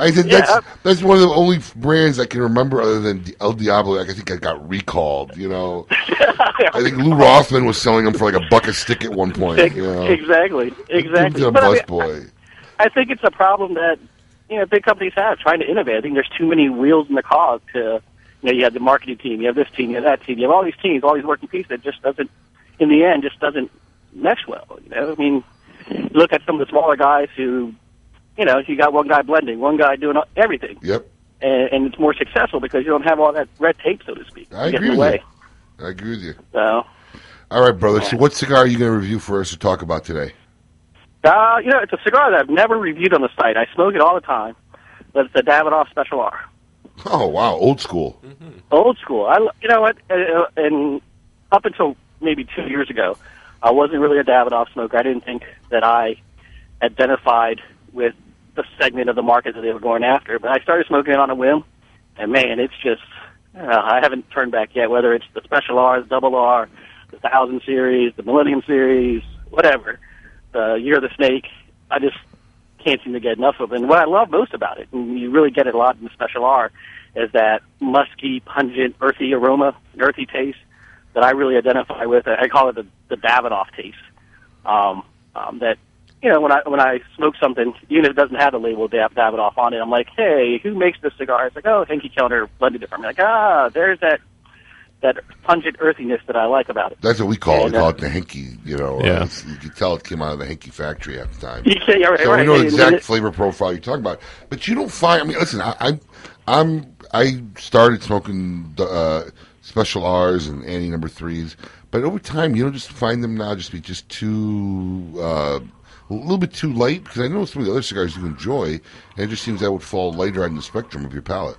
Speaker 5: I said,
Speaker 8: Yeah.
Speaker 5: that's that's one of the only f- brands I can remember other than D- El Diablo. Like, I think I got recalled.
Speaker 29: [laughs]
Speaker 5: You know, I think Lou Rothman was selling them for like a buck a stick at one point. You know?
Speaker 29: Exactly, exactly.
Speaker 5: The
Speaker 29: But I, mean,
Speaker 5: bus boy.
Speaker 29: I think it's a problem that you know big companies have trying to innovate. I think there's too many wheels in the cog to you know you have the marketing team, you have this team, you have that team, you have all these teams, all these working pieces that just doesn't in the end just doesn't mesh well. You know, I mean, look at some of the smaller guys who, you know, you got one guy blending, one guy doing everything.
Speaker 5: Yep.
Speaker 29: And, and it's more successful because you don't have all that red tape, so to speak.
Speaker 5: I
Speaker 29: It gets
Speaker 5: agree with
Speaker 29: away.
Speaker 5: you. I agree with you.
Speaker 29: So,
Speaker 5: All right, brother. So, what cigar are you going to review for us to talk about today?
Speaker 29: uh, you know, it's a cigar that I've never reviewed on the site. I smoke it all the time, but it's a Davidoff Special R.
Speaker 5: Oh wow, old school.
Speaker 29: old school. I, you know what? uh, And up until maybe two years ago, I wasn't really a Davidoff smoker. I didn't think that I identified with the segment of the market that they were going after. But I started smoking it on a whim, and man, it's just uh, I haven't turned back yet. Whether it's the Special R, the Double R, the Thousand Series, the Millennium Series, whatever, the Year of the Snake, I just can't seem to get enough of. it. And what I love most about it, and you really get it a lot in the Special R, is that musky, pungent, earthy aroma, earthy taste that I really identify with. I call it the, the Davidoff taste. Um, um, that you know, when I when I smoke something, even if it doesn't have the label Dav- Davidoff on it, I'm like, hey, who makes this cigar? It's like, oh, Henke Kellner blended it for me. Like, ah, there's that that pungent earthiness that I like about it.
Speaker 5: That's what we call it.
Speaker 29: And,
Speaker 5: We call
Speaker 29: uh,
Speaker 5: it the hanky. You know,
Speaker 4: Yeah.
Speaker 5: uh, it's- you can tell it came out of the hanky factory at the time.
Speaker 29: You say, yeah, right,
Speaker 5: so we
Speaker 29: right.
Speaker 5: know the
Speaker 29: And-
Speaker 5: exact
Speaker 29: and it-
Speaker 5: flavor profile you're talking about. But you don't find. I mean, listen, I, I I'm I started smoking the, uh, special R's and Annie number threes, but over time you don't just find them now just be just too. Uh, a little bit too light because I know some of the other cigars you enjoy, and it just seems that would fall lighter on the spectrum of your palate.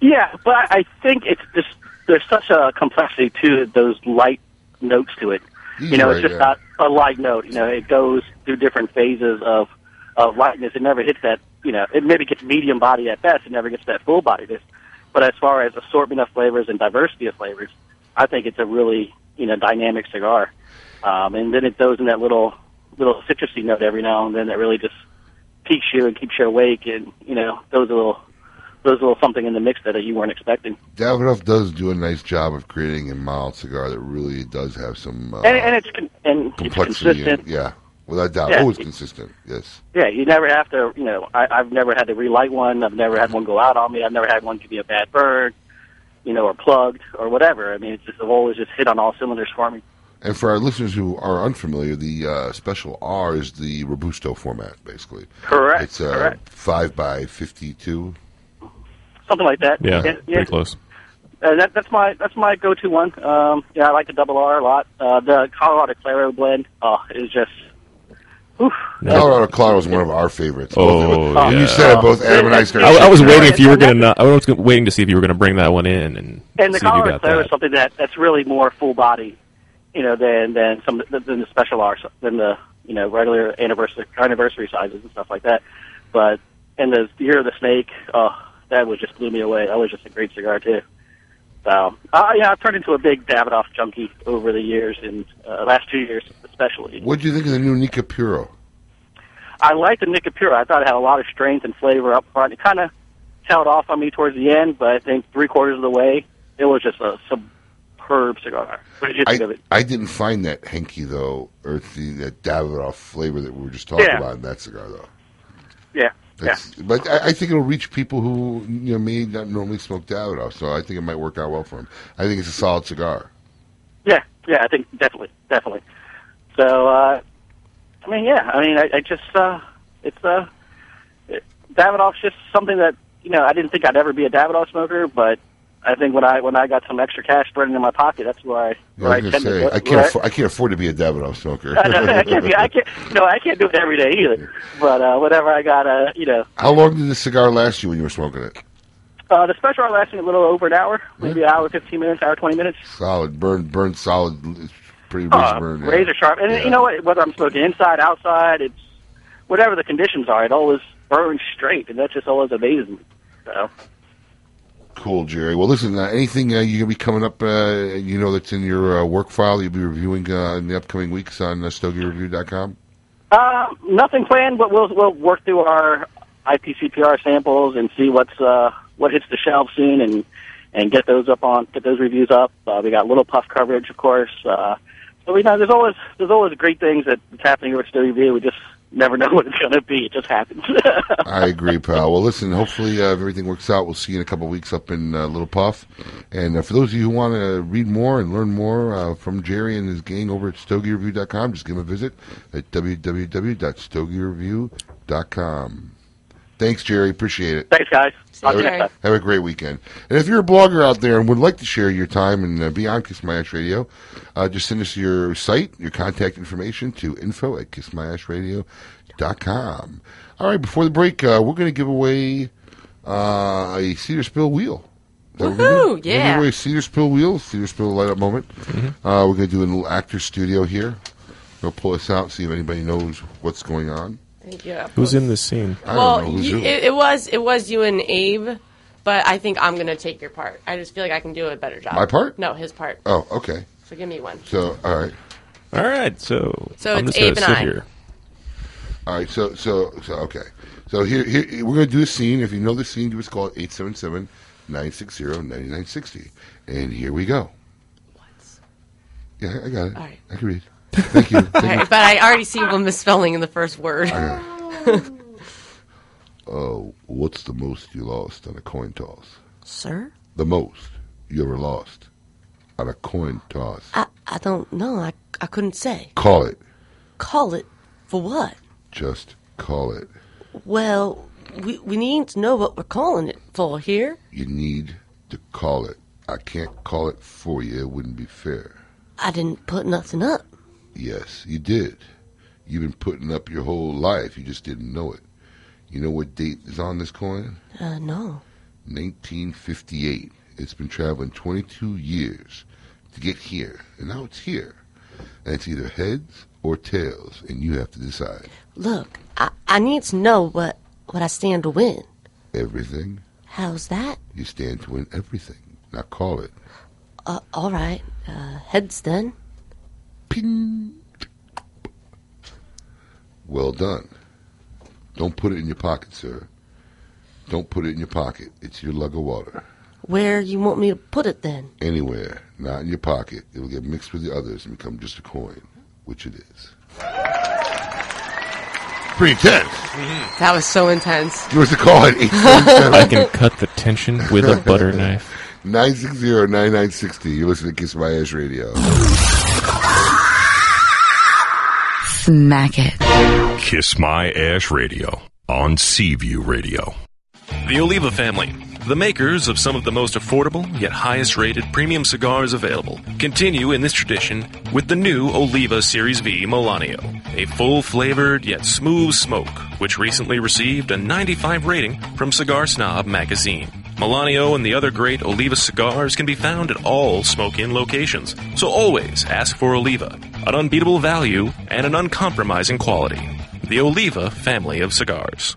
Speaker 29: Yeah, but I I think it's just there's such a complexity to those light notes to it. You know, it's
Speaker 5: Right,
Speaker 29: just
Speaker 5: yeah.
Speaker 29: not a light note. You know, it goes through different phases of of lightness. It never hits that. You know, it maybe gets medium body at best. It never gets that full bodiness. But as far as assortment of flavors and diversity of flavors, I think it's a really you know dynamic cigar. Um, and then it goes in that little little citrusy note every now and then that really just piques you and keeps you awake and you know throws a little throws a little something in the mix that you weren't expecting.
Speaker 5: Davidoff does do a nice job of creating a mild cigar that really does have some uh,
Speaker 29: and, and it's con- and it's
Speaker 5: complexity. in it.
Speaker 29: consistent.
Speaker 5: yeah, without doubt,
Speaker 29: Yeah.
Speaker 5: always consistent. Yes.
Speaker 29: Yeah, you never have to. You know, I, I've never had to relight one. I've never had one go out on me. I've never had one give me a bad burn, you know, or plugged or whatever. I mean, it's just the whole is just hit on all cylinders for me.
Speaker 5: And for our listeners who are unfamiliar, the uh, special R is the robusto format, basically.
Speaker 29: Correct,
Speaker 5: It's uh,
Speaker 29: correct.
Speaker 5: five by fifty-two.
Speaker 29: Something like that.
Speaker 5: close.
Speaker 29: Uh, that, that's my that's my go-to one. Um, yeah, I like the double R a lot. Uh, the Colorado Claro blend oh, is just
Speaker 5: Colorado Claro is one of our favorites.
Speaker 4: Oh,
Speaker 5: Both-
Speaker 4: yeah.
Speaker 5: you said it both. Adam and I started.
Speaker 4: I, I was waiting if you were gonna. I was gonna- waiting to see if you were gonna bring that one in and,
Speaker 29: and the
Speaker 4: see if you
Speaker 29: Colorado
Speaker 4: got
Speaker 29: Claro
Speaker 4: that.
Speaker 29: is something that that's really more full body, you know, than than some than the special R than the you know regular anniversary anniversary sizes and stuff like that. But and the year of the snake, oh, that was just blew me away. That was just a great cigar too. So uh, yeah, I've turned into a big Davidoff junkie over the years, and uh, last two years especially.
Speaker 5: What do you think of the new Nika Puro?
Speaker 29: I liked the Nicapura. I thought it had a lot of strength and flavor up front. It kind of tailed off on me towards the end, but I think three quarters of the way, it was just a superb cigar. What did you think of
Speaker 5: I,
Speaker 29: it?
Speaker 5: I didn't find that hanky though, earthy, that Davidoff flavor that we were just talking
Speaker 29: Yeah.
Speaker 5: about in that cigar though.
Speaker 29: Yeah,
Speaker 5: That's, But uh, I, I think it'll reach people who you know may not normally smoke Davidoff, so I think it might work out well for them. I think it's a solid cigar.
Speaker 29: yeah, yeah. I think definitely, definitely. So, uh, I mean, yeah. I mean, I, I just uh, it's uh, it, Davidoff's just something that you know I didn't think I'd ever be a Davidoff smoker, but I think when I when I got some extra cash burning in my pocket, that's where I
Speaker 5: You know,
Speaker 29: where
Speaker 5: I was gonna
Speaker 29: tend to
Speaker 5: say
Speaker 29: go-
Speaker 5: I can't
Speaker 29: where I-
Speaker 5: afford, I can't afford to be a Davidoff smoker.
Speaker 29: [laughs] I can't be. I can't. No, I can't do it every day either. But uh, whatever, I got to you know.
Speaker 5: [laughs] How long did this cigar last you when you were smoking it?
Speaker 29: Uh, the special lasted a little over an hour, maybe an hour, fifteen minutes, hour, twenty minutes.
Speaker 5: Solid burn, burn solid, it's pretty rich
Speaker 29: Uh,
Speaker 5: burn. yeah.
Speaker 29: razor sharp, and you know what? Whether I'm smoking inside, outside, it's whatever the conditions are. It always burns straight, and that just always amazes me. So
Speaker 5: Cool, Jerry. Well, listen, uh, anything uh, you're gonna be coming up, uh, you know, that's in your uh, work file you'll be reviewing uh, in the upcoming weeks on uh, StogieReview.com.
Speaker 29: Uh, nothing planned, but we'll we'll work through our IPCPR samples and see what's uh, what hits the shelf soon, and and get those up on get those reviews up. Uh, we got little puff coverage, of course. Uh, so we know there's always there's always great things that's happening over at Studio Review. We just never [laughs] know what it's going to be. It just happens. [laughs]
Speaker 5: I agree, pal. Well, listen, hopefully uh, if everything works out. We'll see you in a couple weeks up in uh, Little Puff. And uh, for those of you who want to read more and learn more uh, from Jerry and his gang over at StogieReview.com, just give him a visit at www.stogiereview.com. Thanks, Jerry. Appreciate it.
Speaker 29: Thanks, guys. See you,
Speaker 5: have,
Speaker 29: Jerry.
Speaker 5: a, have a great weekend. And if you're a blogger out there and would like to share your time and uh, be on Kiss My Ash Radio, uh, just send us your site, your contact information to info at kissmyashradio.com. All right, before the break, uh, we're going to give away uh, a Cedar Spill wheel. Is that what we're gonna
Speaker 6: Woohoo,
Speaker 5: do? We're gonna
Speaker 6: yeah.
Speaker 5: give away a Cedar Spill wheel, Cedar Spill light up moment. Uh, we're going to do a little actor studio here. We'll pull this out, see if anybody knows what's going on.
Speaker 6: Thank you.
Speaker 5: Who's in the scene? I don't
Speaker 6: well,
Speaker 5: know who's
Speaker 6: you,
Speaker 5: who.
Speaker 6: it, it was it was you and Abe, but I think I'm gonna take your part. I just feel like I can do a better job.
Speaker 5: My part?
Speaker 6: No, his part.
Speaker 5: Oh, okay.
Speaker 6: So give me
Speaker 5: [laughs]
Speaker 6: one.
Speaker 5: So, all right.
Speaker 4: All right. So,
Speaker 6: So I'm it's just gonna Abe and sit I. here.
Speaker 5: All right. So, so, so, okay. So here, here we're going to do a scene. If you know the scene, give us a call at 877-960-9960. And here we go. What? Yeah, I got it. All right. I can read. Thank
Speaker 6: [laughs]
Speaker 5: you. Thank
Speaker 6: All right,
Speaker 5: you.
Speaker 6: but I already see one misspelling in the first word.
Speaker 5: Oh, what's the most you lost on a coin toss?
Speaker 6: [laughs] Sir?
Speaker 5: The most you ever lost on a coin toss.
Speaker 6: I, I don't know. I, I couldn't say.
Speaker 5: Call it.
Speaker 6: Call it for what?
Speaker 5: Just call it.
Speaker 6: Well, we, we need to know what we're calling it for here.
Speaker 5: You need to call it. I can't call it for you. It wouldn't be fair.
Speaker 6: I didn't put nothing up.
Speaker 5: Yes, you did. You've been putting up your whole life. You just didn't know it. You know what date is on this coin?
Speaker 6: Uh, no.
Speaker 5: 1958. It's been traveling 22 years to get here, and now it's here. And it's either heads or tails, and you have to decide
Speaker 6: Look, I, I need to know what, what I stand to win.
Speaker 5: everything.
Speaker 6: How's that?
Speaker 5: You stand to win everything. Now call it.
Speaker 6: Uh, all right. Uh, heads then.
Speaker 5: Well done. Don't put it in your pocket, sir. Don't put it in your pocket. It's your lug of water.
Speaker 6: Where you want me to put it then?
Speaker 5: anywhere, not in your pocket. It will get mixed with the others and become just a coin, which it is. Pretty tense.
Speaker 6: Mm-hmm. That was so intense.
Speaker 5: Give us a call at 877.
Speaker 4: I can cut the tension with a butter knife.
Speaker 5: [laughs] 960-9960. You're listening to Kiss My Ash Radio.
Speaker 16: Smack it.
Speaker 3: Kiss My Ash Radio on Seaview Radio.
Speaker 4: The Oliva family, the makers of some of the most affordable yet highest rated premium cigars available, continue in this tradition with the new Oliva Series V Milanio, a full flavored yet smooth smoke, which recently received a 95 rating from Cigar Snob magazine. Milanio and the other great Oliva cigars can be found at all smoke in locations, so always ask for Oliva, an unbeatable value and an uncompromising quality. The Oliva family of cigars.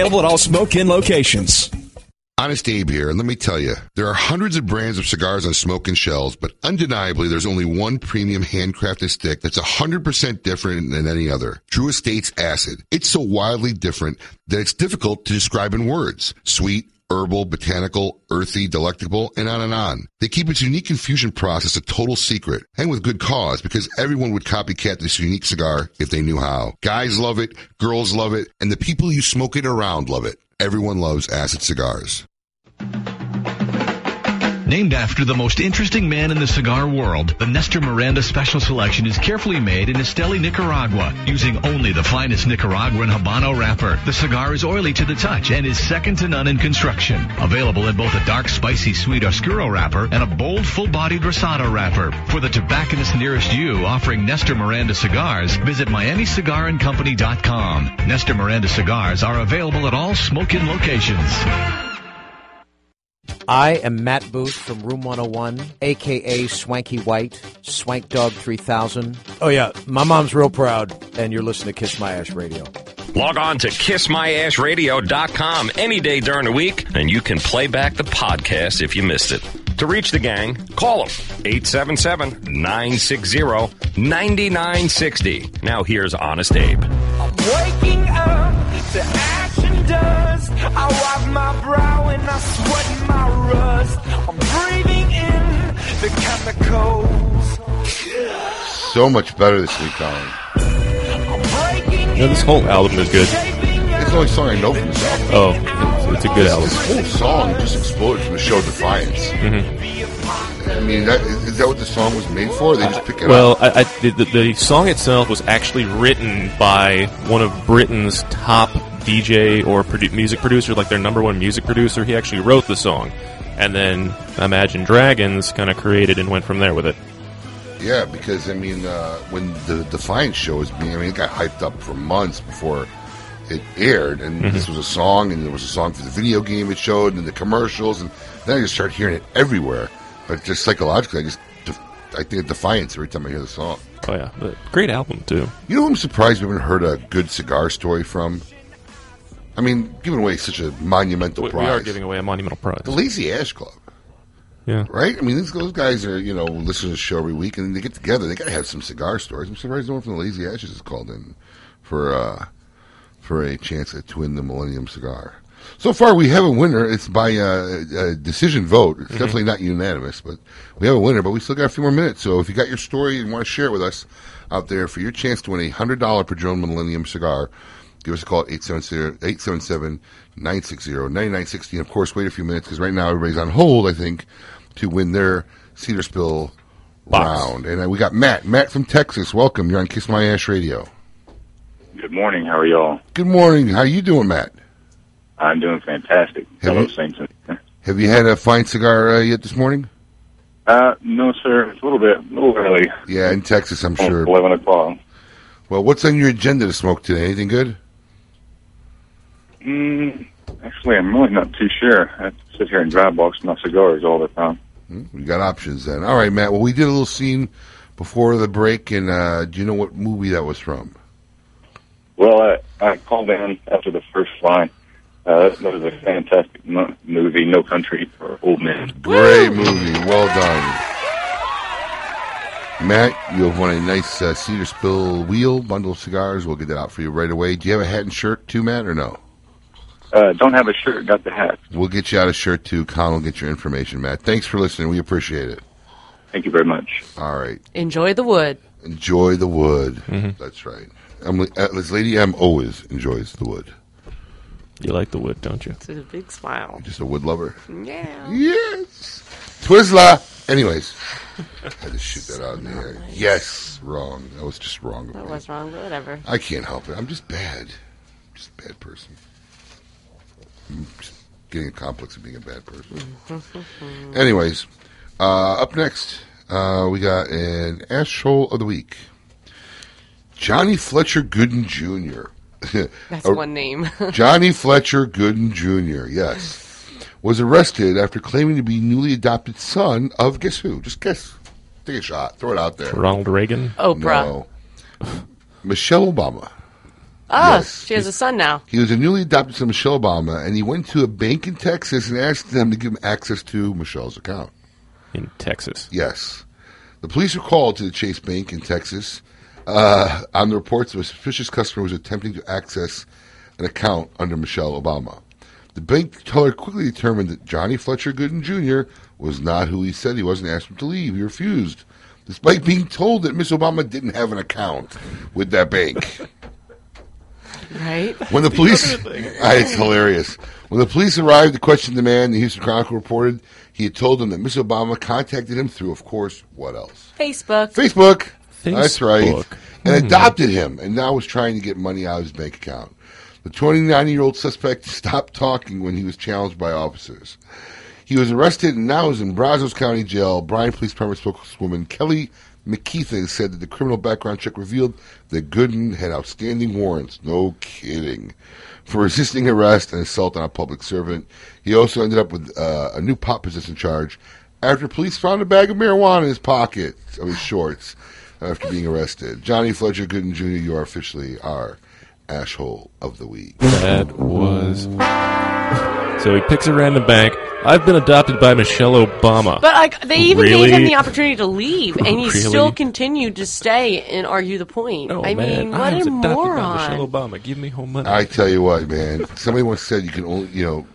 Speaker 30: at all smoke in locations.
Speaker 5: Honest Abe here, and let me tell you, there are hundreds of brands of cigars on smoke and shells, but undeniably there's only one premium handcrafted stick that's 100% different than any other. True Estates Acid. It's so wildly different that it's difficult to describe in words. Sweet, herbal, botanical, earthy, delectable, and on and on. They keep its unique infusion process a total secret, and with good cause, because everyone would copycat this unique cigar if they knew how. Guys love it, girls love it, and the people you smoke it around love it. Everyone loves acid cigars.
Speaker 31: Named after the most interesting man in the cigar world, the Nestor Miranda Special Selection is carefully made in Esteli, Nicaragua, using only the finest Nicaraguan Habano wrapper. The cigar is oily to the touch and is second to none in construction. Available in both a dark, spicy, sweet Oscuro wrapper and a bold, full-bodied Rosado wrapper. For the tobacconist nearest you offering Nestor Miranda cigars, visit MiamiCigarAndCompany.com. Nestor Miranda cigars are available at all smoking locations.
Speaker 32: I am Matt Booth from Room 101, aka Swanky White, Swank Dog 3000. Oh, yeah, my mom's real proud, and you're listening to Kiss My Ash Radio.
Speaker 2: Log on to kissmyashradio.com any day during the week, and you can play back the podcast if you missed it. To reach the gang, call them 877 960 9960. Now here's Honest Abe.
Speaker 14: Waking up to action dust. I wipe my brow and I sweat my rust. I'm breathing in the chemicals.
Speaker 5: So much better this week, Colin.
Speaker 4: You know, this whole album is good.
Speaker 5: It's the only song I know from this album.
Speaker 4: Oh, it's, it's a good album.
Speaker 5: This whole song just exploded from the show Defiance. I mean, that, is is that what the song was made for? They just pick it
Speaker 4: Mm-hmm. Well,
Speaker 5: up.
Speaker 4: I, I, the, the- the song itself was actually written by one of Britain's top DJ or produ- music producer, like their number one music producer. He actually wrote the song, and then Imagine Dragons kind of created and went from there with it.
Speaker 5: Yeah, because I mean, uh, when the Defiance show was being, I mean, it got hyped up for months before it aired, and
Speaker 4: Mhm.
Speaker 5: this was a song, and there was a song for the video game it showed, and the commercials, and then I just started hearing it everywhere. But just psychologically, I just I think of Defiance every time I hear the song.
Speaker 4: Oh yeah, but great album too.
Speaker 5: You know, who I'm surprised we haven't heard a good cigar story from. I mean, giving away such a monumental
Speaker 4: We, we
Speaker 5: prize.
Speaker 4: are giving away a monumental prize.
Speaker 5: The Lazy Ash Club.
Speaker 4: Yeah.
Speaker 5: Right? I mean, these, those guys are, you know, listen to the show every week and they get together. They got to have some cigar stories. I'm surprised no one from the Lazy Ashes is called in for, uh, for a chance to win the Millennium Cigar. So far, we have a winner. It's by uh, a decision vote. It's
Speaker 3: Mhm.
Speaker 5: definitely not unanimous, but we have a winner. But we still got a few more minutes. So if you got your story and want to share it with us out there for your chance to win a hundred dollar Padron Millennium cigar, give us a call at 877-960-9960. And of course, wait a few minutes because right now everybody's on hold. I think to win their Cedar Spill round. And uh, we got Matt. Matt from Texas. Welcome. You're on Kiss My Ash Radio.
Speaker 20: Good morning. How are y'all?
Speaker 5: Good morning. How you doing, Matt?
Speaker 20: I'm doing fantastic.
Speaker 5: Have
Speaker 20: Hello,
Speaker 5: you-
Speaker 20: Saints.
Speaker 5: Have you had a fine cigar uh, yet this morning?
Speaker 20: Uh, no, sir. It's a little bit, a little early.
Speaker 5: Yeah, in Texas, I'm sure.
Speaker 20: Eleven o'clock.
Speaker 5: Well, what's on your agenda to smoke today? Anything good?
Speaker 20: Mm, actually, I'm really not too sure. I sit here and dry box my cigars all the time.
Speaker 5: Hmm, We got options then. All right, Matt. Well, we did a little scene before the break, and uh, do you know what movie that was from?
Speaker 20: Well, I, I called in after the first line. Uh, that was a fantastic mo- movie, No Country for Old Men.
Speaker 5: Great movie. Well done. Matt, you have won a nice uh, Cedar Spill wheel bundle of cigars. We'll get that out for you right away. Do you have a hat and shirt too, Matt, or no?
Speaker 20: Uh, don't have a shirt, got the hat.
Speaker 5: We'll get you out a shirt too. Colin will get your information, Matt. Thanks for listening. We appreciate it.
Speaker 20: Thank you very much.
Speaker 5: All right.
Speaker 6: [laughs] Enjoy the wood.
Speaker 5: Enjoy the wood.
Speaker 4: Mm-hmm.
Speaker 5: That's right. Emily, uh, this lady M always enjoys the wood.
Speaker 4: You like the wood, don't you?
Speaker 6: It's a big smile.
Speaker 5: Just a wood lover.
Speaker 6: Yeah.
Speaker 5: Yes. Twizzler. Anyways, had to shoot that out in the air. Yes, wrong. That was just wrong. of
Speaker 6: That
Speaker 5: me.
Speaker 6: was wrong, but whatever.
Speaker 5: I can't help it. I'm just bad. I'm just a bad person. I'm just getting a complex of being a bad person.
Speaker 6: Mm-hmm.
Speaker 5: Anyways, uh, up next, uh, we got an asshole of the week. Johnny Fletcher Gooden Jr. [laughs]
Speaker 6: That's
Speaker 5: A-
Speaker 6: one [laughs] name.
Speaker 5: Oh, Johnny Fletcher Gooden Jr., yes, was arrested after claiming to be newly adopted son of guess who? Just guess. Take a shot. Throw it out there.
Speaker 4: Ronald Reagan?
Speaker 6: Oprah.
Speaker 5: No. [laughs] Michelle Obama.
Speaker 6: Oh,
Speaker 5: Yes.
Speaker 6: she has a son now.
Speaker 5: He was a newly adopted son of Michelle Obama, and he went to a bank in Texas and asked them to give him access to Michelle's account.
Speaker 4: In Texas?
Speaker 5: Yes. The police were called to the Chase Bank in Texas uh, on the reports of a suspicious customer was attempting to access an account under Michelle Obama. The bank teller quickly determined that Johnny Fletcher Gooden Jr. was not who he said he was and asked him to leave. He refused, despite being told that Miss Obama didn't have an account with that bank.
Speaker 6: Right? [laughs]
Speaker 14: [laughs]
Speaker 5: When the police, [laughs] Ah, it's
Speaker 14: [coughs]
Speaker 5: hilarious. When the police arrived to question the man, the Houston Chronicle reported he had told them that Miss Obama contacted him through, of course, what else?
Speaker 6: Facebook.
Speaker 5: Facebook.
Speaker 6: Facebook.
Speaker 5: That's right. And
Speaker 6: Hmm.
Speaker 5: adopted him, and now was trying to get money out of his bank account. The 29 year old suspect stopped talking when he was challenged by officers. He was arrested and now is in Brazos County Jail. Bryan Police Department spokeswoman Kelly McKeithen said that the criminal background check revealed that Gooden had outstanding warrants. No kidding. For resisting arrest and assault on a public servant. He also ended up with uh, a new pot possession charge after police found a bag of marijuana in his pocket of his shorts after being arrested. Johnny Fletcher Gooden Jr., you are officially are Ashhole of the Week.
Speaker 4: That was. [laughs] So he picks a random bank. I've been adopted by Michelle Obama.
Speaker 6: But like they even
Speaker 4: really?
Speaker 6: gave him the opportunity to leave, and he
Speaker 4: Really?
Speaker 6: still continued to stay and argue the point.
Speaker 4: Oh
Speaker 6: I
Speaker 4: man,
Speaker 6: mean,
Speaker 4: I
Speaker 6: what
Speaker 4: was
Speaker 6: a
Speaker 4: adopted by Michelle
Speaker 6: moron!
Speaker 4: Obama. Give me home money.
Speaker 5: I tell you what, man. Somebody once said you can only, you know,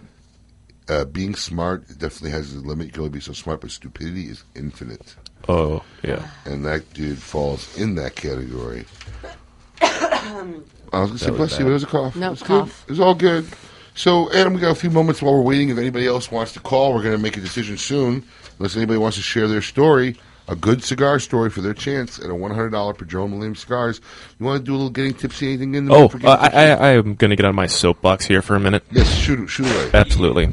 Speaker 5: uh, being smart definitely has a limit. You can only be so smart, but stupidity is infinite.
Speaker 4: Oh, yeah.
Speaker 5: And that dude falls in that category. I was going to say,
Speaker 4: That was
Speaker 5: bless you,
Speaker 4: bad.
Speaker 5: but it was a cough.
Speaker 4: No
Speaker 5: it was good.
Speaker 4: cough.
Speaker 5: It was all good. So, Adam, we got a few moments while we're waiting. If anybody else wants to call, we're going to make a decision soon. Unless anybody wants to share their story, a good cigar story for their chance at a $100 Padron Millennium Cigars. You want to do a little getting tipsy, anything in the
Speaker 4: Oh,
Speaker 5: mood for
Speaker 4: uh,
Speaker 5: getting
Speaker 4: I, I, I am going to get on my soapbox here for a minute.
Speaker 5: Yes, shoot, shoot away.
Speaker 4: Absolutely.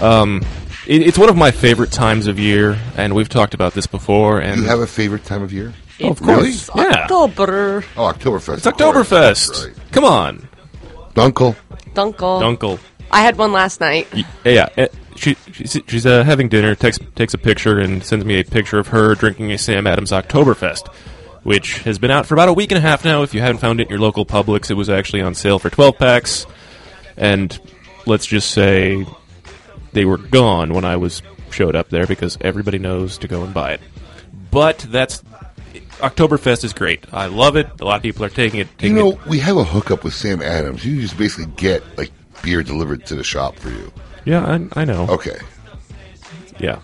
Speaker 4: Um, it, it's one of my favorite times of year, and we've talked about this before. And
Speaker 5: You have a favorite time of year?
Speaker 4: Oh, of course, yeah.
Speaker 6: October.
Speaker 5: Oh, Oktoberfest.
Speaker 4: It's Oktoberfest. Come on,
Speaker 5: Dunkel.
Speaker 6: Dunkel.
Speaker 4: Dunkel.
Speaker 6: I had one last night.
Speaker 4: Y- Yeah, eh, she, she's she's uh, having dinner. Takes takes a picture and sends me a picture of her drinking a Sam Adams Oktoberfest, which has been out for about a week and a half now. If you haven't found it in your local Publix, it was actually on sale for twelve packs, and let's just say they were gone when I was showed up there because everybody knows to go and buy it. But that's Oktoberfest is great. I love it. A lot of people are taking it.
Speaker 5: You
Speaker 4: Taking it
Speaker 5: know, we have a hookup with Sam Adams. You just basically get, like, beer delivered to the shop for you.
Speaker 4: yeah, I, I know.
Speaker 5: Okay.
Speaker 4: Yeah.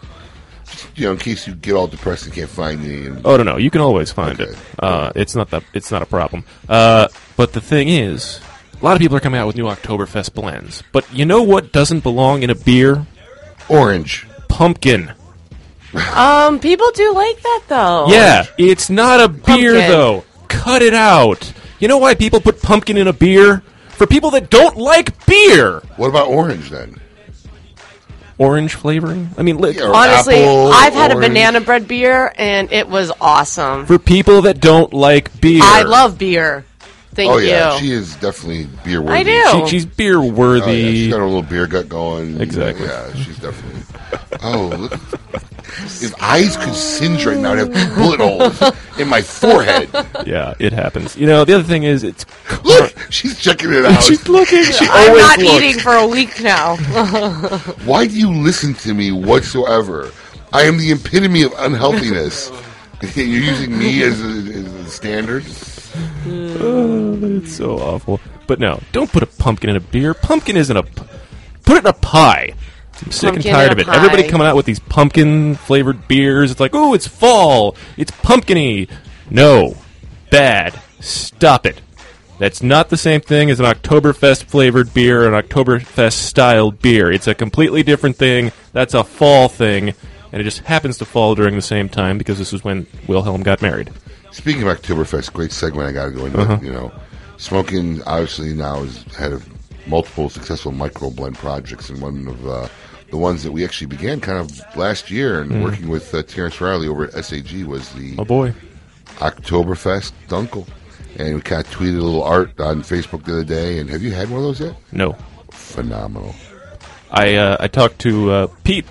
Speaker 5: You know, in case you get all depressed and can't find me. And
Speaker 4: Oh no, no, you can always find it. Uh, it's not that it's not a problem. Uh, but the thing is, a lot of people are coming out with new Oktoberfest blends. But you know what doesn't belong in a beer?
Speaker 5: Orange,
Speaker 4: pumpkin.
Speaker 6: Um, people do like that though.
Speaker 4: Yeah, it's not a beer
Speaker 6: Pumpkin.
Speaker 4: though. Cut it out. You know why people put pumpkin in a beer? For people that don't like beer.
Speaker 5: What about orange then?
Speaker 4: Orange flavoring? I mean, look,
Speaker 6: Honestly, I've had a banana bread beer and it was awesome.
Speaker 4: For people that don't like beer,
Speaker 6: I love beer. Thank
Speaker 5: oh, yeah.
Speaker 6: you.
Speaker 5: She is definitely beer worthy.
Speaker 6: I do. She- she's
Speaker 4: beer worthy.
Speaker 5: she's got a little beer gut going.
Speaker 4: Exactly.
Speaker 5: Yeah, she's definitely. Oh, look. If eyes could singe right now, I'd have bullet holes in my forehead.
Speaker 4: yeah, it happens. You know, the other thing is, it's
Speaker 5: Look, she's checking it out.
Speaker 4: She's
Speaker 6: [laughs]
Speaker 4: looking.
Speaker 5: She
Speaker 6: I'm
Speaker 5: always
Speaker 6: not
Speaker 5: looks.
Speaker 6: eating for a week now. [laughs]
Speaker 5: Why do you listen to me whatsoever? I am the epitome of
Speaker 4: [laughs]
Speaker 5: unhealthiness. [laughs] You're using me as a, as a standard.
Speaker 4: Oh, it's so awful. But no, don't put a pumpkin in a beer. Pumpkin isn't a. p- Put it in a pie. I'm sick
Speaker 6: Pumpkin
Speaker 4: and tired of
Speaker 6: in a
Speaker 4: it. Everybody
Speaker 6: pie.
Speaker 4: coming out with these pumpkin flavored beers. It's like, oh, it's fall. It's pumpkiny. No, bad. Stop it. That's not the same thing as an Oktoberfest flavored beer, or an Oktoberfest style beer. It's a completely different thing. That's a fall thing, and it just happens to fall during the same time because this is when Wilhelm got married.
Speaker 5: Speaking of Oktoberfest, great segment. I got to go into
Speaker 4: Uh-huh.
Speaker 5: you know, smoking obviously now is head of multiple successful micro blend projects, and one of uh, the ones that we actually began kind of last year, and
Speaker 4: Mm.
Speaker 5: working with uh, Terrence Riley over at SAG was the
Speaker 4: Oh boy.
Speaker 5: Oktoberfest Dunkel, and we kind of tweeted a little art on Facebook the other day. And have you had one of those yet?
Speaker 4: No.
Speaker 5: Phenomenal.
Speaker 4: I uh, I talked to uh, Pete.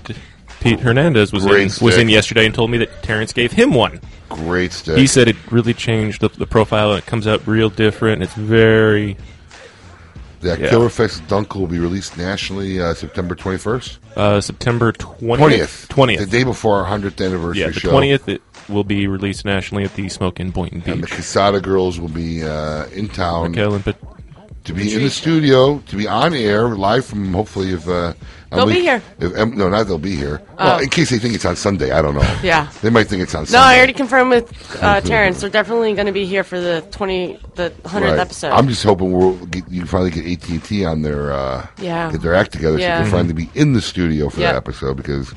Speaker 4: Pete Hernandez was
Speaker 5: Great
Speaker 4: in, was in
Speaker 5: stick.
Speaker 4: yesterday and told me that Terrence gave him one.
Speaker 5: Great stick.
Speaker 4: He said it really changed the, the profile and it comes out real different. It's very
Speaker 5: The
Speaker 4: Yeah.
Speaker 5: Oktoberfest Dunkel will be released nationally uh, September twenty first.
Speaker 4: uh, September twentieth.
Speaker 5: Twentieth, twentieth, the day before our hundredth anniversary
Speaker 4: Yeah, the
Speaker 5: show.
Speaker 4: twentieth it will be released nationally at the Smoke in Boynton
Speaker 5: And the
Speaker 4: Beach.
Speaker 5: Casada girls will be uh, in town
Speaker 4: Raquel and Pat-
Speaker 5: to be in the studio, to be on air live from hopefully if uh,
Speaker 6: They'll be here.
Speaker 5: If, em no, not they'll be here. Well,
Speaker 6: Oh.
Speaker 5: in case they think it's on Sunday, I don't know.
Speaker 6: Yeah.
Speaker 5: they might think it's on
Speaker 6: No,
Speaker 5: Sunday.
Speaker 6: I already confirmed with uh, Terrence. They're definitely going to be here for the twenty, the hundredth
Speaker 5: Right.
Speaker 6: episode.
Speaker 5: I'm just hoping we'll get, you finally get AT and T on their uh,
Speaker 6: Yeah.
Speaker 5: get their act together
Speaker 6: Yeah.
Speaker 5: so they can finally be in the studio for
Speaker 6: Yep.
Speaker 5: that episode because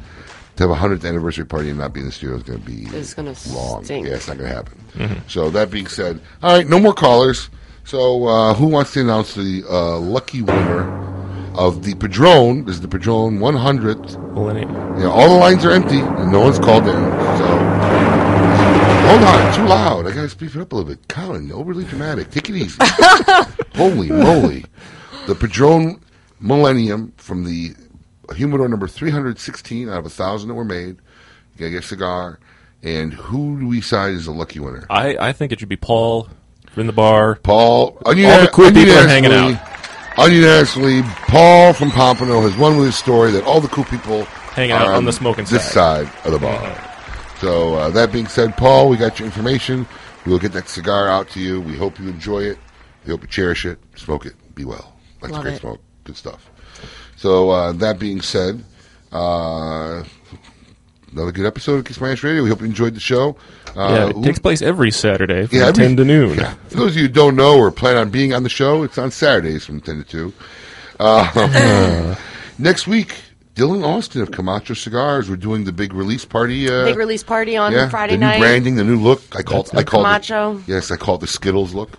Speaker 5: to have a hundredth anniversary party and not be in the studio is going to be
Speaker 6: It's gonna
Speaker 5: long.
Speaker 6: stink.
Speaker 5: Yeah, it's not going to happen. So that being said, all right, no more callers. So uh, who wants to announce the uh, lucky winner of the Padrone? This is the Padrone 100th. You know, all the lines are empty and no one's called in. So hold on, too loud. I got to speak it up a little bit. Colin, overly dramatic. Take it easy. Holy moly! The Padron Millennium from the humidor number 316 out of a thousand that were made. You gotta get a cigar. And who do we decide is the lucky winner?
Speaker 4: I I think it should be Paul in the bar.
Speaker 5: Paul, all
Speaker 4: the cool people are hanging out.
Speaker 5: Onion Ashley, Paul from Pompano has one with his story that all the cool people
Speaker 4: Hanging out
Speaker 5: are
Speaker 4: on the smoking
Speaker 5: this
Speaker 4: side. Mm-hmm.
Speaker 5: side of the bar. So uh, that being said, Paul, we got your information. We will get that cigar out to you. We hope you enjoy it. We hope you cherish it. Smoke it. Be well. That's
Speaker 3: Love
Speaker 5: great
Speaker 3: it.
Speaker 5: smoke. Good stuff. So uh, that being said, uh, another good episode of Kiss My Ash Radio. We hope you enjoyed the show.
Speaker 4: yeah,
Speaker 5: Uh,
Speaker 4: it takes place every Saturday from
Speaker 5: Yeah, every-
Speaker 4: 10 to noon.
Speaker 5: yeah. For those of you who don't know or plan on being on the show, it's on Saturdays from 10 to 2. Uh, [laughs] next week, Dylan Austin of Camacho Cigars. We're doing the big release party. Uh,
Speaker 6: Big release party on
Speaker 5: yeah,
Speaker 6: Friday
Speaker 5: the new
Speaker 6: night.
Speaker 5: branding, the new look. I call it, I call
Speaker 6: Camacho.
Speaker 5: It, yes, I call it the Skittles look.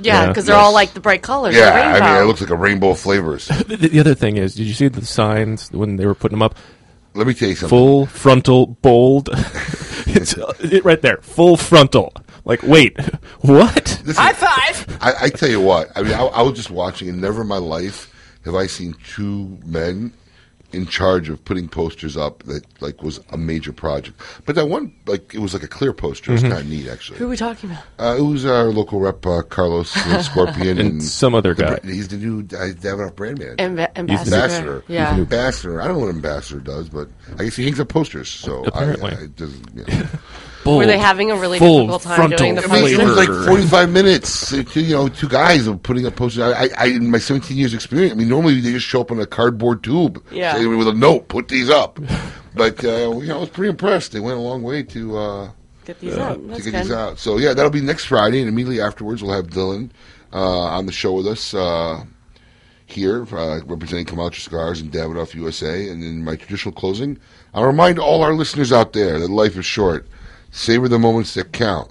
Speaker 6: Yeah, because they're all like the bright colors.
Speaker 5: Yeah,
Speaker 6: the
Speaker 5: I
Speaker 6: rainbow.
Speaker 5: mean, it looks like a rainbow of flavors.
Speaker 4: [laughs] The, the other thing is, did you see the signs when they were putting them up?
Speaker 5: Let me tell you something.
Speaker 4: Full frontal, bold.
Speaker 5: [laughs]
Speaker 4: [laughs] it's uh, it right there. Full frontal. Like, wait, [laughs] what?
Speaker 5: High five! I, I tell you what. I mean, I, I was just watching, and never in my life have I seen two men in charge of putting posters up that like was a major project. But that one, like, it was like a clear poster. It's
Speaker 4: Mhm.
Speaker 5: kind of neat, actually.
Speaker 6: Who are we talking about?
Speaker 5: Uh, it was our local rep, uh, Carlos
Speaker 4: [laughs]
Speaker 5: uh, Scorpion,
Speaker 4: And some other
Speaker 5: the
Speaker 4: guy.
Speaker 5: br- He's the new uh, Davidoff brand manager.
Speaker 6: Amba- He's the new- ambassador. Yeah.
Speaker 5: He's an ambassador. I don't know what ambassador does, but I guess he hangs up posters. So
Speaker 4: Apparently.
Speaker 5: I, I, it doesn't, you
Speaker 4: [laughs]
Speaker 5: know.
Speaker 6: Were they having a really Full difficult time frontal doing the
Speaker 5: I mean, it
Speaker 6: flavor.
Speaker 5: was like forty-five minutes. uh, Two, you know, two guys are putting up posters. I, I, I, in my seventeen years experience, I mean, normally they just show up on a cardboard tube,
Speaker 6: Yeah.
Speaker 5: say, with a note, put these up. But uh, you know, I was pretty impressed. They went a long way to. Uh,
Speaker 6: Get these
Speaker 5: uh,
Speaker 6: out.
Speaker 5: to
Speaker 6: That's
Speaker 5: get
Speaker 6: good.
Speaker 5: these out. So yeah, that'll be next Friday, and immediately afterwards we'll have Dylan uh, on the show with us uh, here, uh, representing Camacho Cigars and Davidoff USA. And in my traditional closing, I'll remind all our listeners out there that life is short. Savor the moments that count,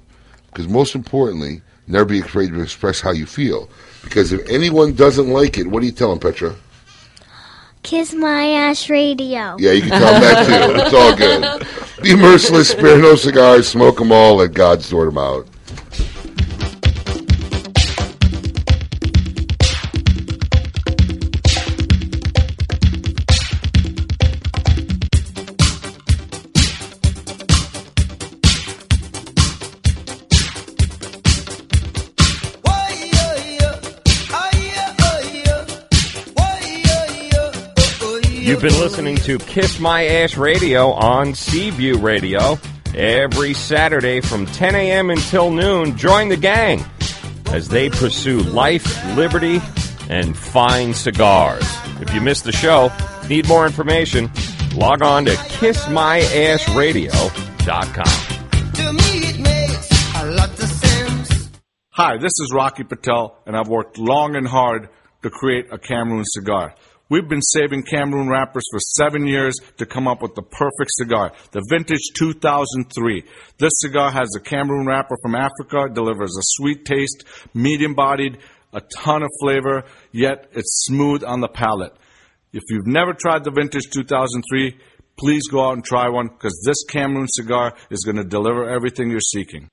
Speaker 5: because most importantly, never be afraid to express how you feel. Because if anyone doesn't like it, what do you tell them, Petra?
Speaker 11: Kiss My Ash Radio.
Speaker 5: Yeah, you can tell them that
Speaker 6: [laughs]
Speaker 5: too. It's all good. Be merciless, spare no cigars, smoke them all, let God sort them out.
Speaker 2: You've been listening to Kiss My Ash Radio on Seaview Radio every Saturday from 10 a.m. until noon. Join the gang as they pursue life, liberty, and fine cigars. If you missed the show, need more information, log on to kissmyashradio.com.
Speaker 14: To me, it makes a lot of sense.
Speaker 22: Hi, this is Rocky Patel, and I've worked long and hard to create a Cameroon cigar. We've been saving Cameroon wrappers for seven years to come up with the perfect cigar, the vintage 2003. This cigar has a Cameroon wrapper from Africa, delivers a sweet taste, medium bodied, a ton of flavor, yet it's smooth on the palate. If you've never tried the vintage 2003, please go out and try one because this Cameroon cigar is going to deliver everything you're seeking.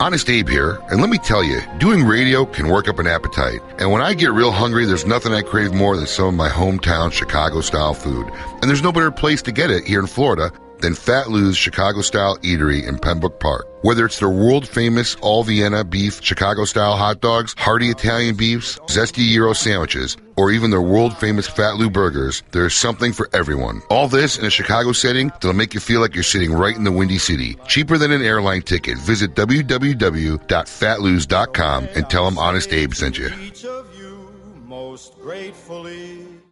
Speaker 5: Honest Abe here, and let me tell you, doing radio can work up an appetite. And when I get real hungry, there's nothing I crave more than some of my hometown Chicago style food. And there's no better place to get it here in Florida than Fat Lou's Chicago style eatery in Pembroke Park. Whether it's their world famous all Vienna beef, Chicago style hot dogs, hearty Italian beefs, zesty gyro sandwiches, or even their world famous Fat Lou burgers, there's something for everyone. All this in a Chicago setting that'll make you feel like you're sitting right in the Windy City. Cheaper than an airline ticket. Visit www.fatloos.com and tell them Honest Abe sent you.
Speaker 23: Most gratefully.